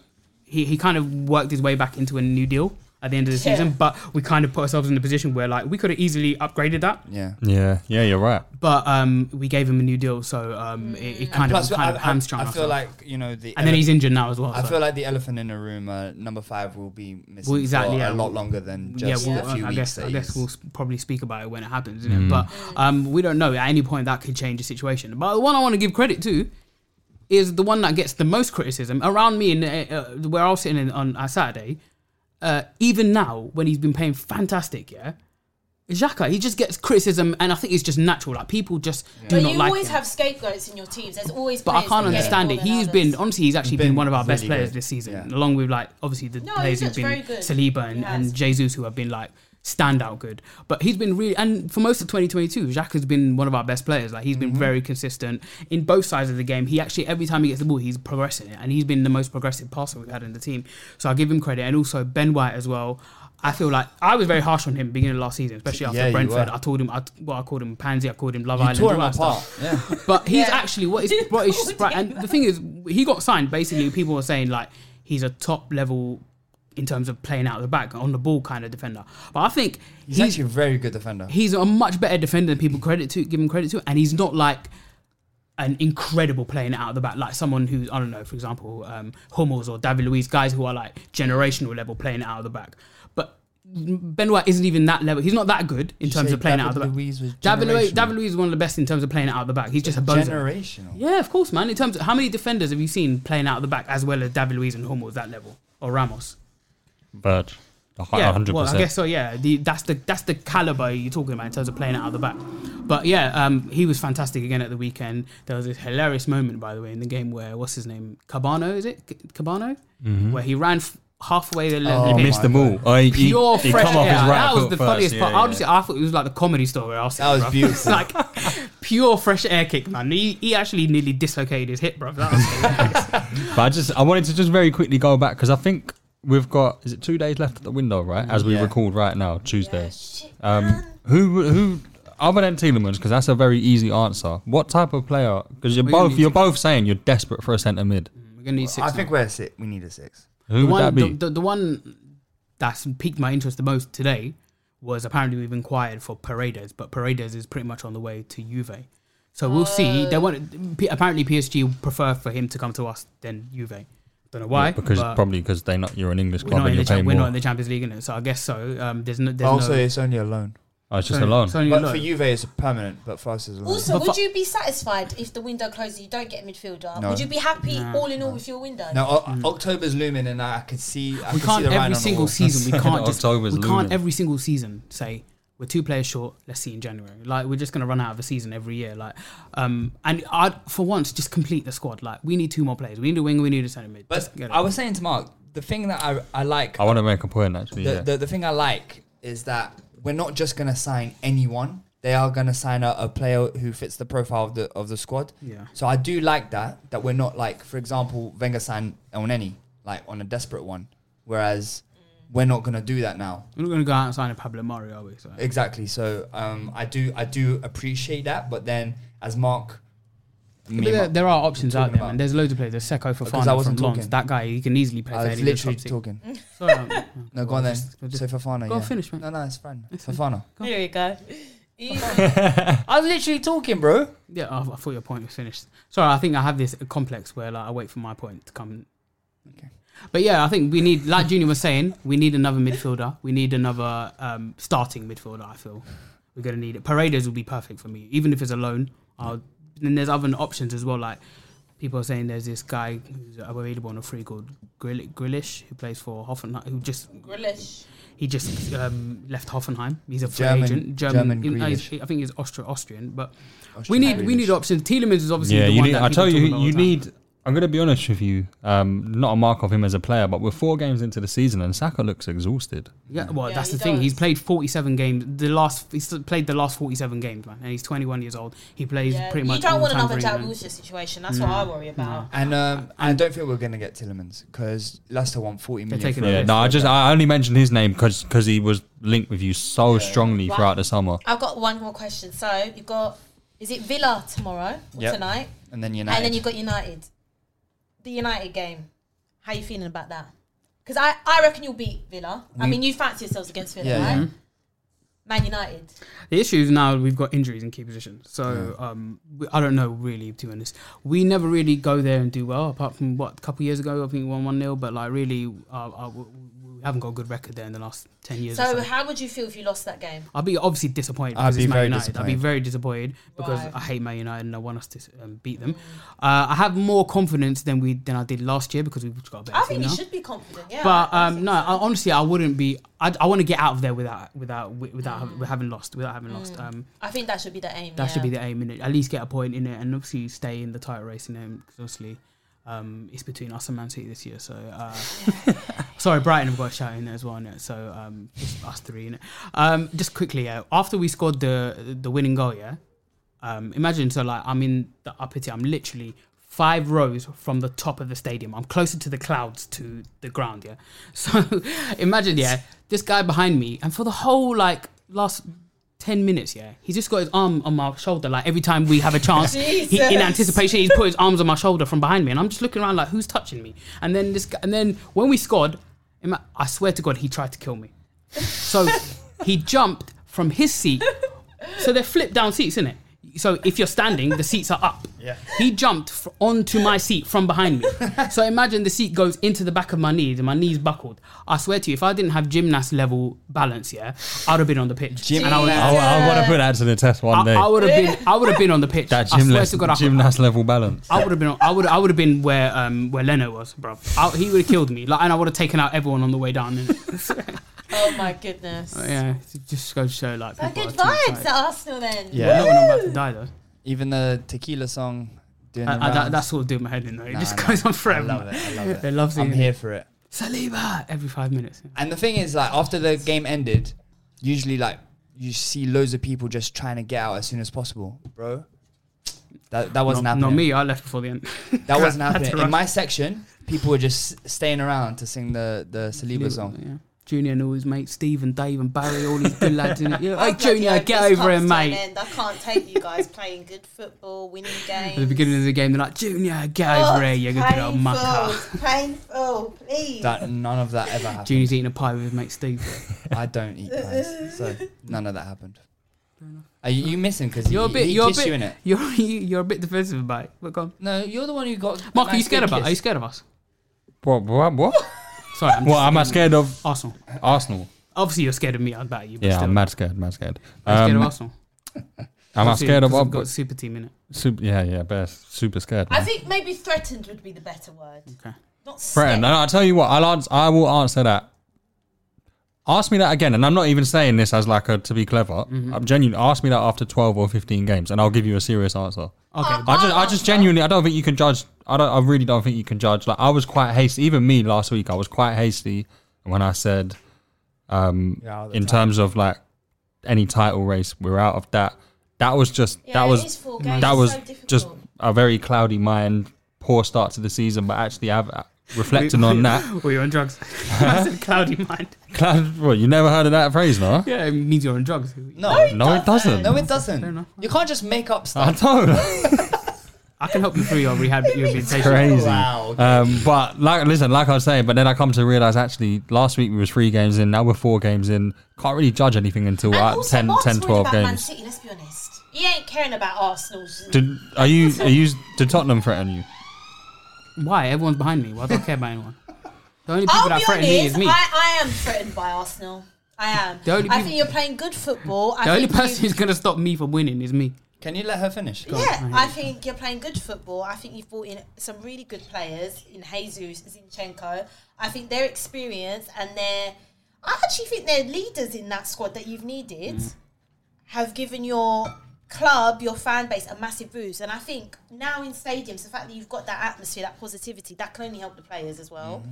Speaker 1: he, he kind of worked his way back into a new deal, at the end of the
Speaker 13: Yeah.
Speaker 1: season, but we kind of put ourselves in the position where like we could have easily upgraded that,
Speaker 8: Yeah.
Speaker 5: Yeah. Yeah. You're right.
Speaker 1: but um, we gave him a new deal, so um, it, it kind
Speaker 8: Mm. Plus,
Speaker 1: of kind of
Speaker 8: I,
Speaker 1: hamstrung
Speaker 8: I, I feel
Speaker 1: ourselves.
Speaker 8: like you know the.
Speaker 1: and then
Speaker 8: ele-
Speaker 1: he's injured now as well.
Speaker 8: I
Speaker 1: so.
Speaker 8: feel like the elephant in the room. Uh, number five will be missing
Speaker 1: Well, exactly,
Speaker 8: for a
Speaker 1: yeah.
Speaker 8: lot longer than just
Speaker 1: yeah,
Speaker 8: a
Speaker 1: well, uh,
Speaker 8: few
Speaker 1: I
Speaker 8: weeks.
Speaker 1: guess,
Speaker 8: that
Speaker 1: I
Speaker 8: he's-
Speaker 1: guess we'll s- probably speak about it when it happens,
Speaker 8: Mm.
Speaker 1: innit? but um, we don't know. At any point, that could change the situation. But the one I want to give credit to is the one that gets the most criticism around me and uh, uh, where I was sitting in, on uh, Saturday. Uh, even now, when he's been playing fantastic, yeah, Xhaka, he just gets criticism, and I think it's just natural. Like people just do
Speaker 4: but
Speaker 1: not
Speaker 4: you
Speaker 1: like
Speaker 4: always
Speaker 1: him.
Speaker 4: have scapegoats in your teams. There's always.
Speaker 1: But I
Speaker 4: players
Speaker 1: can't
Speaker 4: that get
Speaker 1: understand
Speaker 4: more
Speaker 1: it.
Speaker 4: than
Speaker 1: He's
Speaker 4: others.
Speaker 1: been honestly, he's actually been, one of our best
Speaker 8: really
Speaker 1: players
Speaker 8: good.
Speaker 1: this season, along with like obviously the
Speaker 4: No,
Speaker 1: players
Speaker 4: he's
Speaker 1: who've been
Speaker 4: looked very good.
Speaker 1: Saliba and,
Speaker 4: He has.
Speaker 1: and Jesus who have been like standout good. But he's been really and for most of 2022, Jacques has been one of our best players. Like he's
Speaker 8: Mm-hmm.
Speaker 1: been very consistent in both sides of the game. He actually every time he gets the ball, he's progressing it, and he's been the most progressive passer we've had in the team. So I give him credit, and also Ben White as well. I feel like I was very harsh on him beginning of last season, especially after
Speaker 8: Yeah, you
Speaker 1: Brentford.
Speaker 8: were.
Speaker 1: I told him, I, well, I called him pansy, I called him Love
Speaker 8: You
Speaker 1: Island,
Speaker 8: tore
Speaker 1: all
Speaker 8: him
Speaker 1: that
Speaker 8: apart,
Speaker 1: stuff. But he's actually what is what is right. And the thing is, he got signed. Basically, people were saying like he's a top level in terms of playing out the back on the ball kind of defender. But I think
Speaker 8: He's, actually a very good defender.
Speaker 1: he's a much better defender than people credit to give him credit to, and he's not like an incredible playing out of the back like someone who's I don't know, for example, um, Hummels or David Luiz, guys who are like generational level playing out of the back. But Ben White isn't even that level. He's not that good in
Speaker 8: You
Speaker 1: terms
Speaker 8: say
Speaker 1: of playing out of the
Speaker 8: David
Speaker 1: back.
Speaker 8: Luiz was
Speaker 1: David Luiz,
Speaker 8: generational.
Speaker 1: David Luiz is one of the best in terms of playing out of the back. He's just a bozo.
Speaker 8: Generational.
Speaker 1: Yeah, of course, man. In terms of how many defenders have you seen playing out of the back as well as David Luiz and Hummels that level or Ramos?
Speaker 5: But
Speaker 1: yeah,
Speaker 5: hundred
Speaker 1: well, I guess
Speaker 5: percent.
Speaker 1: so. Yeah, the, that's the that's the caliber you're talking about in terms of playing it out of the back. But yeah, um, he was fantastic again at the weekend. There was this hilarious moment, by the way, in the game where what's his name, Cabano, is it C- Cabano,
Speaker 5: Mhm.
Speaker 1: where he ran f- halfway the
Speaker 5: Oh
Speaker 1: length.
Speaker 5: He
Speaker 1: of the
Speaker 5: missed
Speaker 1: pitch.
Speaker 5: the ball. Oh, he- he-
Speaker 1: Pure
Speaker 5: he
Speaker 1: fresh
Speaker 5: come off his
Speaker 1: air.
Speaker 5: right
Speaker 1: that was
Speaker 5: foot
Speaker 1: the
Speaker 5: first,
Speaker 1: funniest
Speaker 5: yeah,
Speaker 1: part.
Speaker 5: yeah.
Speaker 1: Honestly, I thought it was like the comedy story. I was that
Speaker 8: was beautiful.
Speaker 1: like pure fresh air kick, man. He, he actually nearly dislocated his hip, bro. That was
Speaker 5: But I just I wanted to just very quickly go back because I think we've got is it two days left at the window right as we
Speaker 8: Yeah.
Speaker 5: record right now
Speaker 4: Oh,
Speaker 5: Tuesday. um, who who other than Tielemans because that's a very easy answer. What type of player? Because you're
Speaker 1: We're gonna
Speaker 5: both
Speaker 1: need
Speaker 5: you're both saying you're desperate for a centre mid.
Speaker 1: we're gonna need six.
Speaker 8: I
Speaker 1: now.
Speaker 8: think we're a six. We need a six.
Speaker 5: Who
Speaker 1: the
Speaker 5: would
Speaker 1: one,
Speaker 5: that be?
Speaker 1: The, the, the one that's piqued my interest the most today was apparently we've inquired for Paredes, but Paredes is pretty much on the way to Juve. So we'll see. They want P- apparently PSG prefer for him to come to us than Juve. Don't know why.
Speaker 5: Yeah, because
Speaker 1: but
Speaker 5: probably because they not you're an English
Speaker 1: we're
Speaker 5: club
Speaker 1: not,
Speaker 5: and
Speaker 1: in
Speaker 5: you're
Speaker 1: the, cha-
Speaker 5: paying
Speaker 1: we're not
Speaker 5: more.
Speaker 1: in the Champions League in it, so I guess so. Um, there's no. There's
Speaker 8: But also,
Speaker 1: no
Speaker 8: it's only a loan.
Speaker 5: Oh, it's just
Speaker 1: Sorry,
Speaker 5: a loan.
Speaker 1: sorry. Only a
Speaker 8: but
Speaker 1: loan.
Speaker 8: for Juve, it's a permanent. But for us, it's a loan.
Speaker 4: Also,
Speaker 1: But
Speaker 4: would
Speaker 1: for-
Speaker 4: you be satisfied if the window closes? You don't get a midfielder.
Speaker 8: No.
Speaker 4: Would you be happy
Speaker 1: No.
Speaker 4: all in all with your window?
Speaker 8: Now o- October's looming, and I could see. I
Speaker 1: Hmm. we
Speaker 8: could see
Speaker 1: can't
Speaker 8: the writing on
Speaker 1: every
Speaker 8: the
Speaker 1: single
Speaker 8: wall.
Speaker 1: season. We can't just. We
Speaker 5: October's
Speaker 1: can't
Speaker 5: looming.
Speaker 1: every single season say we're two players short. Let's see in January. Like we're just gonna run out of a season every year. Like, um, and I for once just complete the squad. Like we need two more players. We need a wing. We need a centre mid.
Speaker 8: But
Speaker 1: Just get it.
Speaker 8: I was saying to Mark, the thing that I I like,
Speaker 5: I want to make a point actually.
Speaker 8: the,
Speaker 5: yeah.
Speaker 8: the the thing I like is that we're not just gonna sign anyone. They are gonna sign a, a player who fits the profile of the of the squad.
Speaker 1: Yeah.
Speaker 8: So I do like that. That we're not like, for example, Wenger signed on any like on a desperate one, whereas we're not gonna do that now.
Speaker 1: we're not gonna go out and sign a Pablo Mari, are we? So.
Speaker 8: Exactly. So um, I do I do appreciate that, but then as Mark, me
Speaker 1: But
Speaker 8: and
Speaker 1: there,
Speaker 8: Mark-
Speaker 1: there are options out
Speaker 8: talking
Speaker 1: there,
Speaker 8: about-
Speaker 1: man. There's loads of players. There's Seko for
Speaker 8: Because I
Speaker 1: Fana from
Speaker 8: wasn't
Speaker 1: Lons.
Speaker 8: talking.
Speaker 1: That guy, he can easily
Speaker 8: I
Speaker 1: play. for
Speaker 8: was
Speaker 1: any of the
Speaker 8: literally
Speaker 1: top six.
Speaker 8: talking.
Speaker 1: Sorry, um,
Speaker 8: No, go on then.
Speaker 1: just- just-
Speaker 8: Say Fafana.
Speaker 1: go on,
Speaker 8: yeah.
Speaker 1: finish, mate.
Speaker 8: No, no, it's fine. Fafana.
Speaker 14: There you go.
Speaker 8: I was literally talking, bro.
Speaker 1: Yeah, I, I thought your point was finished. Sorry, I think I have this complex where like I wait for my point to come. But yeah, I think we need, like Junior was saying, we need another midfielder. We need another um, starting midfielder. I feel we're gonna need it. Paredes will be perfect for me, even if it's a loan. I'll, then there's other options as well. Like people are saying, there's this guy who's available on a free called Grill- Grillish, who plays for Hoffenheim, who just
Speaker 4: Grealish.
Speaker 1: he just um, left Hoffenheim. He's a free
Speaker 8: German-
Speaker 1: agent. German,
Speaker 8: German
Speaker 1: in- no, he's-
Speaker 8: Grealish.
Speaker 1: I think he's Austro Austrian, but we
Speaker 8: Austrian
Speaker 1: need we
Speaker 8: Grealish.
Speaker 1: need options. Tielemans is obviously
Speaker 5: yeah,
Speaker 1: the
Speaker 5: you
Speaker 1: one
Speaker 5: need.
Speaker 1: that
Speaker 5: I
Speaker 1: people
Speaker 5: tell
Speaker 1: talk
Speaker 5: you,
Speaker 1: about all
Speaker 5: you
Speaker 1: the time.
Speaker 5: need. I'm gonna be honest with you. Um, not a mark of him as a player, but we're four games into the season and Saka looks exhausted.
Speaker 1: Yeah, well,
Speaker 4: Yeah,
Speaker 1: that's
Speaker 4: he
Speaker 1: the thing. He's
Speaker 4: does.
Speaker 1: played 47 games. The last he's played the last 47 games, man, and he's 21 years old. He plays
Speaker 4: Yeah.
Speaker 1: pretty much.
Speaker 4: You don't
Speaker 1: all
Speaker 4: want
Speaker 1: the time
Speaker 4: another
Speaker 1: for
Speaker 4: Jack
Speaker 1: England.
Speaker 4: Wilshere situation. That's
Speaker 1: Mm.
Speaker 4: what I worry about.
Speaker 8: And um, I don't think we're going to get Tillemans because Leicester want 40 million.
Speaker 1: taking
Speaker 8: for
Speaker 1: it.
Speaker 5: Yeah,
Speaker 8: him.
Speaker 5: no, I just I only mentioned his name because he was linked with you so strongly
Speaker 4: Wow.
Speaker 5: throughout the summer.
Speaker 4: I've got one more question. So you've got, is it Villa tomorrow or
Speaker 8: Yep.
Speaker 4: tonight?
Speaker 8: And then United.
Speaker 4: And then you've got United. The United game. How you feeling about that? Because I, I reckon you'll beat Villa. I
Speaker 1: We-
Speaker 4: mean, you fancy yourselves against Villa,
Speaker 1: Yeah,
Speaker 4: right?
Speaker 1: yeah.
Speaker 4: Man United.
Speaker 1: The issue is now we've got injuries in key positions, so um, we- I don't know really. To be honest, we never really go there and do well, apart from what a couple years ago I think we won one 0 But like really, uh, uh, we we haven't got a good record there in the last ten years. or
Speaker 4: So,
Speaker 1: so.
Speaker 4: how would you feel if you lost that game?
Speaker 1: I'd be obviously disappointed
Speaker 8: I'd
Speaker 1: because
Speaker 8: be
Speaker 1: it's Man
Speaker 8: very
Speaker 1: United. I'd be
Speaker 8: disappointed.
Speaker 1: very disappointed because
Speaker 4: Why?
Speaker 1: I hate Man United and I want us to um, beat them. Uh, I have more confidence than we than I did last year because we've got a better
Speaker 4: I
Speaker 1: team
Speaker 4: think you
Speaker 1: now.
Speaker 4: should be confident, yeah.
Speaker 1: But um, no, I, honestly, I wouldn't be. I, I want to get out of there without without without
Speaker 4: Mm.
Speaker 1: having lost without having lost.
Speaker 4: Mm.
Speaker 1: Um,
Speaker 4: I think that should be the aim.
Speaker 1: that should
Speaker 4: yeah.
Speaker 1: be the aim in it. At least get a point in it, and obviously stay in the title race in it. Because obviously, um, it's between us and Man City this year. So uh, sorry, Brighton have got a shout in there as well in it. So um, just us three in it. Um, just quickly, yeah, after we scored the the winning goal, yeah. Um, imagine so like I'm in the upper tier. I'm literally five rows from the top of the stadium. I'm closer to the clouds to the ground. Yeah. So imagine yeah, this guy behind me, and for the whole like last 10 minutes, yeah. He's just got his arm on my shoulder. Like every time we have a chance, he, in
Speaker 8: Jesus.
Speaker 1: anticipation, he's put his arms on my shoulder from behind me. And I'm just looking around like, who's touching me? And then this guy, and then when we scored, ima- I swear to God, he tried to kill me. So he jumped from his seat. So they're flipped down seats, innit? So if you're standing, the seats are up.
Speaker 8: Yeah.
Speaker 1: He jumped fr- onto my seat from behind me. so imagine the seat goes into the back of my knees and my knees buckled. I swear to you, if I didn't have gymnast level balance, yeah, I'd have been on the pitch.
Speaker 5: Gym-
Speaker 1: And I would-
Speaker 5: I, want to put that to the test one day.
Speaker 1: I would have been. I would have been on the pitch.
Speaker 5: that
Speaker 1: I swear
Speaker 5: gymnast,
Speaker 1: to God, I,
Speaker 5: gymnast level balance.
Speaker 1: I would have been. on- I would. I would have been where um where Leno was, bro. I, he would have killed me. Like, and I would have taken out everyone on the way down. And,
Speaker 4: Oh my goodness.
Speaker 1: but yeah, it just goes to show like.
Speaker 4: So
Speaker 1: people
Speaker 4: good
Speaker 1: are too
Speaker 4: vibes
Speaker 1: excited.
Speaker 4: at Arsenal then.
Speaker 1: Well, not when I'm about to die though.
Speaker 8: Even the tequila song. Doing
Speaker 1: I-
Speaker 8: the
Speaker 1: I- that-
Speaker 8: rounds.
Speaker 1: that's all doing my head in though. It
Speaker 8: Nah,
Speaker 1: just
Speaker 8: nah.
Speaker 1: goes on
Speaker 8: I
Speaker 1: forever.
Speaker 8: love it. I love it.
Speaker 1: They love
Speaker 8: I'm
Speaker 1: seeing
Speaker 8: here for it.
Speaker 1: Saliba every five minutes.
Speaker 8: And the thing is, like after the game ended, usually like you see loads of people just trying to get out as soon as possible, bro. That that wasn't
Speaker 1: not,
Speaker 8: happening.
Speaker 1: Not me. I left before the end.
Speaker 8: That wasn't
Speaker 1: I had to
Speaker 8: happening. In
Speaker 1: run.
Speaker 8: my section, people were just staying around to sing the the Saliba song.
Speaker 1: Yeah. Junior and all his mates, Steve and Dave and Barry, all these good lads in it. You're like,
Speaker 4: Bloody
Speaker 1: hey, Junior,
Speaker 4: hope
Speaker 1: get
Speaker 4: Oh, this
Speaker 1: over
Speaker 4: comes
Speaker 1: him,
Speaker 4: to an
Speaker 1: mate.
Speaker 4: end. I can't take you guys playing good football, winning
Speaker 1: At the
Speaker 4: games.
Speaker 1: beginning of the game, they're like, Junior, get
Speaker 4: Oh,
Speaker 1: over here, you good old mucker.
Speaker 4: Painful, painful, please.
Speaker 8: That none of that ever happened.
Speaker 1: Junior's eating a pie with his mate Steve.
Speaker 8: I don't eat pies, so none of that happened. Are you, you missing? Because
Speaker 1: You're a bit,
Speaker 8: He
Speaker 1: you're a
Speaker 8: kissed
Speaker 1: bit,
Speaker 8: you in it.
Speaker 1: You're, you, you're a bit defensive about it. But go on.
Speaker 8: No, you're the one who got.
Speaker 1: Mark, are you
Speaker 8: nice
Speaker 1: scared
Speaker 8: big
Speaker 1: about? Are you
Speaker 8: kiss.
Speaker 1: scared of us?
Speaker 5: What? What? What?
Speaker 1: Sorry, I'm
Speaker 5: what
Speaker 1: just
Speaker 5: am I
Speaker 1: thinking-
Speaker 5: scared of?
Speaker 1: Arsenal.
Speaker 5: Arsenal.
Speaker 1: Obviously, you're scared of me. I bet you. but
Speaker 5: Yeah,
Speaker 1: still.
Speaker 5: I'm mad scared. Mad scared.
Speaker 1: Are you scared of
Speaker 5: Um,
Speaker 1: Arsenal?
Speaker 5: Am I
Speaker 1: Obviously,
Speaker 5: scared of?
Speaker 1: because
Speaker 5: I've
Speaker 1: we've got super team in it.
Speaker 5: Super, yeah, yeah, best. Super scared.
Speaker 4: I
Speaker 5: man.
Speaker 4: think maybe threatened would be the better word.
Speaker 1: Okay.
Speaker 4: Not
Speaker 5: Threatened. No, no, I'll tell you what. I'll answer, I will answer that. Ask me that again, and I'm not even saying this as like a, to be clever.
Speaker 1: Mm-hmm.
Speaker 5: I'm genuine. Ask me that after 12 or 15 games, and I'll give you a serious answer.
Speaker 1: Okay.
Speaker 5: I just, I just genuinely, I don't think you can judge. I don't. I really don't think you can judge. Like I was quite hasty. Even me last week, I was quite hasty when I said, um,
Speaker 8: You're out of the
Speaker 5: in
Speaker 8: title.
Speaker 5: terms of like any title race, we're out of that. That was just
Speaker 8: Yeah,
Speaker 5: that
Speaker 8: it
Speaker 5: was
Speaker 8: is four games.
Speaker 5: that
Speaker 8: It's
Speaker 5: was
Speaker 8: so
Speaker 5: just a very cloudy mind, poor start to the season. But actually, I've uh, reflecting
Speaker 1: We-
Speaker 5: on that.
Speaker 1: Were you on drugs? I said cloudy mind.
Speaker 5: Cloud, what, you never heard of that phrase, no?
Speaker 1: Yeah, it means you're on drugs.
Speaker 8: No, no,
Speaker 5: No, it doesn't.
Speaker 8: it doesn't. Oh, You can't just make up
Speaker 5: I
Speaker 8: stuff.
Speaker 5: don't.
Speaker 1: I can help you through your rehab rehabilitation.
Speaker 5: Crazy.
Speaker 8: Oh, Wow.
Speaker 5: Um, but like, listen, like I was saying, but then I come to realize actually last week we was three games in, now we're four games in. Can't really judge anything until uh,
Speaker 4: Also,
Speaker 5: 10,
Speaker 4: Mark's
Speaker 5: 10,
Speaker 4: worried
Speaker 5: 12
Speaker 4: about Man
Speaker 5: games.
Speaker 4: City, let's be honest. He ain't caring about Arsenal's.
Speaker 5: Did, are you? Are you? Did Tottenham threaten you?
Speaker 1: Why? Everyone's behind me. Why do I care about anyone? The only people
Speaker 4: I'll
Speaker 1: that
Speaker 4: be
Speaker 1: threaten me is
Speaker 4: honest,
Speaker 1: me.
Speaker 4: I, I am threatened by Arsenal. I am.
Speaker 1: The only
Speaker 4: I
Speaker 1: peop-
Speaker 4: think you're playing good football. I
Speaker 1: the only
Speaker 4: think you-
Speaker 1: person who's gonna stop me from winning is me.
Speaker 8: Can you let her finish?
Speaker 4: Yeah, I think you're playing good football. I think you've brought in some really good players in Jesus, Zinchenko. I think their experience and their, I actually think their leaders in that squad that you've needed have given your club, your fan base, a massive boost. And I think now in stadiums, the fact that you've got that atmosphere, that positivity, that can only help the players as well.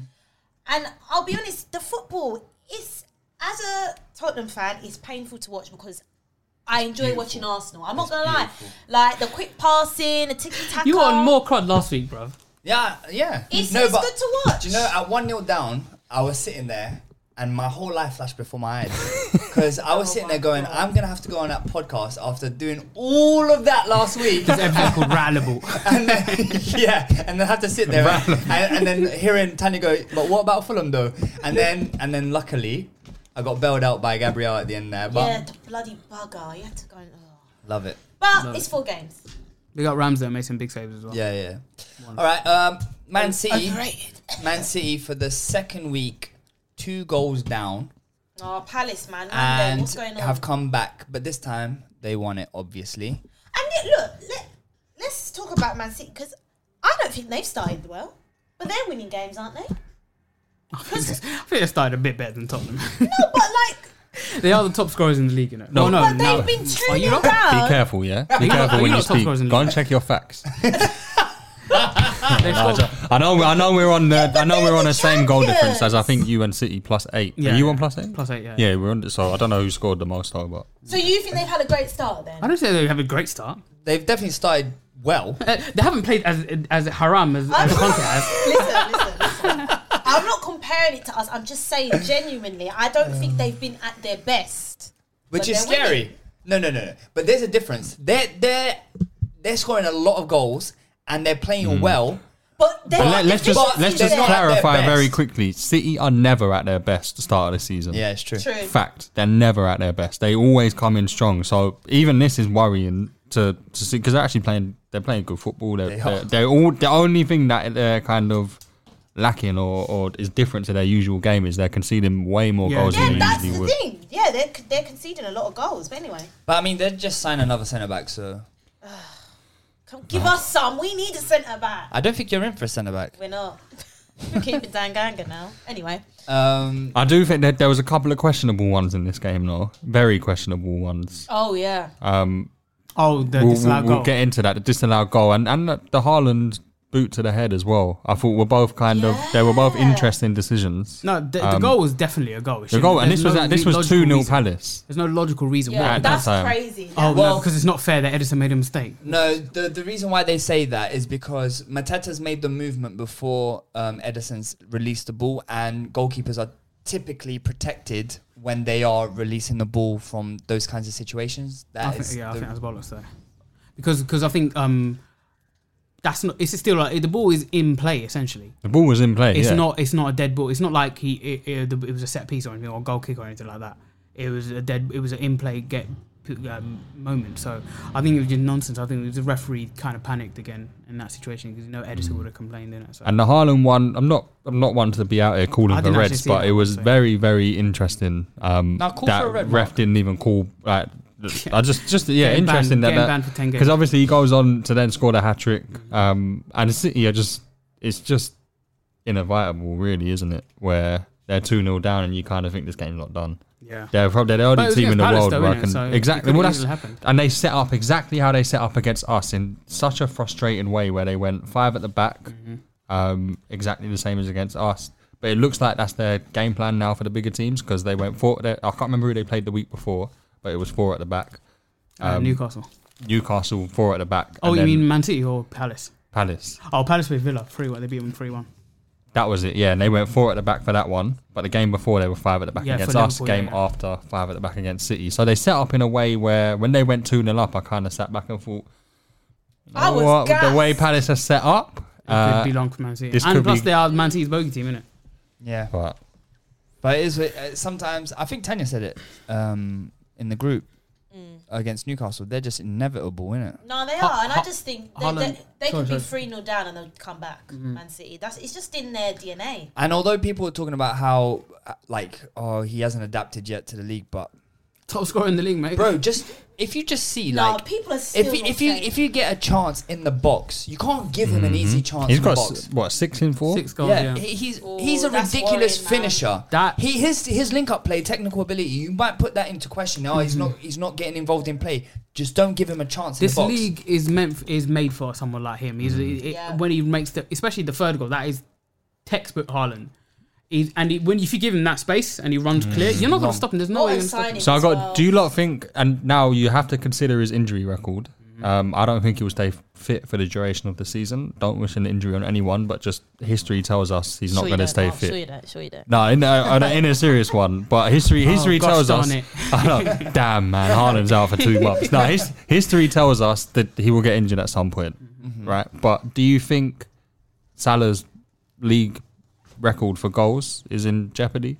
Speaker 4: And I'll be honest, the football is, as a Tottenham fan, it's painful to watch because I enjoy watching Arsenal. I'm not gonna lie, like the quick passing, the ticky tack.
Speaker 1: You were on more crud last week, bro.
Speaker 8: Yeah, yeah.
Speaker 4: It's- it's good to watch.
Speaker 8: Do you know, at 1 0 down, I was sitting there and my whole life flashed before my eyes because I was sitting there going, "I'm gonna have to go on that podcast after doing all of that last week."
Speaker 1: This episode called Rallable.
Speaker 8: yeah, and then have to sit there and, and then hearing Tanya go, but what about Fulham though? And then and then luckily, I got bailed out by Gabrielle at the end there. But
Speaker 4: yeah, the bloody bugger. You had to go. and- oh.
Speaker 8: love it.
Speaker 4: But
Speaker 1: Love
Speaker 4: it's
Speaker 1: it.
Speaker 4: four games.
Speaker 1: We got Rams that made some big saves as well.
Speaker 8: Yeah, yeah. All right, um, Man City.
Speaker 4: Oh,
Speaker 8: Man City for the second week, two goals down,
Speaker 4: Oh, Palace, man. Monday,
Speaker 8: and
Speaker 4: what's going on?
Speaker 8: have come back. But this time they won it, obviously.
Speaker 4: And yet, look, let, let's talk about Man City because I don't think they've started well, but they're winning games, aren't they?
Speaker 1: I think they started a bit better than Tottenham.
Speaker 4: No, but like
Speaker 1: they are the top scorers in the league, you know.
Speaker 5: No.
Speaker 1: No, no,
Speaker 5: But
Speaker 1: no.
Speaker 4: they've been two
Speaker 1: Are you not?
Speaker 4: down.
Speaker 5: Be careful, yeah. Be
Speaker 1: You're not-
Speaker 5: careful
Speaker 1: you're
Speaker 5: when you
Speaker 1: not top
Speaker 5: speak.
Speaker 1: scores in
Speaker 5: Go and
Speaker 1: the-
Speaker 5: check your facts.
Speaker 1: They've
Speaker 5: Nah,
Speaker 1: scored-
Speaker 5: I know. I know we're on the. I know we're on the same goal difference as I think you and City plus eight.
Speaker 1: Yeah,
Speaker 5: Are you
Speaker 1: yeah.
Speaker 5: on plus eight?
Speaker 1: Plus eight, yeah.
Speaker 5: Yeah, we're on. So I don't know who scored the most though, but
Speaker 4: So you think they've had a great start then?
Speaker 1: I don't say they have a great start. Uh,
Speaker 8: They've definitely started well.
Speaker 1: they haven't played as as haram as, as Conte has.
Speaker 4: listen, listen, listen. I'm not comparing it to us. I'm just saying genuinely, I don't
Speaker 5: Mm.
Speaker 4: think they've been at their best.
Speaker 8: which
Speaker 4: But
Speaker 8: is
Speaker 4: they're winning.
Speaker 8: scary. No, no, no, no. But there's a difference. They're they're they're scoring a lot of goals and they're playing well.
Speaker 4: But, they're
Speaker 5: But let, let's just
Speaker 8: But
Speaker 5: let's
Speaker 8: they're
Speaker 5: just
Speaker 8: not at their
Speaker 5: clarify
Speaker 8: best.
Speaker 5: very quickly. City are never at their best to start of the season.
Speaker 8: Yeah, it's true. True.
Speaker 5: Fact, they're never at their best. They always come in strong. So even this is worrying to to see because they're actually playing. They're playing good football. They're,
Speaker 8: They
Speaker 5: they
Speaker 8: are.
Speaker 5: are. They're, they're all the only thing that they're kind of lacking or, or is different to their usual game is they're conceding way more
Speaker 8: Yeah.
Speaker 5: goals
Speaker 4: yeah,
Speaker 5: than they
Speaker 4: that's
Speaker 5: usually
Speaker 4: the
Speaker 5: would.
Speaker 4: thing. Yeah, they're they're conceding a lot of goals. But anyway,
Speaker 8: But I mean, they just signed another centre back, so
Speaker 4: come give us some. We need a centre back.
Speaker 8: I don't think you're in for a centre back.
Speaker 4: We're not. We're keeping Danganga now. Anyway,
Speaker 8: Um,
Speaker 5: I do think that there was a couple of questionable ones in this game, though. Very questionable ones.
Speaker 4: oh yeah.
Speaker 5: Um,
Speaker 1: Oh, the
Speaker 5: we'll,
Speaker 1: disallowed
Speaker 5: we'll- we'll
Speaker 1: goal.
Speaker 5: get into that. The disallowed goal and and the, the Haaland boot to the head as well. I thought were both kind of they were both interesting decisions.
Speaker 1: No, the, the
Speaker 5: Um,
Speaker 1: goal was definitely a goal. It
Speaker 5: the
Speaker 1: shouldn't-
Speaker 5: goal, and
Speaker 1: there's
Speaker 5: this was
Speaker 1: no
Speaker 5: at- this
Speaker 1: re-
Speaker 5: was
Speaker 1: logical
Speaker 5: two 0
Speaker 1: reason.
Speaker 5: Palace.
Speaker 1: There's no logical reason
Speaker 8: Yeah,
Speaker 1: why.
Speaker 8: At that that's time. crazy.
Speaker 1: Oh
Speaker 8: Well-
Speaker 1: no, because it's not fair that Edison made a mistake.
Speaker 8: no, the the reason why they say that is because Mateta's made the movement before um, Edison's released the ball, and goalkeepers are typically protected when they are releasing the ball from those kinds of situations.
Speaker 1: I
Speaker 8: That
Speaker 1: think,
Speaker 8: is
Speaker 1: yeah, I
Speaker 8: the-
Speaker 1: think that's bollocks though, because because I think um, that's not. It's still like the ball is in play essentially.
Speaker 5: The ball was in play.
Speaker 1: It's
Speaker 5: yeah.
Speaker 1: not. It's not a dead ball. It's not like he. It, it, the- it was a set piece or anything, or a goal kick or anything like that. It was a dead. It was an in-play get um, moment. So I think it was just nonsense. I think it was the referee kind of panicked again in that situation because you know Edison would have complained in it. So.
Speaker 5: Mm. And the Haaland one, I'm not, I'm not one to be out here
Speaker 1: I
Speaker 5: calling for
Speaker 1: didn't actually
Speaker 5: reds,
Speaker 1: see
Speaker 5: but
Speaker 1: it,
Speaker 5: it was
Speaker 1: so-
Speaker 5: very, very interesting. Um,
Speaker 1: Now, call
Speaker 5: that
Speaker 1: for a red
Speaker 5: ref
Speaker 1: mark.
Speaker 5: didn't even call. Like, I just, just yeah,
Speaker 1: Getting banned-
Speaker 5: interesting
Speaker 1: getting
Speaker 5: that
Speaker 1: banned for 10
Speaker 5: that
Speaker 1: games.
Speaker 5: because obviously he goes on to then score the hat trick. Um, and City are just, it's just inevitable, really, isn't it? Where they're two 0 down and you kind of think this game's not done.
Speaker 1: Yeah.
Speaker 5: they're probably they're the
Speaker 1: But it
Speaker 5: only
Speaker 1: was
Speaker 5: team in the
Speaker 1: against Palace
Speaker 5: world
Speaker 1: though,
Speaker 5: where I
Speaker 1: innit?
Speaker 5: can
Speaker 1: So it
Speaker 5: exactly
Speaker 1: could've
Speaker 5: well that's
Speaker 1: easily happened.
Speaker 5: and they set up exactly how they set up against us in such a frustrating way where they went five at the back,
Speaker 1: Mm-hmm.
Speaker 5: um, exactly the same as against us. But it looks like that's their game plan now for the bigger teams because they went four. They, I can't remember who they played the week before, but it was four at the back.
Speaker 1: Uh, Newcastle.
Speaker 5: Newcastle four at the back. and
Speaker 1: oh, you
Speaker 5: um, then
Speaker 1: mean Man City or Palace?
Speaker 5: Palace?
Speaker 1: Oh, Palace with Villa three one. They beat them three one.
Speaker 5: That was it, yeah. And they went four at the back for that one, but the game before they were five at the back
Speaker 1: Yeah,
Speaker 5: against
Speaker 1: for
Speaker 5: us.
Speaker 1: Liverpool, yeah,
Speaker 5: Game after five at the back against City. So they set up in a way where when they went two 0 up, I kind of sat back and thought, you
Speaker 1: I
Speaker 5: know
Speaker 1: was
Speaker 5: what, with
Speaker 1: gassed.
Speaker 5: the way Palace are set up,
Speaker 1: It could be long for Man City.
Speaker 5: This
Speaker 1: And
Speaker 5: could
Speaker 1: plus,
Speaker 5: be,
Speaker 1: they are Man City's bogey team, innit?
Speaker 8: yeah.
Speaker 5: But
Speaker 8: But it is uh, sometimes I think Tanya said it um, in the group
Speaker 5: Mm.
Speaker 8: against Newcastle. They're just inevitable, isn't it?
Speaker 4: No, they are,
Speaker 8: Ha-
Speaker 4: and I
Speaker 8: ha-
Speaker 4: just think they,
Speaker 8: Haaland-
Speaker 4: they, they
Speaker 8: sorry,
Speaker 4: could be
Speaker 8: sorry.
Speaker 4: three 0 down and they'll come back.
Speaker 8: Mhm.
Speaker 4: Man City, that's it's just in their DNA.
Speaker 8: And although people were talking about how uh, like oh he hasn't adapted yet to the league, but
Speaker 1: top scorer in the league, mate.
Speaker 8: Bro, just if you just see
Speaker 4: No,
Speaker 8: like
Speaker 4: people are
Speaker 8: if
Speaker 4: still
Speaker 8: you,
Speaker 4: not
Speaker 8: if you
Speaker 4: safe.
Speaker 8: if you get a chance in the box, you can't give him an easy
Speaker 5: Mhm.
Speaker 8: chance
Speaker 5: He's
Speaker 8: in
Speaker 5: got
Speaker 8: the box.
Speaker 5: s- what six in four, six
Speaker 8: yeah, he- he's he's a
Speaker 4: that's
Speaker 8: ridiculous
Speaker 4: worrying, man.
Speaker 8: finisher.
Speaker 5: That-
Speaker 8: he his his link up play, technical ability, you might put that into question. Oh, he's
Speaker 1: Mhm.
Speaker 8: not he's not getting involved in play. Just don't give him a chance
Speaker 1: This
Speaker 8: in the box. Mm.
Speaker 1: league is meant f- is made for someone like him. He's it, it- when he makes the especially the third goal that is textbook Haaland. He's, and he, when if you give him that space and he runs
Speaker 8: Mm.
Speaker 1: clear, you're not going
Speaker 5: Wrong.
Speaker 1: to stop him. There's no
Speaker 4: What
Speaker 1: way.
Speaker 4: a
Speaker 1: You're gonna stop him.
Speaker 4: signing.
Speaker 5: So I got. Do you lot think? And now you have to consider his injury record.
Speaker 1: Mm-hmm.
Speaker 5: Um, I don't think he will stay fit for the duration of the season. Don't wish an injury on anyone, but just history tells us he's not
Speaker 4: Sure you
Speaker 5: going to
Speaker 4: don't,
Speaker 5: stay
Speaker 4: Mark,
Speaker 5: fit.
Speaker 4: sure you don't, sure you don't.
Speaker 5: No, in, uh, uh, in a serious one, but history
Speaker 1: Oh,
Speaker 5: history
Speaker 1: gosh
Speaker 5: tells
Speaker 1: darn
Speaker 5: us.
Speaker 1: it.
Speaker 5: I know, damn man, Haaland's out for two months. No, his, history tells us that he will get injured at some point,
Speaker 1: Mm-hmm.
Speaker 5: right? But do you think Salah's league record for goals is in jeopardy?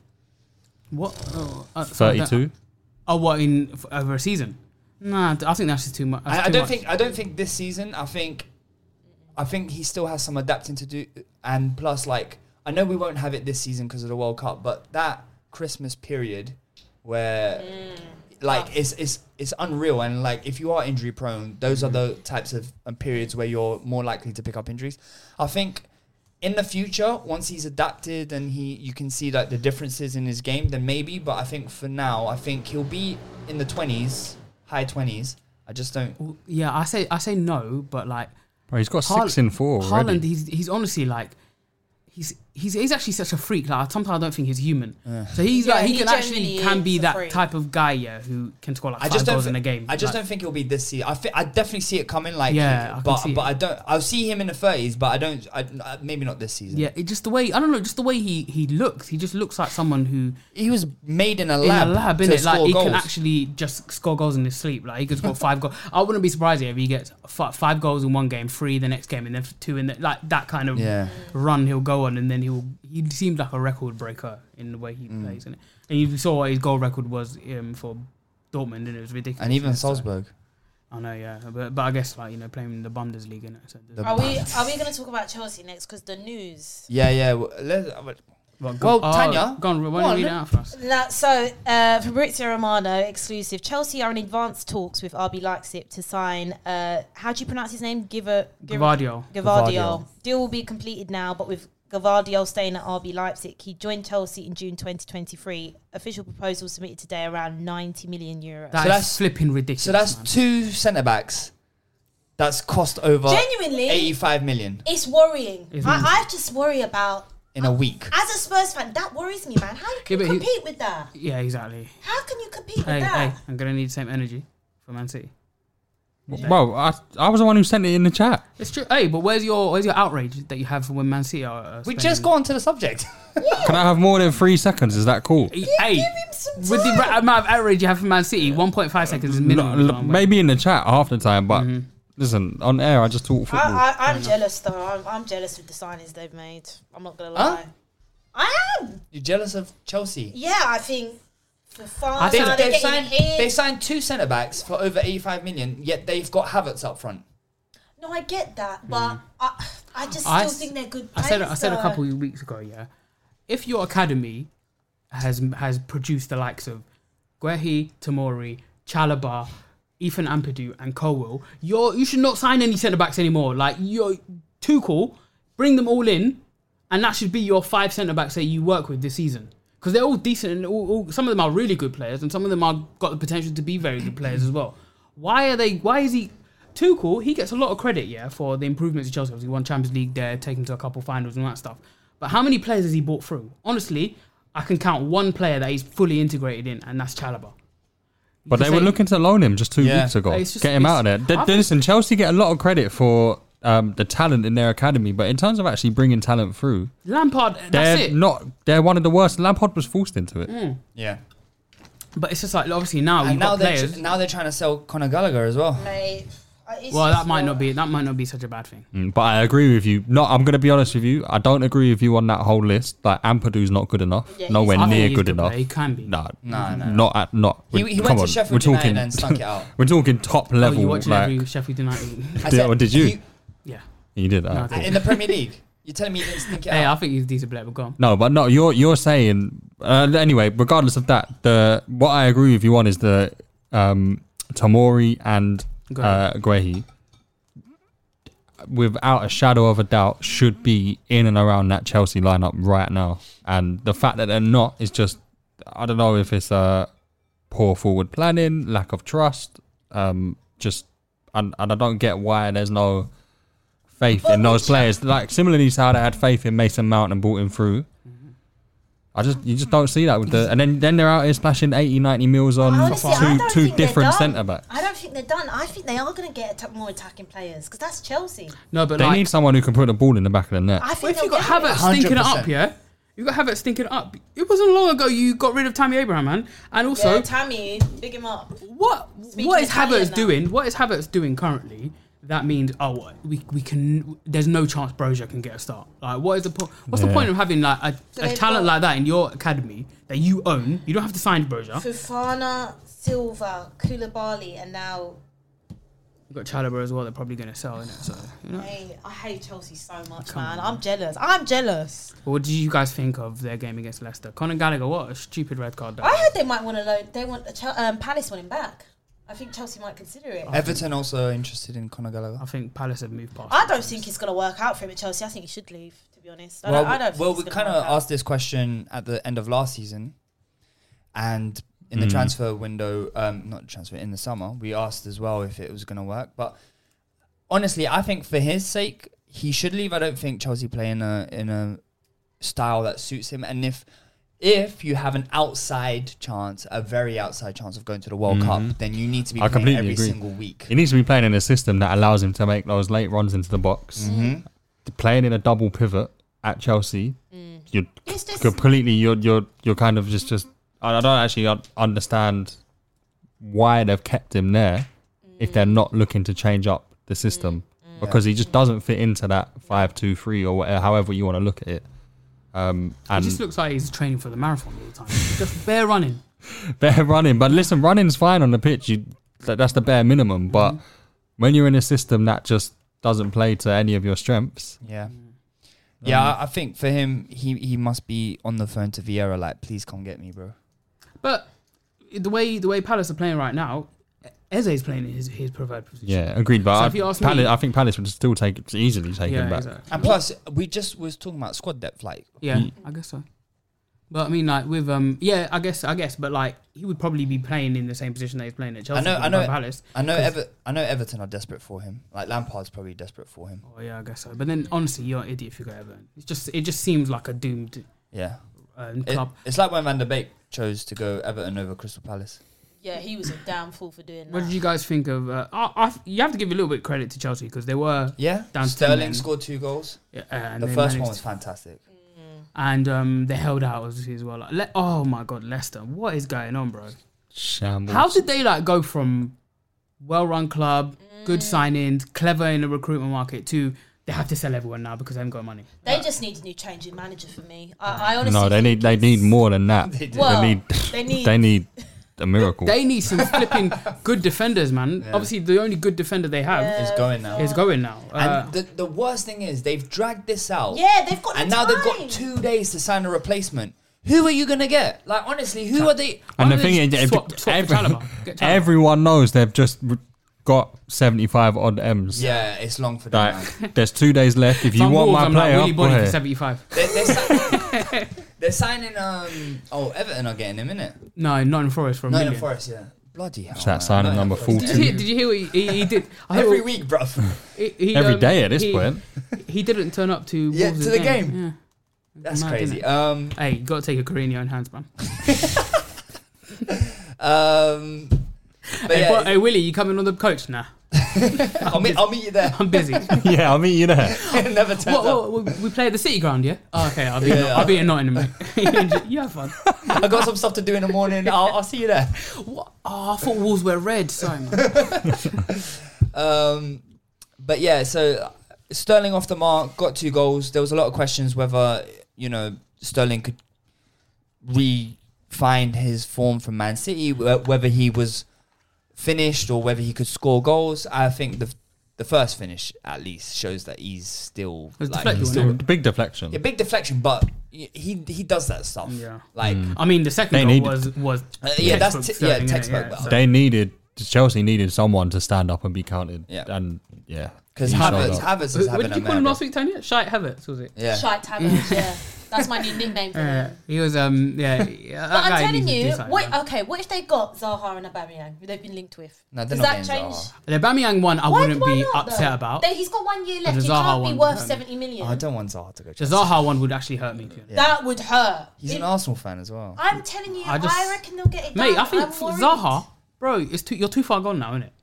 Speaker 1: What? Oh, uh, so I don't-
Speaker 5: 32?
Speaker 1: Oh, what in f- over a season? Nah, I think that's just too much.
Speaker 8: I, I don't think uh I don't think this season. I think I think he still has some adapting to do, and plus, like I know we won't have it this season because of the World Cup, but that Christmas period where like it's it's it's unreal, and like if you are injury prone, those are
Speaker 1: Mm-hmm.
Speaker 8: the types of um, periods where you're more likely to pick up injuries. I think. In the future, once he's adapted and he, you can see like the differences in his game, then maybe. But I think for now, I think he'll be in the twenties, high twenties. I just don't.
Speaker 1: Yeah, I say I say no, but like.
Speaker 5: Bro, he's got
Speaker 1: Haal-
Speaker 5: six in four already.
Speaker 1: Haaland, he's he's honestly like. He's, he's, he's actually such a freak. Like sometimes I don't think he's human. So he's
Speaker 8: Yeah,
Speaker 1: like he,
Speaker 8: he
Speaker 1: can actually
Speaker 8: genuinely
Speaker 1: can be
Speaker 8: is a
Speaker 1: that
Speaker 8: freak.
Speaker 1: type of guy yeah who can score like
Speaker 8: I
Speaker 1: five
Speaker 8: just don't
Speaker 1: goals
Speaker 8: thi-
Speaker 1: in a game.
Speaker 8: I just
Speaker 1: Like,
Speaker 8: don't think it'll be this season. I, thi- I definitely see it coming. Like
Speaker 1: Yeah, I can
Speaker 8: but
Speaker 1: see
Speaker 8: but
Speaker 1: it.
Speaker 8: I don't. I'll see him in the thirties, but I don't. I, uh, maybe not this season.
Speaker 1: yeah. It just the way I don't know, just the way he he looks. He just looks like someone who
Speaker 8: he was made in a
Speaker 1: In
Speaker 8: lab
Speaker 1: a lab,
Speaker 8: to
Speaker 1: innit? Like
Speaker 8: score
Speaker 1: he
Speaker 8: goals.
Speaker 1: can actually just score goals in his sleep. Like he could score five goals. I wouldn't be surprised if he gets f- five goals in one game, three the next game, and then two in the, like that kind of
Speaker 8: Yeah.
Speaker 1: run he'll go on, and then he'll he seemed like a record breaker in the way he
Speaker 8: Mm.
Speaker 1: plays, innit? And you saw what his goal record was um, for Dortmund, and it was ridiculous.
Speaker 8: And even
Speaker 1: innit? So-
Speaker 8: Salzburg.
Speaker 1: I know, yeah, but but I guess like you know playing in the Bundesliga, innit? So there's-
Speaker 4: Are we are we going to talk about Chelsea next? Because the news.
Speaker 8: Yeah, yeah. Well, let
Speaker 1: Well,
Speaker 8: well
Speaker 1: oh,
Speaker 8: Tanya,
Speaker 1: go on, why don't you read it out for us?
Speaker 4: No, so uh, Fabrizio Romano, exclusive. Chelsea are in advanced talks with RB Leipzig to sign. Uh, how do you pronounce his name? Giver
Speaker 1: Gvardiol.
Speaker 4: Gavardiol.
Speaker 1: Gvardiol.
Speaker 4: Deal will be completed now, but with Gavardiol staying at RB Leipzig, he joined Chelsea in June 2023. Official proposal submitted today around 90 million euros.
Speaker 1: That is flipping ridiculous.
Speaker 8: So that's two centre backs. That's cost over
Speaker 4: Genuinely?
Speaker 8: eighty-five million
Speaker 4: it's worrying.
Speaker 8: Isn't it?
Speaker 4: I, I just worry about
Speaker 8: in a week.
Speaker 4: as a Spurs fan. That worries me, man. How
Speaker 1: Yeah,
Speaker 4: can
Speaker 1: but
Speaker 4: you
Speaker 1: he-
Speaker 4: compete with that?
Speaker 1: yeah, exactly.
Speaker 4: How can you compete with
Speaker 1: Hey,
Speaker 4: that?
Speaker 1: hey, I'm gonna need the same energy for Man City.
Speaker 5: Bro, I, I was the one who sent it in the chat.
Speaker 1: It's true. Hey, but where's your where's your outrage that you have for when Man City are? Uh,
Speaker 8: We
Speaker 1: spending-
Speaker 8: just got onto the subject.
Speaker 5: Can I have more than three seconds? Is that cool?
Speaker 1: Hey, with the ra- amount of outrage you have for Man City, 1.5 seconds is minimum.
Speaker 5: L- l- maybe in the chat half the time, but
Speaker 1: Mm-hmm.
Speaker 5: listen, on air I just talk football.
Speaker 4: I, I, I'm jealous though. I'm, I'm jealous with the signings they've made. I'm not gonna lie. I am.
Speaker 8: You jealous of Chelsea?
Speaker 4: Yeah, I think for fun.
Speaker 8: I think
Speaker 4: they're
Speaker 8: they've
Speaker 4: getting
Speaker 8: signed,
Speaker 4: in.
Speaker 8: they signed two centre backs for over 85 million, yet they've got Havertz up front.
Speaker 4: no, I get that, but
Speaker 5: Mm.
Speaker 4: I, I just still
Speaker 1: I s-
Speaker 4: think they're good.
Speaker 1: I said
Speaker 4: players,
Speaker 1: I said a
Speaker 4: though.
Speaker 1: couple of weeks ago. Yeah, if your academy has has produced the likes of Guehi, Tamori, Chalaba, Ethan Ampadu, and Colwell, you you should not sign any centre backs anymore. Like you're too cool. Bring them all in, and that should be your five centre backs that you work with this season. Because they're all decent, and all, all, some of them are really good players, and some of them are got the potential to be very good players as well. Why are they? Why is he? Tuchel, he gets a lot of credit, yeah, for the improvements of Chelsea. Obviously, He won Champions League there, taken to a couple finals and all that stuff. But how many players has he brought through? Honestly, I can count one player that he's fully integrated in, and that's Chalaba.
Speaker 5: but they
Speaker 1: You can
Speaker 5: were
Speaker 1: say-
Speaker 5: looking to loan him just two
Speaker 1: Yeah.
Speaker 5: weeks ago.
Speaker 1: It's just-
Speaker 5: get him out of there.
Speaker 1: it's-
Speaker 5: They-
Speaker 1: I
Speaker 5: they-
Speaker 1: think-
Speaker 5: listen, Chelsea get a lot of credit for um, the talent in their academy, but in terms of actually bringing talent through,
Speaker 1: Lampard,
Speaker 5: they're
Speaker 1: that's it.
Speaker 5: not. They're one of the worst. Lampard was forced into it.
Speaker 1: Mm.
Speaker 8: Yeah.
Speaker 1: But it's just like obviously now
Speaker 8: And
Speaker 1: you've
Speaker 8: now
Speaker 1: got
Speaker 8: they're,
Speaker 1: players.
Speaker 8: tr- now they're trying to sell Conor Gallagher as well.
Speaker 4: Mate, uh, it's
Speaker 1: well,
Speaker 4: just
Speaker 1: that might not be that might not be such a bad thing.
Speaker 5: Mm, But I agree with you. No, I'm going to be honest with you. I don't agree with you on that whole list. Like Ampadu's not good enough.
Speaker 1: Yeah,
Speaker 5: Nowhere
Speaker 1: he's- I think
Speaker 5: near
Speaker 1: he's
Speaker 5: good
Speaker 1: good
Speaker 5: enough.
Speaker 1: player. He can be.
Speaker 5: No,
Speaker 1: No, no.
Speaker 5: not at not.
Speaker 8: He-
Speaker 5: we-
Speaker 8: he went
Speaker 5: come
Speaker 8: to
Speaker 5: on,
Speaker 8: Sheffield
Speaker 5: we're talking,
Speaker 8: United and stunk it out.
Speaker 5: We're talking top
Speaker 1: Oh,
Speaker 5: level.
Speaker 1: you watching
Speaker 5: like,
Speaker 1: every Sheffield United?
Speaker 5: did, or did you?
Speaker 1: Yeah.
Speaker 5: You did.
Speaker 1: No,
Speaker 5: uh,
Speaker 1: I
Speaker 5: cool.
Speaker 1: didn't.
Speaker 8: In the Premier League. You're telling me you didn't sneak it
Speaker 1: Hey,
Speaker 8: out?
Speaker 1: I think he's a decent player, but go on.
Speaker 5: No, but no, you're you're saying uh, anyway. Regardless of that, the what I agree with you on is the um, Tamori and uh, Guehi, without a shadow of a doubt, should be in and around that Chelsea lineup right now. And the fact that they're not is just I don't know if it's uh, poor forward planning, lack of trust, um, just and, and I don't get why there's no faith in those players. Like similarly to how they had faith in Mason Mount and brought him through. I just you just don't see that with the and then then they're out here splashing 80, 90 mils on
Speaker 4: Honestly, I don't
Speaker 5: Um, two two
Speaker 4: think they're
Speaker 5: different
Speaker 4: done.
Speaker 5: centre backs.
Speaker 4: I don't think they're done. I think they are going to get atta- more attacking players because that's Chelsea.
Speaker 1: No, but
Speaker 5: they
Speaker 1: like-
Speaker 5: need someone who can put the ball in the back of the net.
Speaker 4: I think
Speaker 1: Well, if
Speaker 4: they'll
Speaker 1: you got
Speaker 4: get
Speaker 1: Havertz
Speaker 4: it.
Speaker 1: stinking it up, yeah, you got Havertz stinking it up. It wasn't long ago you got rid of Tammy Abraham, man, and also
Speaker 4: yeah, Tammy, big him up.
Speaker 1: What? what is Havertz doing? What is Havertz doing currently? That means oh we, we can there's no chance Brozier can get a start. Like what is the point? What's the
Speaker 5: Yeah.
Speaker 1: point of having like a,
Speaker 4: So
Speaker 1: a
Speaker 4: they've
Speaker 1: talent
Speaker 4: got-
Speaker 1: like that in your academy that you own? You don't have to sign Brozier. You've
Speaker 4: Fufana, Silva, Koulibaly, and now
Speaker 1: got Chalobah as well. They're probably going to sell in it. So you know.
Speaker 4: hey, I hate Chelsea so much,
Speaker 1: Come
Speaker 4: man.
Speaker 1: on.
Speaker 4: I'm jealous. I'm jealous.
Speaker 1: But what do you guys think of their game against Leicester? Conor Gallagher, what a stupid red card. That
Speaker 4: I heard they might want to loan. They want Chel- um, Palace want him back. I think Chelsea might consider it.
Speaker 8: Everton also interested in Conor Gallagher.
Speaker 1: I think Palace have moved past.
Speaker 4: I don't think it's going to work out for him at Chelsea. I think he should leave. To be honest, I
Speaker 8: well,
Speaker 4: don't. I don't
Speaker 8: well,
Speaker 4: think
Speaker 8: we
Speaker 4: it's
Speaker 8: kind
Speaker 4: gonna work
Speaker 8: of
Speaker 4: out.
Speaker 8: asked this question at the end of last season, and in the
Speaker 5: Mm.
Speaker 8: transfer window, um, not transfer in the summer, we asked as well if it was going to work. But honestly, I think for his sake, he should leave. I don't think Chelsea play in a in a style that suits him, and if. If you have an outside chance, a very outside chance of going to the World
Speaker 5: Mhm.
Speaker 8: Cup, then you need to be
Speaker 5: I
Speaker 8: playing
Speaker 5: completely
Speaker 8: every
Speaker 5: agree.
Speaker 8: single week.
Speaker 5: He needs to be playing in a system that allows him to make those late runs into the box.
Speaker 8: Mhm.
Speaker 5: Playing in a double pivot at Chelsea, you're
Speaker 4: Mm. It's just-
Speaker 5: completely you're you're you're kind of just just I I don't actually un- understand why they've kept him there
Speaker 4: Mm.
Speaker 5: if they're not looking to change up the system because he just doesn't fit into that five two three or whatever, however you want to look at it. Um,
Speaker 1: He
Speaker 5: and
Speaker 1: just looks like he's training for the marathon all the time. just bare running.
Speaker 5: bare running. But listen, running's fine on the pitch. You that, that's the bare minimum. But when you're in a system that just doesn't play to any of your strengths,
Speaker 8: Yeah.
Speaker 1: Mm.
Speaker 8: Yeah, I- I think for him, he, he must be on the phone to Vieira, like, please come get me, bro.
Speaker 1: But the way the way Palace are playing right now, Eze is playing in his his preferred position.
Speaker 5: yeah, agreed. But
Speaker 1: So
Speaker 5: I,
Speaker 1: if you ask
Speaker 5: Palace,
Speaker 1: me-
Speaker 5: I think Palace would still take it easily take
Speaker 1: Yeah,
Speaker 5: him back.
Speaker 1: exactly.
Speaker 8: And plus, we just was talking about squad depth, like,
Speaker 1: Yeah, I guess so. But I mean, like with um, yeah, I guess I guess, but like he would probably be playing in the same position that he's playing at
Speaker 8: I
Speaker 1: Chelsea.
Speaker 8: know,
Speaker 1: for
Speaker 8: I know,
Speaker 1: Palace.
Speaker 8: I know,
Speaker 1: 'Cause-
Speaker 8: Ever, I know Everton are desperate for him. Like Lampard's probably desperate for him.
Speaker 1: Oh yeah, I guess so. But then honestly, you're an idiot if you go Everton. It's just it just seems like a doomed
Speaker 8: Yeah,
Speaker 1: um,
Speaker 8: It-
Speaker 1: club.
Speaker 8: it's like when Van der Beek chose to go Everton over Crystal Palace.
Speaker 4: Yeah, he was a damn fool for doing that.
Speaker 1: What did you guys think of? Uh, I, I, you have to give a little bit of credit to Chelsea because they were
Speaker 8: Yeah,
Speaker 1: down 10
Speaker 8: Sterling
Speaker 1: men.
Speaker 8: scored two goals.
Speaker 1: Yeah, and
Speaker 8: the
Speaker 1: they
Speaker 8: first one
Speaker 1: managed-
Speaker 8: was fantastic.
Speaker 1: and um, they held out obviously as well. Like, Le- oh my god, Leicester, what is going on, bro?
Speaker 5: Shambles.
Speaker 1: How did they like go from well-run club, good signings, clever in the recruitment market to they have to sell everyone now because they haven't got money?
Speaker 4: They just need a new change in manager for me. I, I honestly
Speaker 5: no, they
Speaker 4: think
Speaker 5: need they
Speaker 4: it's-
Speaker 5: need more than that.
Speaker 4: They
Speaker 5: They,
Speaker 4: do. Well,
Speaker 5: need,
Speaker 4: they
Speaker 5: they need
Speaker 4: need-
Speaker 5: a miracle.
Speaker 1: They need some flipping good defenders, man.
Speaker 8: Yeah.
Speaker 1: Obviously, the only good defender they have
Speaker 8: Is going now.
Speaker 1: Is going now. Uh,
Speaker 8: and the, the worst thing is they've dragged this out.
Speaker 4: Yeah, they've got.
Speaker 8: and
Speaker 4: the
Speaker 8: now they've
Speaker 4: time.
Speaker 8: got two days to sign a replacement. Who are you gonna get? Like honestly, who are they?
Speaker 5: And
Speaker 8: why
Speaker 5: the
Speaker 8: don't
Speaker 5: thing
Speaker 8: they
Speaker 5: is,
Speaker 8: just
Speaker 5: if-
Speaker 8: swap- swap
Speaker 5: every-
Speaker 8: Chalobah? Get Chalobah.
Speaker 5: everyone knows they've just r- got 75 odd M's.
Speaker 8: Yeah, it's long for them. now.
Speaker 5: Like, there's two days left. If you
Speaker 1: Van
Speaker 5: want
Speaker 1: Wolf,
Speaker 5: my
Speaker 1: I'm
Speaker 5: player,
Speaker 1: like Willy
Speaker 5: up
Speaker 1: Bonny
Speaker 5: here.
Speaker 1: for seventy-five.
Speaker 8: They're signing. Um. Oh, Everton are getting him, innit?
Speaker 1: No, not in Forest for a
Speaker 8: Nottingham
Speaker 1: million.
Speaker 8: Forest, yeah. Bloody hell.
Speaker 5: It's that signing number
Speaker 1: Did you, hear,
Speaker 5: 40.
Speaker 1: did you hear what he, he, he did? I heard
Speaker 8: Every
Speaker 1: what-
Speaker 8: week, bruv.
Speaker 1: He, he, um,
Speaker 5: Every day at this
Speaker 1: he-
Speaker 5: point.
Speaker 1: He didn't turn up to
Speaker 8: Yeah,
Speaker 1: Wolves'
Speaker 8: to the
Speaker 1: game.
Speaker 8: game.
Speaker 1: Yeah.
Speaker 8: That's
Speaker 1: Mad,
Speaker 8: crazy.
Speaker 1: innit?
Speaker 8: Um.
Speaker 1: Hey, you got to take a career in your own hands, man.
Speaker 8: Um. But
Speaker 1: hey,
Speaker 8: yeah,
Speaker 1: bro- hey, Willie, you coming on the coach? Nah,
Speaker 8: I'll meet, I'll meet you there.
Speaker 1: I'm busy. what,
Speaker 5: yeah, I'll meet you there.
Speaker 8: Never turns up.
Speaker 1: what, we- we play at the City Ground, yeah? Oh, okay, I'll be,
Speaker 8: Yeah,
Speaker 1: in,
Speaker 8: yeah.
Speaker 1: I'll be in Nottingham, mate. you have fun.
Speaker 8: I got some stuff to do in the morning. I'll, I'll see you there.
Speaker 1: What? Oh, I thought walls were red. Sorry, man.
Speaker 8: Um, but yeah, so Sterling off the mark, got two goals. There was a lot of questions whether you know Sterling could re find his form from Man City, wh- whether he was finished or whether he could score goals. I think the the first finish at least shows that he's still like
Speaker 1: It's deflected,
Speaker 8: he's
Speaker 1: wasn't
Speaker 8: still
Speaker 1: it?
Speaker 5: Big deflection.
Speaker 8: yeah, big deflection, but he he he does that stuff.
Speaker 1: Yeah.
Speaker 8: like
Speaker 1: I mean, the second
Speaker 5: They
Speaker 1: goal
Speaker 5: need-
Speaker 1: was was
Speaker 8: Uh, yeah, that's
Speaker 1: textbook
Speaker 8: t- yeah,
Speaker 1: Sterling, innit?
Speaker 8: textbook, but-
Speaker 1: so-
Speaker 5: They needed, Chelsea needed someone to stand up and be counted.
Speaker 8: Yeah.
Speaker 5: And yeah.
Speaker 8: because
Speaker 5: he showed
Speaker 8: Havertz
Speaker 5: up.
Speaker 8: Havertz is
Speaker 1: Who- What
Speaker 8: having
Speaker 1: did
Speaker 8: a
Speaker 1: you call him
Speaker 8: man.
Speaker 1: last week, Tanya? Shite Havertz, was it?
Speaker 8: Yeah,
Speaker 4: Shite Havertz, yeah. That's my new nickname for
Speaker 1: Uh,
Speaker 4: him.
Speaker 1: he was um yeah. yeah,
Speaker 4: But
Speaker 1: that guy
Speaker 4: I'm telling
Speaker 1: needs to do
Speaker 4: you,
Speaker 1: something.
Speaker 4: what, okay, what if they got Zaha and Aubameyang, who they've been linked with?
Speaker 1: No,
Speaker 4: Does
Speaker 1: they're not
Speaker 4: that
Speaker 1: getting
Speaker 4: change?
Speaker 1: The Bamiyang one, I
Speaker 4: Why-
Speaker 1: wouldn't
Speaker 4: why
Speaker 1: be
Speaker 4: not, though?
Speaker 1: upset about.
Speaker 4: They- he's got one year left.
Speaker 1: The
Speaker 4: He
Speaker 1: Zaha
Speaker 4: can't be
Speaker 1: one
Speaker 4: worth
Speaker 1: would hurt me.
Speaker 4: 70 million.
Speaker 8: Oh, I don't want Zaha to go.
Speaker 1: The Zaha one would actually hurt me. to be honest.
Speaker 4: That would hurt.
Speaker 8: He's
Speaker 4: It-
Speaker 8: an Arsenal fan as well.
Speaker 4: I'm telling you,
Speaker 1: I
Speaker 4: I,
Speaker 1: just-
Speaker 4: reckon they'll get it
Speaker 1: Mate, I
Speaker 4: done.
Speaker 1: think
Speaker 4: I'm
Speaker 1: f-
Speaker 4: worried.
Speaker 1: Zaha, bro, it's too, you're too far gone now, isn't it?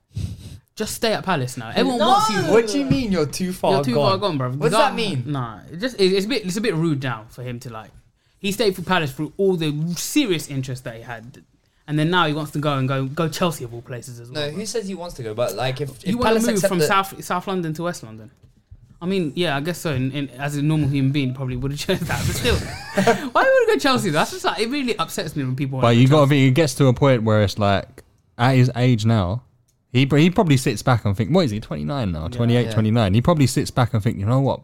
Speaker 1: Just stay at Palace now. Everyone
Speaker 4: No.
Speaker 1: wants you.
Speaker 4: What do you
Speaker 8: mean you're too far
Speaker 1: You're too
Speaker 8: gone?
Speaker 1: far gone, bro.
Speaker 8: What does that mean?
Speaker 1: Nah, it just it, it's a bit it's a bit rude now for him to like. He stayed for Palace through all the serious interest that he had, and then now he wants to go and go go Chelsea of all places as well.
Speaker 8: No,
Speaker 1: bro.
Speaker 8: who says he wants to go? But like, if, if
Speaker 1: you want
Speaker 8: Palace
Speaker 1: to move
Speaker 8: accept
Speaker 1: from
Speaker 8: that-
Speaker 1: South South London to West London? I mean, yeah, I guess so. In, in, as a normal human being, probably would have chose that, but still, why would I go Chelsea? That's just like it really upsets me when people.
Speaker 5: But you got to think it gets to a point where it's like at his age now, he pr- he probably sits back and think, what is he, 29 now, 28,
Speaker 1: Yeah.
Speaker 5: 29. He probably sits back and think, you know what?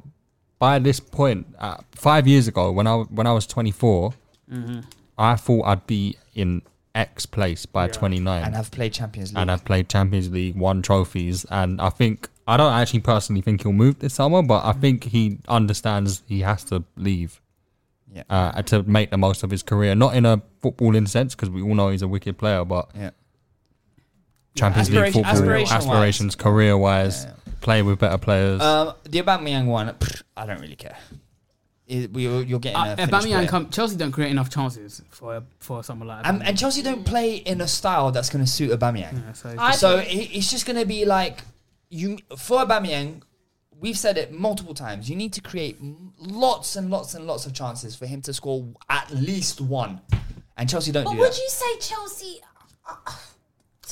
Speaker 5: By this point, uh, five years ago, when I when I was 24,
Speaker 8: Mhm.
Speaker 5: I thought I'd be in X place by 29
Speaker 8: and have played Champions
Speaker 1: Uh,
Speaker 8: League,
Speaker 5: and I've played Champions League, won trophies, and I think I don't actually personally think he'll move this summer, but I think he understands he has to leave.
Speaker 8: Yeah.
Speaker 5: Uh, to make the most of his career, not in a footballing sense, because we all know he's a wicked player, but
Speaker 8: yeah.
Speaker 5: Champions
Speaker 8: Yeah,
Speaker 5: League
Speaker 8: aspiration-
Speaker 5: football
Speaker 8: aspiration-wise.
Speaker 5: aspirations, career-wise, play with better players.
Speaker 8: Um, the Aubameyang one, pfft, I don't really care. It, we, you're getting a
Speaker 1: Uh,
Speaker 8: finished
Speaker 1: Aubameyang
Speaker 8: player.
Speaker 1: come, Chelsea don't create enough chances for for someone like
Speaker 8: Um, and Chelsea don't play in a style that's going to suit Aubameyang.
Speaker 1: so
Speaker 4: I
Speaker 8: so
Speaker 4: think-
Speaker 8: he- it's just going to be like you for Aubameyang. We've said it multiple times. You need to create m- lots and lots and lots of chances for him to score at least one, and Chelsea don't
Speaker 4: But
Speaker 8: do
Speaker 4: would
Speaker 8: that.
Speaker 4: you say Chelsea?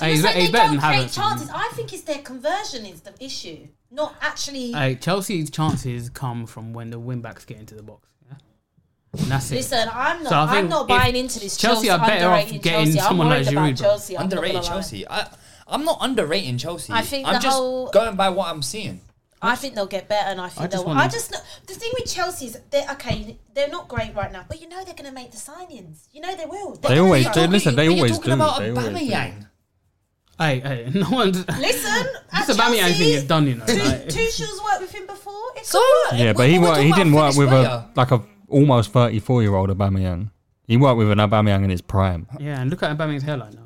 Speaker 1: Hey, he's
Speaker 4: you
Speaker 1: be-
Speaker 4: say
Speaker 1: he's
Speaker 4: they
Speaker 1: better
Speaker 4: don't
Speaker 1: than
Speaker 4: create
Speaker 1: Havertz.
Speaker 4: chances. I think it's their conversion is the issue, not actually.
Speaker 1: Hey, Chelsea's chances come from when the wing backs get into the box. Yeah? And that's it.
Speaker 4: Listen, I'm not.
Speaker 1: So I
Speaker 4: I'm
Speaker 1: think
Speaker 4: not
Speaker 1: if
Speaker 4: buying into this.
Speaker 1: Chelsea are better off
Speaker 4: underrating
Speaker 1: getting
Speaker 4: Chelsea.
Speaker 1: someone
Speaker 4: I'm worried
Speaker 1: like
Speaker 4: about
Speaker 1: Giroud, bro.
Speaker 4: Chelsea. I'm not gonna
Speaker 8: underrated
Speaker 4: lie.
Speaker 8: Chelsea. I, I'm not underrating Chelsea.
Speaker 4: I think
Speaker 8: I'm
Speaker 4: the
Speaker 8: just
Speaker 4: whole-
Speaker 8: going by what I'm seeing.
Speaker 4: I think they'll get better, and I think
Speaker 8: I just
Speaker 4: they'll.
Speaker 8: want
Speaker 4: I
Speaker 8: them-
Speaker 4: just know the thing with Chelsea is they're okay. They're not great right now, but you know they're going to make the signings. You know they will.
Speaker 5: They always do. Listen, they
Speaker 8: but you're
Speaker 5: always
Speaker 8: talking
Speaker 5: do.
Speaker 8: about
Speaker 5: They always do.
Speaker 8: Aubameyang.
Speaker 1: Hey, hey, no one's.
Speaker 4: Listen, at
Speaker 1: This Aubameyang thing is done, you know. like-
Speaker 4: Tuchel's worked with him before. It's
Speaker 8: So
Speaker 4: all right.
Speaker 5: Yeah, but he worked, he didn't work with a like a almost thirty four year old Aubameyang. He worked with an Aubameyang in his prime.
Speaker 1: yeah, and look at Aubameyang's hairline now.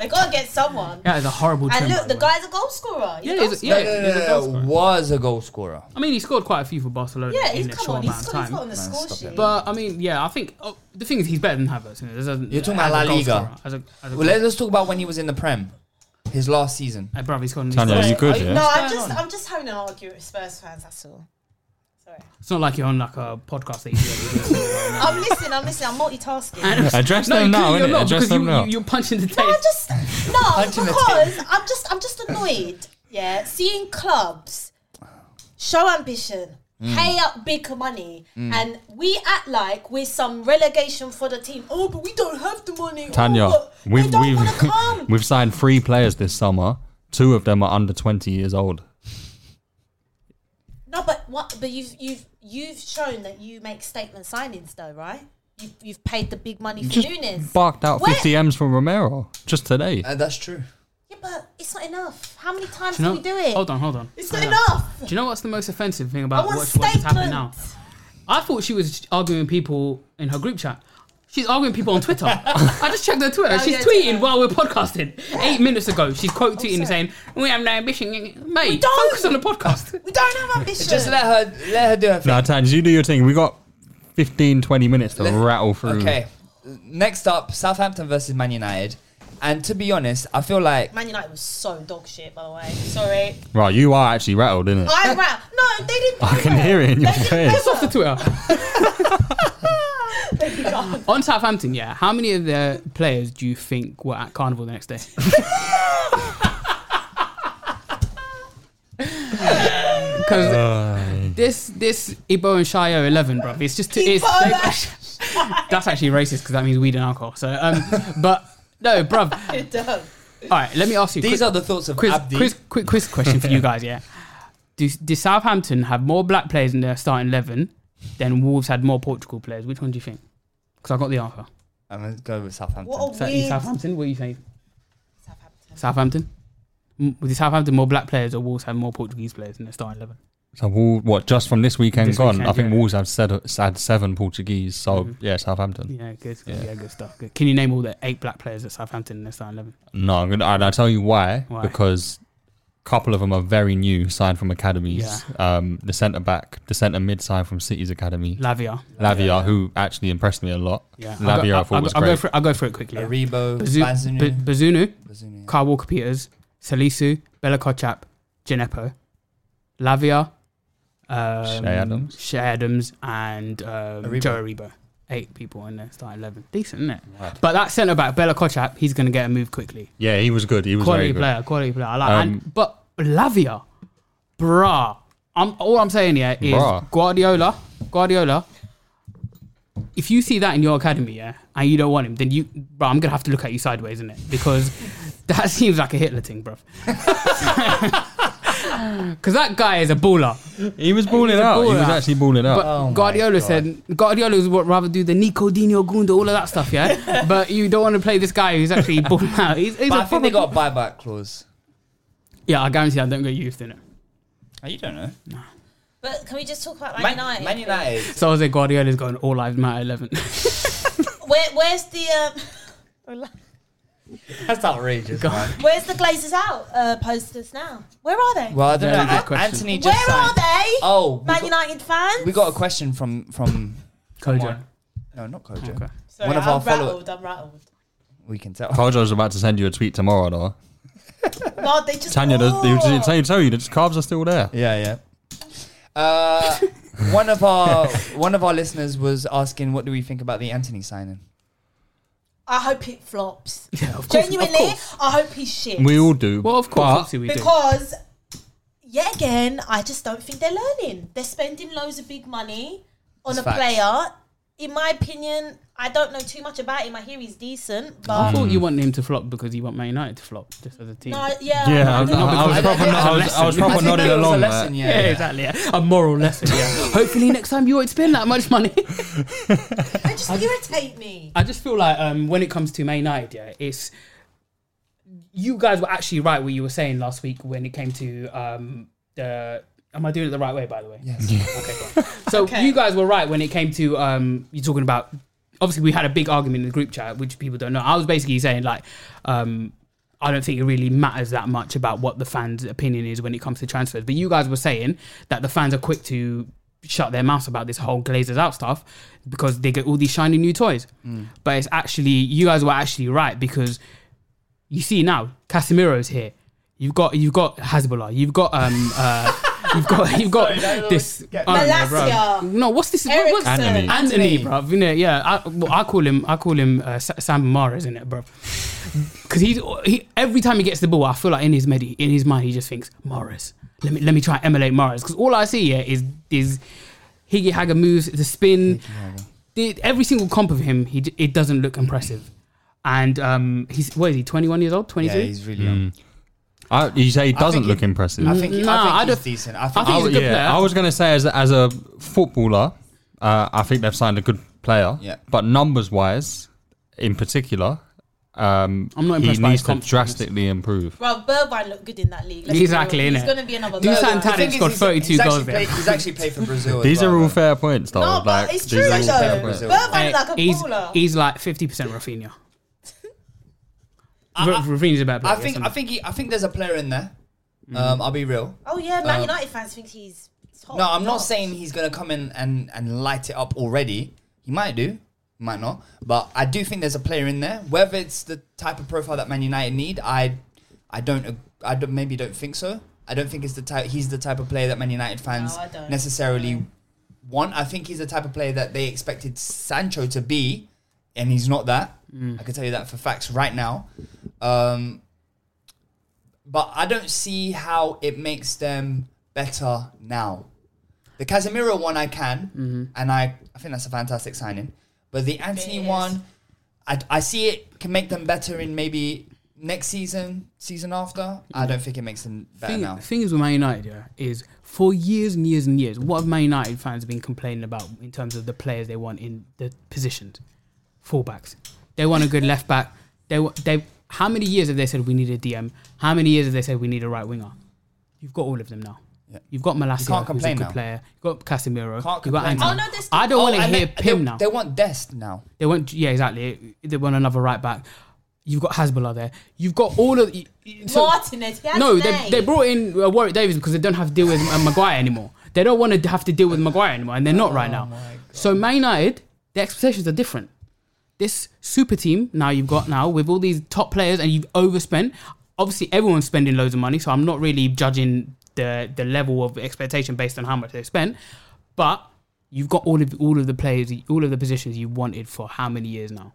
Speaker 4: They gotta get someone.
Speaker 1: That is a horrible
Speaker 4: And
Speaker 1: trim,
Speaker 4: look,
Speaker 1: by
Speaker 4: the
Speaker 1: the way.
Speaker 4: guy's a goal scorer. He's
Speaker 1: Yeah,
Speaker 4: a
Speaker 1: he's-
Speaker 4: goal
Speaker 1: yeah,
Speaker 4: scorer.
Speaker 1: he's a goal scorer.
Speaker 8: Was a goal scorer.
Speaker 1: I mean, he scored quite a few for Barcelona
Speaker 4: Yeah, he's-
Speaker 1: in a
Speaker 4: come
Speaker 1: short
Speaker 4: on, he's
Speaker 1: amount of
Speaker 4: got-
Speaker 1: time.
Speaker 4: he's got on the Man, score stop it. sheet.
Speaker 1: But I mean, yeah, I think oh, the thing is he's better than Havertz. You know, there's a,
Speaker 8: You're talking about La
Speaker 1: as a goal
Speaker 8: Liga.
Speaker 1: scorer, As a, as a
Speaker 8: Well, let- let's talk about when he was in the Prem, his last season.
Speaker 1: Hey, Uh, bruv, he's got
Speaker 5: Tanya, you good? Yeah.
Speaker 4: No, I'm just, I'm just having an argument with Spurs fans. That's all.
Speaker 1: it's not like you're on like a podcast that you do. every day.
Speaker 4: I'm listening. I'm listening. I'm multitasking.
Speaker 1: And-
Speaker 5: Address
Speaker 1: no,
Speaker 5: them
Speaker 1: you
Speaker 5: now,
Speaker 1: clearly
Speaker 5: innit?
Speaker 1: You're not,
Speaker 5: Address
Speaker 1: because
Speaker 5: them
Speaker 1: you,
Speaker 5: now.
Speaker 1: You, you're punching the tape.
Speaker 4: No, I just no
Speaker 1: the
Speaker 4: because I'm just I'm just annoyed. Yeah, seeing clubs show ambition,
Speaker 15: Mm.
Speaker 4: pay up big money,
Speaker 5: Mm.
Speaker 4: and we act like we're some relegation for the team. Oh, but we don't have the money.
Speaker 5: Tanya,
Speaker 4: oh, but
Speaker 5: we've
Speaker 4: they don't
Speaker 5: we've
Speaker 4: want to come.
Speaker 5: we've signed three players this summer. Two of them are under twenty years old.
Speaker 4: no, but what? But you've you've you've shown that you make statement signings, though, right? You've, you've paid the big money for
Speaker 5: Just
Speaker 4: Nunes.
Speaker 5: barked out
Speaker 4: Where- Uh,
Speaker 5: fifty m's from Romero just today.
Speaker 8: Uh, that's true.
Speaker 4: Yeah, but it's not enough. How many times
Speaker 1: Do you
Speaker 4: can we do it?
Speaker 1: Hold on, hold on.
Speaker 4: It's not
Speaker 1: Hold on.
Speaker 4: enough.
Speaker 1: Do you know what's the most offensive thing
Speaker 4: I
Speaker 1: about
Speaker 4: want
Speaker 1: what's, what's happening now? I thought she was arguing with people in her group chat. She's arguing people on Twitter. I just checked her Twitter.
Speaker 16: Oh,
Speaker 1: she's
Speaker 16: yeah,
Speaker 1: tweeting while we're podcasting. Eight minutes ago, she's
Speaker 4: Oh,
Speaker 1: quote tweeting saying, "We have no ambition, mate. Focus on the podcast."
Speaker 4: We don't have ambition.
Speaker 8: Just let her let her do her thing.
Speaker 5: Now, Tanya, you do your thing. We got 15, 20 minutes to rattle through.
Speaker 8: Okay. Next up, Southampton versus Man United. And to be honest, I feel like
Speaker 4: Man United was so dog shit, by the way. Sorry.
Speaker 5: Right, you are actually rattled, innit?
Speaker 4: I ra- No, they didn't.
Speaker 5: I can hear it in your face.
Speaker 1: off the Twitter. on Southampton, yeah. How many of their players do you think were at Carnival the next day? Because this this Ibo and Shire eleven, bro, it's just too, it's, that's actually racist because that means weed and alcohol. So, um, but no, bruv.
Speaker 4: It does.
Speaker 1: All right, let me ask you.
Speaker 8: These are the thoughts of
Speaker 1: quiz,
Speaker 8: Abdi.
Speaker 1: Quiz, quick quiz question for you guys. Yeah, do, do Southampton have more black players in their starting eleven than Wolves had more Portugal players? Which one do you think? Because I got the answer.
Speaker 8: I'm gonna go with Southampton.
Speaker 4: What a
Speaker 1: So,
Speaker 4: weird.
Speaker 1: Southampton. What are you saying? Southampton. Southampton. Mm, Did Southampton more black players or Wolves had more Portuguese players in their starting eleven?
Speaker 5: So Wol- what? Just from this weekend
Speaker 1: This
Speaker 5: gone,
Speaker 1: weekend,
Speaker 5: I think
Speaker 1: yeah.
Speaker 5: Wolves have said, had seven Portuguese. So
Speaker 1: Mhm.
Speaker 5: yeah, Southampton.
Speaker 1: Yeah, good. good, Yeah, good stuff. Good. Can you name all the eight black players at Southampton in their starting eleven?
Speaker 5: No, I'm gonna, and I'll tell you why,
Speaker 1: Why?
Speaker 5: Because a couple of them are very new, signed from academies. Um, the centre back, the centre mid, signed from City's academy.
Speaker 1: Lavia.
Speaker 5: Lavia, who actually impressed me a lot.
Speaker 1: Yeah, I'll
Speaker 5: Lavia,
Speaker 1: go-
Speaker 5: I thought
Speaker 1: I'll,
Speaker 5: was
Speaker 1: I'll
Speaker 5: great.
Speaker 1: Go for, I'll go for it quickly. yeah.
Speaker 8: Aribo,
Speaker 1: Bazu-
Speaker 8: Bazunu.
Speaker 1: B- Bazunu, Kyle Walker Peters, Salisu, Bella Kochap, Gineppo, Lavia, um,
Speaker 5: Shay Adams.
Speaker 1: Shay Adams, and um,
Speaker 5: Aribo.
Speaker 1: Joe Aribo. Eight people in the starting eleven. Decent, isn't it? But that centre back, Bella Kochap, he's going to get a move quickly.
Speaker 5: yeah, he was good. He was very
Speaker 1: quality
Speaker 5: good.
Speaker 1: player, quality player. I like,
Speaker 5: Um,
Speaker 1: and, but Lavia, brah. I'm all I'm saying here is
Speaker 5: Brah.
Speaker 1: Guardiola, Guardiola. If you see that in your academy, yeah, and you don't want him, then you, bro, I'm gonna have to look at you sideways, isn't it? Because that seems like a Hitler thing, bro. Because that guy is a baller.
Speaker 5: He was balling
Speaker 1: a
Speaker 5: out. He was
Speaker 1: baller.
Speaker 5: actually balling out.
Speaker 1: But
Speaker 5: Oh my
Speaker 1: Guardiola said Guardiola would rather do the Nicodinho Gundo, all of that stuff, yeah. but you don't want to play this guy who's actually balling out. He's, he's
Speaker 8: but
Speaker 1: a
Speaker 8: I think they
Speaker 1: proper-
Speaker 8: got a buyback clause.
Speaker 1: yeah, I guarantee I don't get used in it.
Speaker 8: Oh, you don't know.
Speaker 6: But can we just talk about Man,
Speaker 8: Man-
Speaker 6: United?
Speaker 8: Man United.
Speaker 1: So Jose Guardiola's going all lives matter eleven.
Speaker 6: Where, where's the um,
Speaker 8: That's outrageous, man.
Speaker 6: where's the Glazers out uh, posters now? Where are they?
Speaker 8: Well, I don't
Speaker 1: Very
Speaker 8: know.
Speaker 1: good
Speaker 8: An-
Speaker 1: question.
Speaker 8: Anthony
Speaker 6: Where
Speaker 8: just
Speaker 6: are
Speaker 8: signed.
Speaker 6: they?
Speaker 8: Oh, we
Speaker 6: Man
Speaker 8: got-
Speaker 6: United fans.
Speaker 8: We got a question from from
Speaker 1: Kojo.
Speaker 8: someone. No, not Kojo.
Speaker 6: Sorry,
Speaker 8: One of
Speaker 6: I'm
Speaker 8: our followers.
Speaker 6: rattled. I'm rattled.
Speaker 8: We can tell.
Speaker 5: Kojo's about to send you a tweet tomorrow, though.
Speaker 6: No, they just.
Speaker 5: Tanya, does, they
Speaker 6: Oh.
Speaker 5: didn't say tell you, the calves are still there.
Speaker 8: Yeah, yeah. Uh, one of our one of our listeners was asking, "What do we think about the Anthony signing?"
Speaker 6: I hope it flops.
Speaker 1: of course,
Speaker 6: Genuinely,
Speaker 1: of course.
Speaker 6: I hope he shit.
Speaker 5: We all do.
Speaker 1: Well, of course,
Speaker 5: but-
Speaker 1: obviously we do.
Speaker 6: because yet again, I just don't think they're learning. They're spending loads of big money on
Speaker 8: It's
Speaker 6: a
Speaker 8: facts.
Speaker 6: player. In my opinion, I don't know too much about him. I hear he's decent,
Speaker 1: I
Speaker 6: but
Speaker 1: thought you want him to flop because you want Man United to flop, just as a team.
Speaker 6: no, yeah,
Speaker 5: Yeah, I was, I,
Speaker 1: Not
Speaker 5: I was
Speaker 1: because-
Speaker 5: proper, I was, I was
Speaker 1: I
Speaker 5: proper
Speaker 1: think
Speaker 5: nodding
Speaker 8: that was a
Speaker 5: along.
Speaker 8: lesson,
Speaker 5: like,
Speaker 8: yeah.
Speaker 1: Yeah, exactly. Yeah. A moral lesson. Yeah. Hopefully, next time you won't spend that much money.
Speaker 6: they just irritate me.
Speaker 1: I just feel like um, when it comes to Man United, yeah, it's you guys were actually right what you were saying last week when it came to um, the. Am I doing it the right way? By the way, yes. okay, cool. So you guys were right when it came to um, you talking about. Obviously, we had a big argument in the group chat, which people don't know. I was basically saying like, um, I don't think it really matters that much about what the fans' opinion is when it comes to transfers. But you guys were saying that the fans are quick to shut their mouths about this whole Glazers out stuff because they get all these shiny new toys. But it's actually you guys were actually right because you see now Casemiro's here. You've got you've got Hezbollah. You've got um uh, you've got you've got this I don't know, bro. No, what's this? what- what's
Speaker 5: Anthony.
Speaker 1: Anthony, bro. You know, yeah. I, well, I call him I call him uh, Sa- Sam Mara, isn't it, bro? Because he's he, every time he gets the ball, I feel like in his med, in his mind, he just thinks Morris. Let me let me try and emulate Morris because all I see here is is Higgy Haga moves the spin. The, every single comp of him, he d- it doesn't look impressive. And um, he's what is he? Twenty one years old? Twenty
Speaker 8: Yeah,
Speaker 1: two?
Speaker 8: he's really. young.
Speaker 5: I, you say it Mm. doesn't
Speaker 8: think
Speaker 5: look
Speaker 8: he-
Speaker 5: impressive.
Speaker 8: I think, he,
Speaker 1: Nah, I
Speaker 8: I think
Speaker 1: don't-
Speaker 8: he's decent. I
Speaker 1: I
Speaker 8: think.
Speaker 1: think he's a good
Speaker 5: yeah,
Speaker 1: player.
Speaker 5: I was gonna say as a, as a footballer, uh, I think they've signed a good player.
Speaker 8: Yeah.
Speaker 5: But numbers wise, in particular, um,
Speaker 1: I'm not
Speaker 5: he
Speaker 1: impressed by
Speaker 5: needs
Speaker 1: his
Speaker 5: to
Speaker 1: confidence.
Speaker 5: drastically improve.
Speaker 6: Bro, Burbine looked good in that league. Let's be
Speaker 1: Exactly,
Speaker 6: real.
Speaker 1: innit?
Speaker 6: He's going to be another
Speaker 1: Do
Speaker 6: Burbine.
Speaker 1: Sam
Speaker 8: the thing
Speaker 1: Tadic
Speaker 8: is,
Speaker 1: scored
Speaker 8: he's-
Speaker 1: 32
Speaker 8: he's
Speaker 1: goals
Speaker 8: actually
Speaker 1: there.
Speaker 8: Played, he's actually played for Brazil. as
Speaker 5: These
Speaker 8: well,
Speaker 5: are all
Speaker 8: though.
Speaker 5: fair points, though.
Speaker 6: No, but
Speaker 5: like,
Speaker 6: it's
Speaker 5: these
Speaker 6: true
Speaker 5: are all
Speaker 6: though.
Speaker 5: fair points.
Speaker 8: Brazil.
Speaker 6: Burbine like a
Speaker 1: he's,
Speaker 6: baller.
Speaker 1: he's like fifty percent Rafinha. R- Rafinha's a bad player.
Speaker 8: I think.
Speaker 1: yes,
Speaker 8: I think. He, I think there's a player in there.
Speaker 5: Mm-hmm.
Speaker 8: Um, I'll be real.
Speaker 6: oh yeah, Man
Speaker 8: Um,
Speaker 6: United fans think he's. top
Speaker 8: No, I'm not
Speaker 6: notch.
Speaker 8: saying he's gonna come in and and light it up already. He might do, might not. But I do think there's a player in there. Whether it's the type of profile that Man United need, I, I don't, ag- I don't, maybe don't think so. I don't think it's the type. He's the type of player that Man United fans
Speaker 6: No, I don't.
Speaker 8: necessarily want. I think he's the type of player that they expected Sancho to be, and he's not that. I can tell you that for facts right now. Um, but I don't see how it makes them better now. The Casemiro one I can,
Speaker 1: Mm-hmm.
Speaker 8: and I, I think that's a fantastic signing. But the Anthony one, I, I see it can make them better in maybe next season, season after. I
Speaker 1: Mm-hmm.
Speaker 8: don't think it makes them better
Speaker 1: thing,
Speaker 8: now.
Speaker 1: thing is with Man United yeah, is for years and years and years, what have Man United fans been complaining about in terms of the players they want in the positions? Fullbacks. They want a good left back. They wa- they. How many years have they said we need a DM? How many years have they said we need a right winger? You've got all of them now. You've got
Speaker 8: You
Speaker 1: Malacia,
Speaker 8: can't
Speaker 1: who's a
Speaker 8: complain
Speaker 1: good
Speaker 8: now.
Speaker 1: player. You've got Casemiro.
Speaker 8: Can't
Speaker 1: you've
Speaker 8: complain.
Speaker 1: got Anthony.
Speaker 8: Oh, no, there's-
Speaker 1: I don't
Speaker 8: oh,
Speaker 1: want to
Speaker 8: and
Speaker 1: hear
Speaker 8: they-
Speaker 1: Pim
Speaker 8: they-
Speaker 1: now.
Speaker 8: they want Dest now.
Speaker 1: They want, yeah, exactly. They want another right back. You've got Hasbulla there. You've got all of. y- y- so-
Speaker 4: Martinez. he has
Speaker 1: no,
Speaker 4: a
Speaker 1: they,
Speaker 4: name.
Speaker 1: they brought in uh, Warwick Davis because they don't have to deal with uh, Maguire anymore. They don't want to have to deal with Maguire anymore, and they're not
Speaker 4: Oh
Speaker 1: right now. So Man United, the expectations are different. This super team now you've got now with all these top players, and you've overspent. Obviously, everyone's spending loads of money, so I'm not really judging the the level of expectation based on how much they spent. But you've got all of all of the players, all of the positions you wanted for how many years now.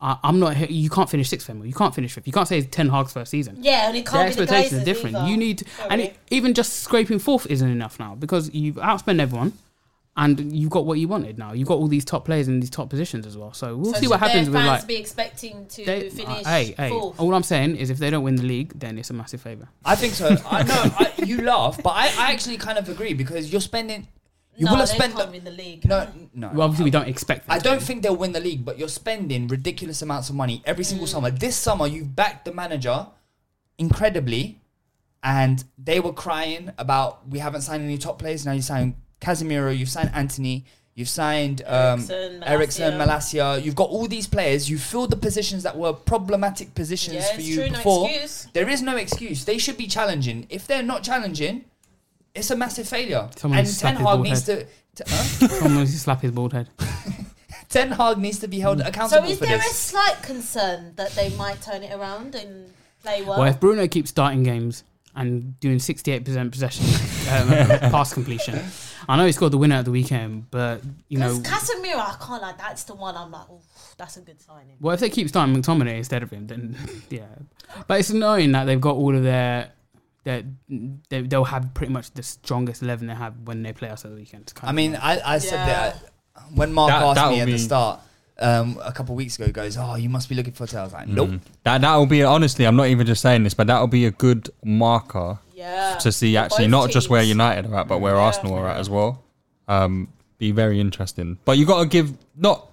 Speaker 1: I, I'm not. he- You can't finish sixth, anymore. You can't finish fifth. You can't say it's ten Hag's first season.
Speaker 4: Yeah, and it can't be the
Speaker 1: expectations
Speaker 4: Glazers
Speaker 1: are different.
Speaker 4: either.
Speaker 1: You need, and it, even just scraping fourth isn't enough now because you've outspent everyone, and you've got what you wanted now. You've got all these top players in these top positions as well. So we'll
Speaker 4: So
Speaker 1: see what
Speaker 4: should their
Speaker 1: happens with
Speaker 4: fans
Speaker 1: like.
Speaker 4: be expecting to
Speaker 1: they- uh,
Speaker 4: finish
Speaker 1: hey, hey!
Speaker 4: fourth.
Speaker 1: All I'm saying is, if they don't win the league, then it's a massive favour.
Speaker 8: I think so. I know I, you laugh, but I, I actually kind of agree because you're spending. You
Speaker 4: no,
Speaker 8: will have
Speaker 4: they
Speaker 8: spent.
Speaker 4: can't
Speaker 8: The,
Speaker 4: win the league.
Speaker 8: no, no.
Speaker 1: Well, obviously, we don't expect.
Speaker 8: I don't think they'll win the league, but you're spending ridiculous amounts of money every
Speaker 4: Mm.
Speaker 8: single summer. This summer, you've backed the manager incredibly, and they were crying about we haven't signed any top players. Now you signed Casemiro, you've signed Anthony, you've signed um,
Speaker 4: Eriksen, Malacia.
Speaker 8: Ericsson, Malasia. You've got all these players. You filled the positions that were problematic positions
Speaker 4: Yeah,
Speaker 8: for
Speaker 4: it's
Speaker 8: you
Speaker 4: true, no
Speaker 8: before.
Speaker 4: excuse.
Speaker 8: There is no excuse. They should be challenging. If they're not challenging, it's a massive failure.
Speaker 1: Someone
Speaker 8: and Ten
Speaker 1: slap his
Speaker 8: Hag
Speaker 1: bald
Speaker 8: needs to.
Speaker 1: head.
Speaker 8: to huh?
Speaker 1: Someone needs to slap his bald head.
Speaker 8: Ten Hag needs to be held
Speaker 4: So
Speaker 8: accountable
Speaker 4: is
Speaker 8: for
Speaker 4: there a
Speaker 8: this.
Speaker 4: slight concern that they might turn it around and play well?
Speaker 1: Well, if Bruno keeps starting games and doing 68% possession, um, pass completion, I know he scored the winner at the weekend, but you know,
Speaker 4: 'Cause Casemiro, I can't like. That's the one I'm like, oh, that's a good signing.
Speaker 1: well, if they keep starting McTominay instead of him, then yeah. But it's annoying that they've got all of their. their- They, they'll have pretty much the strongest 11 they have when they play us at the weekend. It's kind
Speaker 8: I
Speaker 1: of
Speaker 8: mean,
Speaker 1: annoying.
Speaker 8: I, I said that when Mark
Speaker 5: That-
Speaker 8: asked
Speaker 5: that
Speaker 8: me
Speaker 5: would
Speaker 8: at
Speaker 5: be-
Speaker 8: the start um, a couple of weeks ago, he goes, "Oh, you must be looking for." Taylor." I was like, "Nope."
Speaker 5: Mm. That that'll be honestly, I'm not even just saying this, but that'll be a good marker
Speaker 4: Yeah.
Speaker 5: to see
Speaker 4: For
Speaker 5: actually
Speaker 4: both
Speaker 5: not just where
Speaker 4: teams.
Speaker 5: United are at, but where Arsenal are at as well. Um, be very interesting. But you got to give not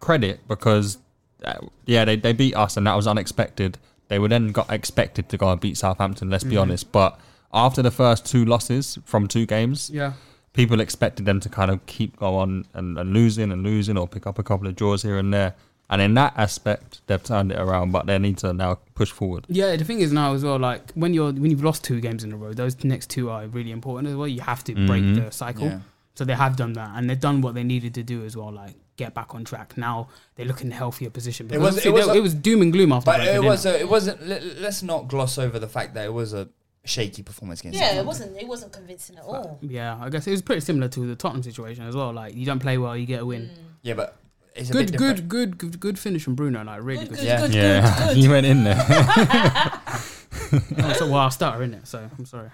Speaker 5: credit because uh, yeah, they they beat us and that was unexpected. They were then got expected to go and beat Southampton. Let's be
Speaker 1: Mhm.
Speaker 5: honest, but after the first two losses from two games,
Speaker 1: Yeah.
Speaker 5: people expected them to kind of keep going and, and losing and losing or pick up a couple of draws here and there. And in that aspect, they've turned it around, but they need to now push forward.
Speaker 1: Yeah, the thing is now as well, like when you're when you've lost two games in a row, those next two are really important as well. You have to break
Speaker 5: Mhm.
Speaker 1: the cycle.
Speaker 5: Yeah.
Speaker 1: So they have done that, and they've done what they needed to do as well, like get back on track. Now they look in a healthier position. Because obviously they- it, was, doom and gloom after.
Speaker 8: But
Speaker 1: Brentford,
Speaker 8: it
Speaker 1: innit?
Speaker 8: was. A, it wasn't. Let, let's not gloss over the fact that it was a shaky performance against.
Speaker 4: Yeah, it
Speaker 8: Southampton.
Speaker 4: wasn't. It wasn't convincing at all.
Speaker 1: yeah, I guess it was pretty similar to the Tottenham situation as well. Like you don't play well, you get a win.
Speaker 8: Yeah, but it's a
Speaker 1: Good,
Speaker 8: bit
Speaker 1: good, good, good, good finish from Bruno. Like really good.
Speaker 5: yeah, yeah. you went in there.
Speaker 1: Oh, so, well, I stutter in it, so I'm sorry.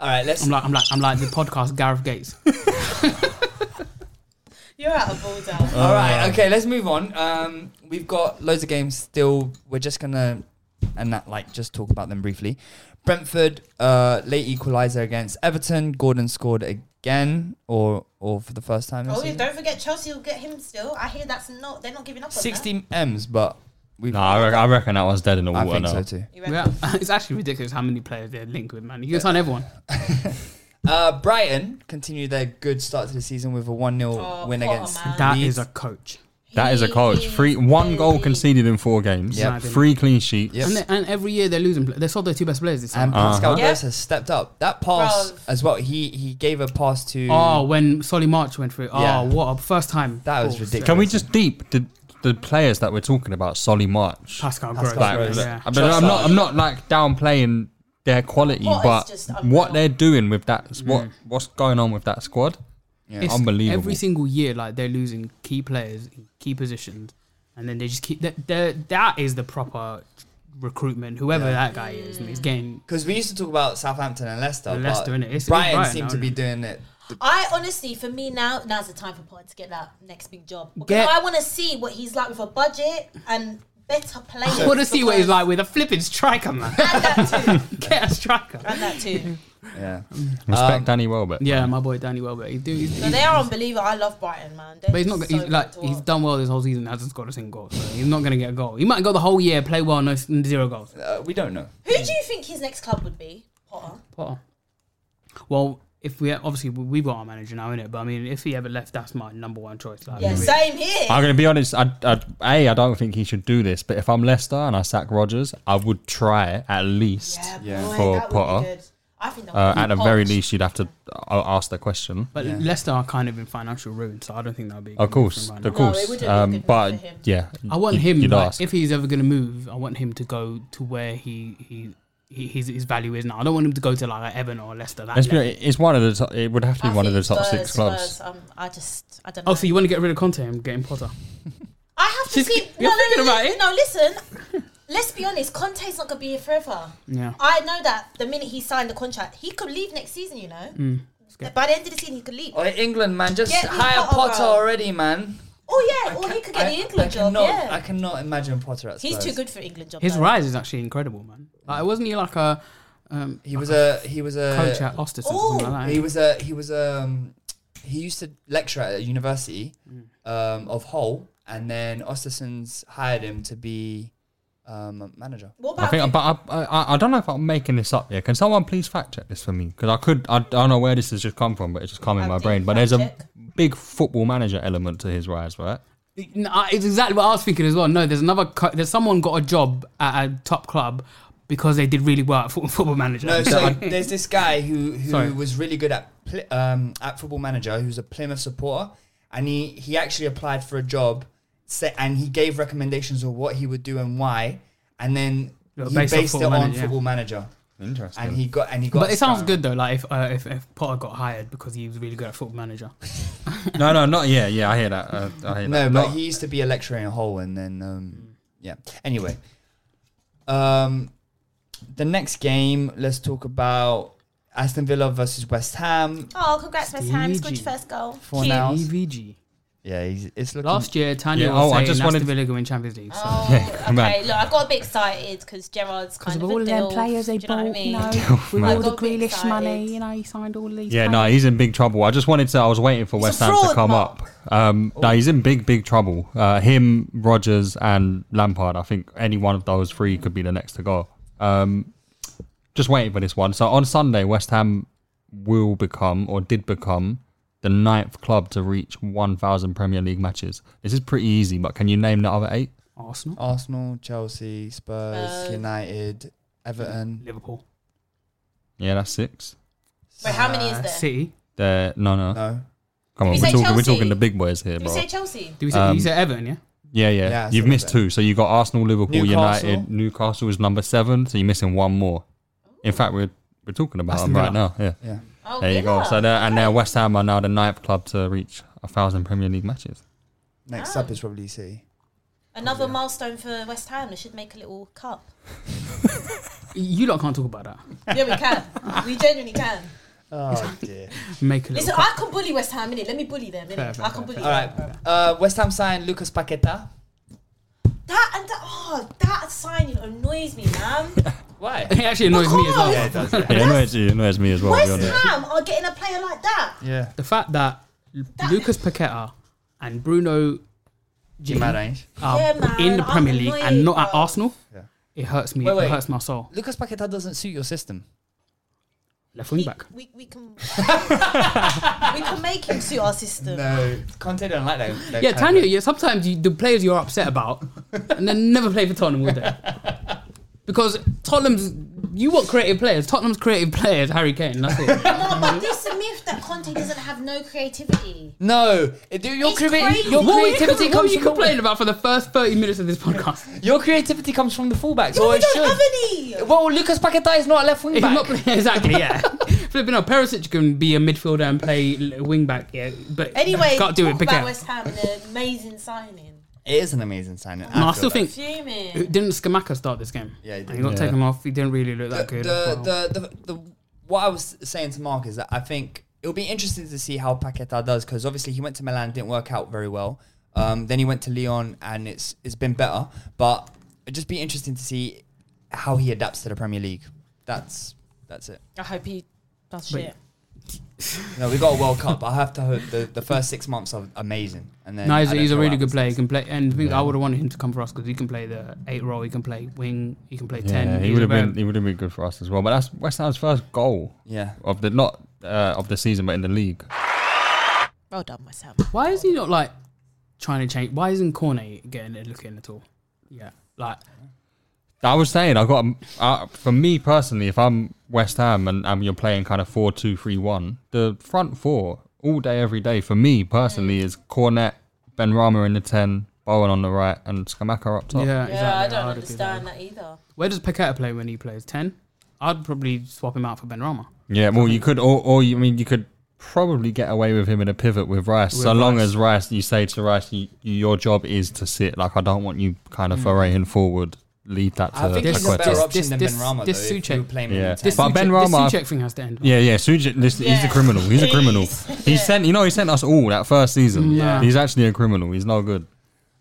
Speaker 8: All right, let's.
Speaker 1: I'm like, I'm like, I'm like the podcast Gareth Gates.
Speaker 4: You're out of order.
Speaker 8: All
Speaker 5: Uh,
Speaker 8: right, okay, let's move on. Um, we've got loads of games still. We're just gonna and that like just talk about them briefly. Brentford uh, late equaliser against Everton. Gordon scored again, or or for the first time. this
Speaker 4: Oh, yeah,
Speaker 8: season.
Speaker 4: don't forget Chelsea will get him still. I hear that's not. They're not giving up. On
Speaker 8: 60 M's, but we.
Speaker 5: Nah, I, rec- I reckon that one's dead in the
Speaker 8: I
Speaker 5: water
Speaker 8: think so
Speaker 5: now.
Speaker 8: too.
Speaker 1: Yeah, it's actually ridiculous how many players they're linked with, man. You can sign everyone.
Speaker 8: Uh, Brighton continue their good start to the season with a 1 0
Speaker 4: Oh,
Speaker 8: win against.
Speaker 1: That
Speaker 8: Leeds.
Speaker 1: is a coach.
Speaker 5: That is a coach. Three, one goal conceded in four games.
Speaker 8: Yep.
Speaker 5: Three clean sheets.
Speaker 1: And, they, and every year they're losing. pla- They sold their two best players this
Speaker 8: And
Speaker 1: time.
Speaker 8: Pascal
Speaker 1: Uh-huh.
Speaker 8: Gross has stepped up. That pass as well. He he gave a pass to.
Speaker 1: Oh, when Solly March went through. Oh,
Speaker 8: Yeah.
Speaker 1: what a first time.
Speaker 8: That was
Speaker 1: Oh,
Speaker 8: ridiculous.
Speaker 5: Can we just deep the the players that we're talking about? Solly March,
Speaker 1: Pascal
Speaker 5: Like,
Speaker 1: Gross.
Speaker 5: like,
Speaker 1: Yeah.
Speaker 5: I mean, I'm not. I'm not like downplaying their quality,
Speaker 1: What is
Speaker 5: but
Speaker 1: just
Speaker 5: what they're doing with that, what what's going on with that squad?
Speaker 1: It's
Speaker 5: Unbelievable.
Speaker 1: Every single year, like they're losing key players, in key positions, and then they just keep. That that- that is the proper recruitment. Whoever
Speaker 8: Yeah.
Speaker 1: that guy is, and he's getting.
Speaker 8: Because we used to talk about Southampton and Leicester.
Speaker 1: And Leicester,
Speaker 8: but
Speaker 1: innit? It's- it's
Speaker 8: Brighton,
Speaker 1: Brighton
Speaker 8: seem
Speaker 1: now,
Speaker 8: to be
Speaker 1: innit?
Speaker 8: doing it.
Speaker 4: I honestly, for me now, now's the time for Potter to get that next big job. Because
Speaker 1: Get-
Speaker 4: I want to see what he's like with a budget and better players.
Speaker 1: I want to see what he's like with a flipping striker, man. Get a striker.
Speaker 4: And that too.
Speaker 8: Yeah.
Speaker 5: Respect Danny Welbeck.
Speaker 1: Yeah, my boy Danny Welbeck. He's doing. He's,
Speaker 4: No, they are unbelievable. I love Brighton, man. They're
Speaker 1: But he's not.
Speaker 4: so
Speaker 1: he's like
Speaker 4: good to
Speaker 1: he's
Speaker 4: watch.
Speaker 1: done well this whole season. Hasn't scored a single goal. So he's not going to get a goal. He might go the whole year, play well, no s- zero goals.
Speaker 8: Uh, we don't know.
Speaker 4: Who do you think his next club would be? Potter.
Speaker 1: Potter. Well, if we obviously we- we've got our manager now in it, but I mean, if he ever left, that's my number one choice. Like,
Speaker 4: Yeah,
Speaker 1: really.
Speaker 4: same here.
Speaker 5: I'm going to be honest. I, I, a, I don't think he should do this. But if I'm Leicester and I sack Rogers, I would try at least
Speaker 1: Yeah,
Speaker 5: for
Speaker 1: boy, that would be
Speaker 5: Potter.
Speaker 1: good. I think that
Speaker 5: Uh,
Speaker 1: would be
Speaker 5: at the very
Speaker 1: hot.
Speaker 5: least, you'd have to uh, ask the question.
Speaker 1: But Leicester are kind of in financial ruin, so I don't think that would be. a
Speaker 5: Of
Speaker 1: good move
Speaker 5: course,
Speaker 1: for him right
Speaker 5: of
Speaker 1: now.
Speaker 5: course. um, but yeah,
Speaker 1: I want
Speaker 5: you'd-
Speaker 1: him.
Speaker 5: You'd
Speaker 1: like,
Speaker 5: ask.
Speaker 1: if he's ever going to move, I want him to go to where he he. he- His, his value is now. I don't want him to go to like Evan or Leicester. That
Speaker 5: Let's be
Speaker 1: level.
Speaker 5: honest, it's one of the. Top, it would have to be
Speaker 4: I
Speaker 5: one of the
Speaker 4: think
Speaker 5: top
Speaker 4: Spurs-
Speaker 5: six clubs.
Speaker 4: Spurs, um, I just, I don't know.
Speaker 1: Oh, so you want to get rid of Conte and get in Potter?
Speaker 4: I have to
Speaker 1: She's-
Speaker 4: see.
Speaker 1: you're
Speaker 4: no, no,
Speaker 1: thinking
Speaker 4: no,
Speaker 1: about
Speaker 4: no,
Speaker 1: it.
Speaker 4: no, listen. Let's be honest. Conte's not gonna be here forever.
Speaker 1: Yeah.
Speaker 4: I know that. The minute he signed the contract, he could leave next season. You know.
Speaker 1: Mm.
Speaker 4: By the end of the season, he could leave.
Speaker 8: Or Oh, England, man, just
Speaker 4: Get me
Speaker 8: hire
Speaker 4: Potter,
Speaker 8: Potter
Speaker 4: bro.
Speaker 8: already, man.
Speaker 4: Oh yeah, or he could get the England job.
Speaker 8: cannot,
Speaker 4: yeah.
Speaker 8: I cannot imagine Potter at Spurs.
Speaker 4: He's too good for England job.
Speaker 1: His
Speaker 4: though.
Speaker 1: rise is actually incredible, man. Like, wasn't he like a? Um,
Speaker 8: He was a he was a
Speaker 1: coach at Osterson. or something like that.
Speaker 8: He was a he was um he used to lecture at a university
Speaker 1: Mm.
Speaker 8: um, of Hull, and then Osterson's hired him to be um, manager.
Speaker 5: I think, but I, I, I don't know if I'm making this up here. Can someone please fact check this for me? Because I could, I, don't know where this has just come from, but it's just come in my brain. But there's a big football manager element to his rise, right?
Speaker 1: No, I- it's exactly what I was thinking as well. No, there's another. Co- there's someone got a job at a top club because they did really well at Football, football Manager.
Speaker 8: No, so there's this guy who who
Speaker 1: Sorry.
Speaker 8: was really good at pl- um, at football manager, who's a Plymouth supporter, and he he actually applied for a job, sa- and he gave recommendations of what he would do and why, and then
Speaker 1: Yeah,
Speaker 8: he
Speaker 1: based
Speaker 8: based,
Speaker 1: on
Speaker 8: it
Speaker 1: Football
Speaker 8: on
Speaker 1: Manager, yeah.
Speaker 8: football manager.
Speaker 5: Interesting.
Speaker 8: And he got and he got.
Speaker 1: but it sounds
Speaker 8: Sky.
Speaker 1: good though. Like if, uh, if if Potter got hired because he was really good at Football Manager.
Speaker 5: no, no, not yeah, yeah. I hear that. Uh, I hear
Speaker 8: No,
Speaker 5: that.
Speaker 8: but
Speaker 5: Not-
Speaker 8: he used to be a lecturer in Hull, and then
Speaker 1: Mm.
Speaker 8: um, yeah. Anyway, um, the next game let's talk about Aston Villa versus West Ham.
Speaker 4: Oh, congrats, West Ham.
Speaker 8: Stevie
Speaker 4: Scored
Speaker 8: G.
Speaker 4: your first goal.
Speaker 8: Four
Speaker 4: Cute.
Speaker 8: now.
Speaker 1: EVG.
Speaker 8: Yeah, he's, it's looking.
Speaker 1: Last year, Tanya
Speaker 8: Yeah,
Speaker 1: was
Speaker 8: oh, I
Speaker 1: saying
Speaker 8: just
Speaker 1: just wanted
Speaker 8: wanted-
Speaker 1: Villa go in Champions League. So.
Speaker 5: come on.
Speaker 4: Okay, look, I got a bit excited because Gerard's kind
Speaker 17: of
Speaker 4: of
Speaker 17: all
Speaker 4: a
Speaker 17: them
Speaker 4: dilf,
Speaker 17: players they
Speaker 4: do you know what I
Speaker 17: bought,
Speaker 4: mean?
Speaker 17: no,
Speaker 5: with all
Speaker 4: I
Speaker 5: the
Speaker 4: got a bit
Speaker 17: Grealish money,
Speaker 4: excited.
Speaker 17: you know, he signed all these.
Speaker 5: Yeah, no, he's in big trouble. I just wanted to. I was waiting for West Ham to
Speaker 17: fraud,
Speaker 5: come up. Um, no, he's in big, big trouble. Uh, him, Rogers, and Lampard. I think any one of those three could be the next to go. Um, just waiting for this one. So on Sunday, West Ham will become or did become the ninth club to reach 1,000 Premier League matches. This is pretty easy, but can you name the other eight?
Speaker 1: Arsenal,
Speaker 8: Oh, Arsenal, Chelsea, Spurs,
Speaker 4: Spurs.
Speaker 8: United, Everton,
Speaker 1: Liverpool.
Speaker 5: Yeah, that's six.
Speaker 4: Wait, how many
Speaker 1: Uh,
Speaker 4: is there?
Speaker 1: City.
Speaker 5: They're, no, no,
Speaker 8: no.
Speaker 5: Come
Speaker 4: Did
Speaker 5: on,
Speaker 4: we
Speaker 5: we're
Speaker 4: say
Speaker 5: talking. We're
Speaker 4: Chelsea?
Speaker 5: talking the big boys here,
Speaker 4: Did we
Speaker 5: bro.
Speaker 4: say Chelsea?
Speaker 1: Do we say,
Speaker 5: Um,
Speaker 1: you say Everton? Yeah.
Speaker 5: Yeah, yeah.
Speaker 8: Yeah, I
Speaker 5: You've
Speaker 8: said
Speaker 5: missed
Speaker 8: that.
Speaker 5: two. So you got Arsenal, Liverpool,
Speaker 8: Newcastle.
Speaker 5: United. Newcastle is number seven. So you're missing one more. In fact, we're we're talking about
Speaker 8: Aston
Speaker 5: them right
Speaker 8: Villa.
Speaker 5: now. Yeah.
Speaker 8: Yeah.
Speaker 4: Oh,
Speaker 5: there you go.
Speaker 4: Villa.
Speaker 5: So they're, and now West Ham are now the ninth club to reach a thousand Premier League matches.
Speaker 8: Next up is probably City.
Speaker 4: Another milestone for West Ham. They should make a little cup.
Speaker 1: You lot can't talk about that.
Speaker 4: Yeah, we can. we genuinely can.
Speaker 8: Oh dear.
Speaker 1: Make a little.
Speaker 4: Listen,
Speaker 1: cut.
Speaker 4: I can bully West Ham innit? Let me bully them.
Speaker 1: Fair,
Speaker 4: Innit?
Speaker 1: fair,
Speaker 4: I can bully
Speaker 1: fair,
Speaker 8: All right.
Speaker 4: them.
Speaker 8: Uh, West Ham signed Lucas Paqueta.
Speaker 4: That and that. Oh, that signing annoys me, man.
Speaker 8: Why?
Speaker 1: it actually annoys me as well.
Speaker 4: Yeah,
Speaker 8: it does,
Speaker 5: Yeah, it annoys, it annoys me as well. to be
Speaker 4: West
Speaker 5: honest.
Speaker 4: Ham are getting a player like that.
Speaker 8: Yeah.
Speaker 1: The fact that, Lucas Paqueta and Bruno G
Speaker 8: Guimarães.
Speaker 1: are
Speaker 4: Yeah, man,
Speaker 1: in the
Speaker 4: I'm
Speaker 1: Premier League and
Speaker 4: annoyed,
Speaker 1: not at
Speaker 4: bro.
Speaker 1: Arsenal,
Speaker 8: Yeah.
Speaker 1: it hurts me.
Speaker 8: Wait, wait.
Speaker 1: It hurts my soul.
Speaker 8: Lucas Paqueta doesn't suit your system.
Speaker 1: Left wing
Speaker 4: We,
Speaker 1: back.
Speaker 4: we, we can we can make him suit our system.
Speaker 8: No, Conte don't like that. that
Speaker 1: Yeah,
Speaker 8: kind of-
Speaker 1: Tanya. Yeah, sometimes you, the players you're upset about, and then never play for Tottenham, will they? Because Tottenham's you want creative players. Tottenham's creative players, Harry Kane. That's it.
Speaker 4: No, but this is a myth that Conte doesn't have no creativity.
Speaker 8: No, it- your,
Speaker 4: It's
Speaker 8: creativity,
Speaker 4: crazy.
Speaker 8: your
Speaker 4: What were you
Speaker 8: creativity
Speaker 1: what were
Speaker 8: comes
Speaker 1: you
Speaker 8: from the-
Speaker 1: complaining about for the first thirty minutes of this podcast?
Speaker 8: your creativity comes from the fullbacks. or
Speaker 4: we
Speaker 8: it
Speaker 4: don't
Speaker 8: should.
Speaker 4: have any.
Speaker 8: Well, Lucas Paqueta is not a left wing
Speaker 1: He's
Speaker 8: back.
Speaker 1: not playing- exactly. Yeah, flipping out. Perisic can be a midfielder and play l- wing back. Yeah, but
Speaker 4: Anyway,
Speaker 1: can't do
Speaker 4: talk
Speaker 1: it. Pick
Speaker 4: about
Speaker 1: out.
Speaker 4: West Ham and an amazing signing.
Speaker 8: It is an amazing signing.
Speaker 1: No, I still
Speaker 8: feel that.
Speaker 1: think
Speaker 4: Fuming.
Speaker 1: didn't Skamaka start this game?
Speaker 8: Yeah, he
Speaker 1: And
Speaker 8: did.
Speaker 1: he got
Speaker 8: Yeah.
Speaker 1: taken off. He didn't really look
Speaker 8: the,
Speaker 1: that good. as well.
Speaker 8: the, the, the, the, what I was saying to Mark is that I think it'll be interesting to see how Paqueta does because obviously he went to Milan, didn't work out very well. Um, then he went to Lyon and it's it's been better, but it'd just be interesting to see how he adapts to the Premier League. That's that's it.
Speaker 4: I hope he does
Speaker 1: But-
Speaker 4: shit.
Speaker 8: No, we got a World Cup. I have to hope the, the first six months are amazing, and then
Speaker 1: No, he's,
Speaker 8: I don't
Speaker 1: he's a
Speaker 8: know
Speaker 1: really
Speaker 8: what
Speaker 1: good
Speaker 8: happens.
Speaker 1: player. He can play, and I think I would have wanted him to come for us because he can play the eight role, he can play wing, he can play ten.
Speaker 5: Yeah, he
Speaker 1: He's
Speaker 5: would have
Speaker 1: a very-
Speaker 5: been. He would have been good for us as well. But that's West Ham's first goal
Speaker 8: Yeah,
Speaker 5: of the not uh, of the season, but in the league.
Speaker 4: Well done, myself.
Speaker 1: Why is he not like trying to change? Why isn't Corne getting a look in at all? Yeah, like
Speaker 5: I was saying, I got uh, for me personally, if I'm West Ham and, and you're playing kind of 4 2 3 1, the front four all day, every day for me personally is Cornet, Ben Rama in the 10, Bowen on the right, and Skamaka up top.
Speaker 1: Yeah,
Speaker 4: Yeah,
Speaker 1: exactly.
Speaker 4: I don't
Speaker 1: I'd agree with
Speaker 4: understand that either.
Speaker 1: Where does Paqueta play when he plays ten? I'd probably swap him out for Ben Rama.
Speaker 5: Yeah, well, you could, or, or you I mean, you could probably get away with him in a pivot with Rice,
Speaker 1: With
Speaker 5: so long
Speaker 1: Rice.
Speaker 5: as Rice, you say to Rice, you, you- your job is to sit. Like, I don't want you kind of
Speaker 1: Mm.
Speaker 5: foraying forward. Leave that to
Speaker 8: I think he's a
Speaker 5: Paqueta.
Speaker 8: better option than Ben Rama,
Speaker 1: this
Speaker 8: though, if you
Speaker 1: Suchet-
Speaker 8: were playing him in
Speaker 5: Yeah,
Speaker 8: the 10.
Speaker 5: but Ben Rama.
Speaker 1: This Suchet thing has to end.
Speaker 5: Yeah, yeah. Sujic, this, he's a criminal. He's a criminal. He sent, you know, he sent us all that first season.
Speaker 8: Yeah.
Speaker 5: He's actually a criminal. He's no good.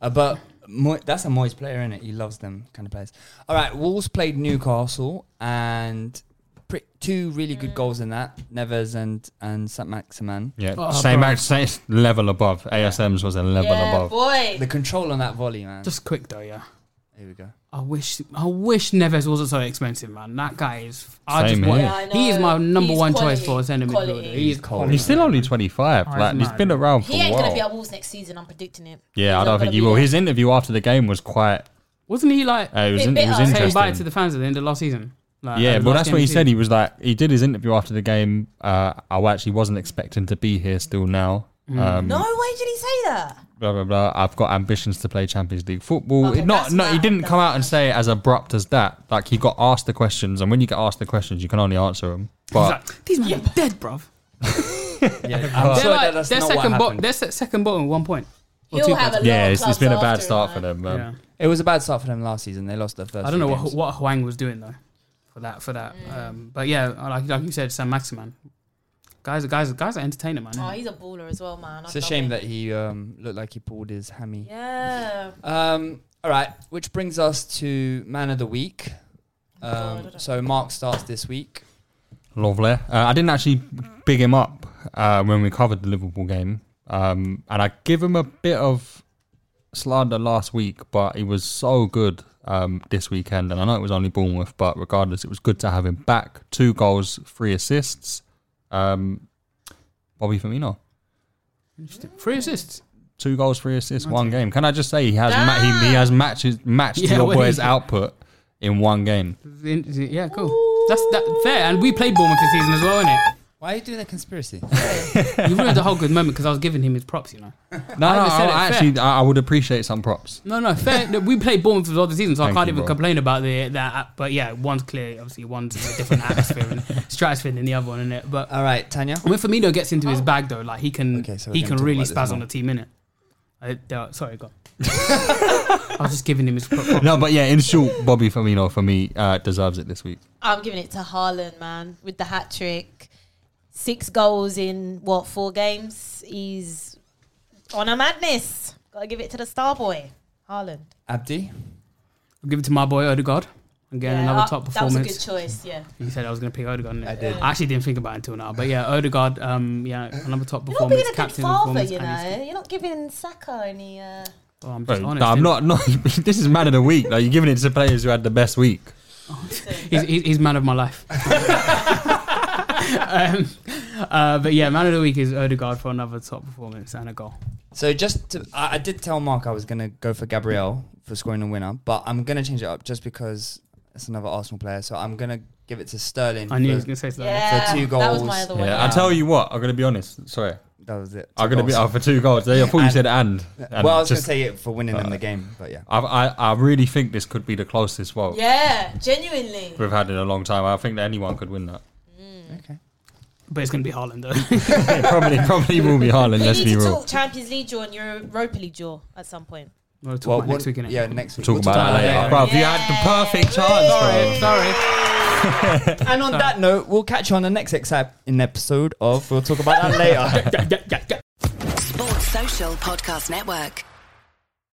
Speaker 8: Uh, but Moy- that's a Moyes player, innit? He loves them kind of players. All right, Wolves played Newcastle and pre- two really good goals in that Nevers and and Saint Maximan.
Speaker 5: Yeah, same, act, same level above. ASMs was a level above.
Speaker 4: boy.
Speaker 8: The control on that volley, man.
Speaker 1: Just quick though, yeah.
Speaker 8: Here we go.
Speaker 1: I wish I wish Neves wasn't so expensive, man. That guy is. I
Speaker 5: Same
Speaker 1: just want,
Speaker 5: here. Yeah, I
Speaker 1: he is my
Speaker 4: know.
Speaker 1: number
Speaker 4: He's
Speaker 1: one
Speaker 4: quality.
Speaker 1: choice for a centre
Speaker 4: Quality.
Speaker 1: midfielder. He's cold.
Speaker 5: He's still only 25.
Speaker 1: Oh,
Speaker 5: like,
Speaker 1: he's
Speaker 5: he's been around for
Speaker 4: He
Speaker 5: a
Speaker 4: ain't going to
Speaker 5: while.
Speaker 4: be at Wolves next season. I'm predicting it.
Speaker 5: yeah, I
Speaker 4: He's
Speaker 5: don't
Speaker 4: not
Speaker 5: think
Speaker 4: gonna
Speaker 5: he
Speaker 4: be
Speaker 5: will.
Speaker 4: there.
Speaker 5: His interview after the game was quite.
Speaker 1: Wasn't he like?
Speaker 5: Uh, it was, in, it was
Speaker 1: Saying bye to
Speaker 5: interesting.
Speaker 1: the fans at the end of last season. Like,
Speaker 5: yeah,
Speaker 1: at the
Speaker 5: well,
Speaker 1: last
Speaker 5: that's
Speaker 1: game
Speaker 5: what he
Speaker 1: of the
Speaker 5: said.
Speaker 1: season.
Speaker 5: He was like, he did his interview after the game. Uh, I actually wasn't expecting to be here still now.
Speaker 1: Mm.
Speaker 5: Um,
Speaker 4: No way did he say that.
Speaker 5: blah blah blah. I've got ambitions to play Champions League football.
Speaker 4: Okay,
Speaker 5: It- not
Speaker 4: that's
Speaker 5: no, he
Speaker 4: mad,
Speaker 5: didn't come out and say it as abrupt as that. Like he got asked the questions, and when you get asked the questions, you can only answer them. But
Speaker 1: These men are dead, bruv.
Speaker 8: Yeah,
Speaker 5: I'm
Speaker 1: they're
Speaker 5: sure
Speaker 1: like,
Speaker 5: that that's
Speaker 1: they're
Speaker 5: not what
Speaker 1: second bottom.
Speaker 5: happened.
Speaker 1: They're se- second bottom, one point. Or
Speaker 4: He'll
Speaker 1: two
Speaker 4: have
Speaker 1: points.
Speaker 4: a lot of clubs after him,
Speaker 5: for them.
Speaker 1: man. Yeah.
Speaker 8: It was a bad start for them last season. They lost their first.
Speaker 1: I don't know
Speaker 8: few
Speaker 1: what
Speaker 8: games.
Speaker 1: what Huang was doing though, for that for that. Um, but yeah, like like you said, Sam Maximan, guys, guys, guys are entertaining, man.
Speaker 4: Oh, he's a baller as well, man. I
Speaker 8: It's a
Speaker 4: love
Speaker 8: shame
Speaker 4: him.
Speaker 8: that he um, looked like he pulled his hammy.
Speaker 4: Yeah.
Speaker 8: Um, all right, which brings us to man of the week. Um, so Mark starts this week.
Speaker 5: Lovely. Uh, I didn't actually big him up uh, when we covered the Liverpool game, um, and I give him a bit of slander last week, but he was so good um, this weekend, and I know it was only Bournemouth, but regardless, it was good to have him back. Two goals, three assists. Um, Bobby Firmino,
Speaker 1: Interesting. Three assists.
Speaker 5: two goals, three assists, one game. Can I just say he has ma- he, he has matches matched
Speaker 1: Yeah,
Speaker 5: your
Speaker 1: well,
Speaker 5: boy's
Speaker 1: he-
Speaker 5: output in one game.
Speaker 1: In- Yeah, cool. That's that fair. And we played Bournemouth this season as well, innit?
Speaker 8: Why are you doing that conspiracy?
Speaker 1: You ruined the whole good moment because I was giving him his props, you know.
Speaker 5: No,
Speaker 1: I
Speaker 5: no,
Speaker 1: even said
Speaker 5: I,
Speaker 1: it, fair.
Speaker 5: actually I, I would appreciate some props.
Speaker 1: No, no, fair. no, we played Bournemouth all the season, so
Speaker 5: Thank
Speaker 1: I can't
Speaker 5: you,
Speaker 1: even
Speaker 5: bro.
Speaker 1: complain about the that. app. But yeah, one's clear, obviously, one's in a different atmosphere and stratosphere than the other one, innit? But
Speaker 8: all right, Tanya.
Speaker 1: when Firmino gets into
Speaker 4: Oh.
Speaker 1: his bag, though, like he can,
Speaker 8: so we're
Speaker 1: he
Speaker 8: gonna
Speaker 1: can
Speaker 8: talk
Speaker 1: really
Speaker 8: about this
Speaker 1: spaz on
Speaker 8: more.
Speaker 1: the team, innit? I, uh, sorry, go. on. I was just giving him his props.
Speaker 5: no, but yeah, in short, Bobby Firmino for me uh, deserves it this week.
Speaker 4: I'm giving it to Haaland, man, with the hat trick. Six goals in what four games? He's on a madness. Gotta give it to the star boy, Haaland.
Speaker 8: Abdi.
Speaker 1: I'll give it to my boy Odegaard. and getting
Speaker 4: Yeah,
Speaker 1: another
Speaker 4: that-
Speaker 1: top
Speaker 4: That was
Speaker 1: performance.
Speaker 4: a good choice. Yeah.
Speaker 1: You said I was going to pick Odegaard. I
Speaker 4: did.
Speaker 1: I actually didn't think about it until now. But yeah, Odegaard, um, yeah, another top
Speaker 4: You're not being
Speaker 1: performance,
Speaker 4: a good
Speaker 1: captain
Speaker 4: father,
Speaker 1: performance.
Speaker 4: you
Speaker 1: and he's-
Speaker 4: know. You're not giving Saka any. Uh,
Speaker 1: Oh, I'm just
Speaker 5: Bro,
Speaker 1: honest.
Speaker 5: no, I'm
Speaker 1: innit?
Speaker 5: not. not this is man of the week. Like you're giving it to players who had the best week.
Speaker 1: He's, he's, he's man of my life. um, uh, but yeah, man of the week is Odegaard for another top performance and a goal.
Speaker 8: So just to, I, I did tell Mark I was gonna go for Gabriel for scoring a winner, but I'm gonna change it up just because it's another Arsenal player. So I'm gonna give it to Sterling.
Speaker 1: I knew he
Speaker 8: for-
Speaker 1: was gonna say Sterling.
Speaker 8: for
Speaker 4: Yeah,
Speaker 8: two goals.
Speaker 4: that was my other one.
Speaker 5: Yeah, I tell you what, I'm gonna be honest. Sorry,
Speaker 8: That was it.
Speaker 5: I'm
Speaker 8: Two
Speaker 5: gonna be
Speaker 8: goals.
Speaker 5: oh, for two goals. I thought you
Speaker 8: And-
Speaker 5: said and. and
Speaker 8: well, I was
Speaker 5: just-
Speaker 8: gonna say it for winning them
Speaker 5: uh,
Speaker 8: the game, but yeah.
Speaker 5: I, I I really think this could be the closest well
Speaker 4: Yeah, genuinely.
Speaker 5: we've had in a long time. I think that anyone could win that.
Speaker 1: But it's going to be Haaland, though.
Speaker 5: probably probably will be Haaland.
Speaker 4: We
Speaker 5: Let's
Speaker 4: need
Speaker 5: be
Speaker 4: to
Speaker 5: real.
Speaker 4: talk Champions League draw and Europa League draw at some point.
Speaker 1: We'll talk
Speaker 8: Well,
Speaker 1: about next
Speaker 8: what-
Speaker 1: week, innit?
Speaker 8: yeah, next
Speaker 5: We'll
Speaker 8: week.
Speaker 5: talk
Speaker 8: We'll
Speaker 5: about that later, bro. You had the perfect chance, bro.
Speaker 1: Sorry, sorry.
Speaker 8: And on that note, we'll catch you on the next exciting episode of We'll Talk About That Later.
Speaker 18: Sports Social Podcast Network.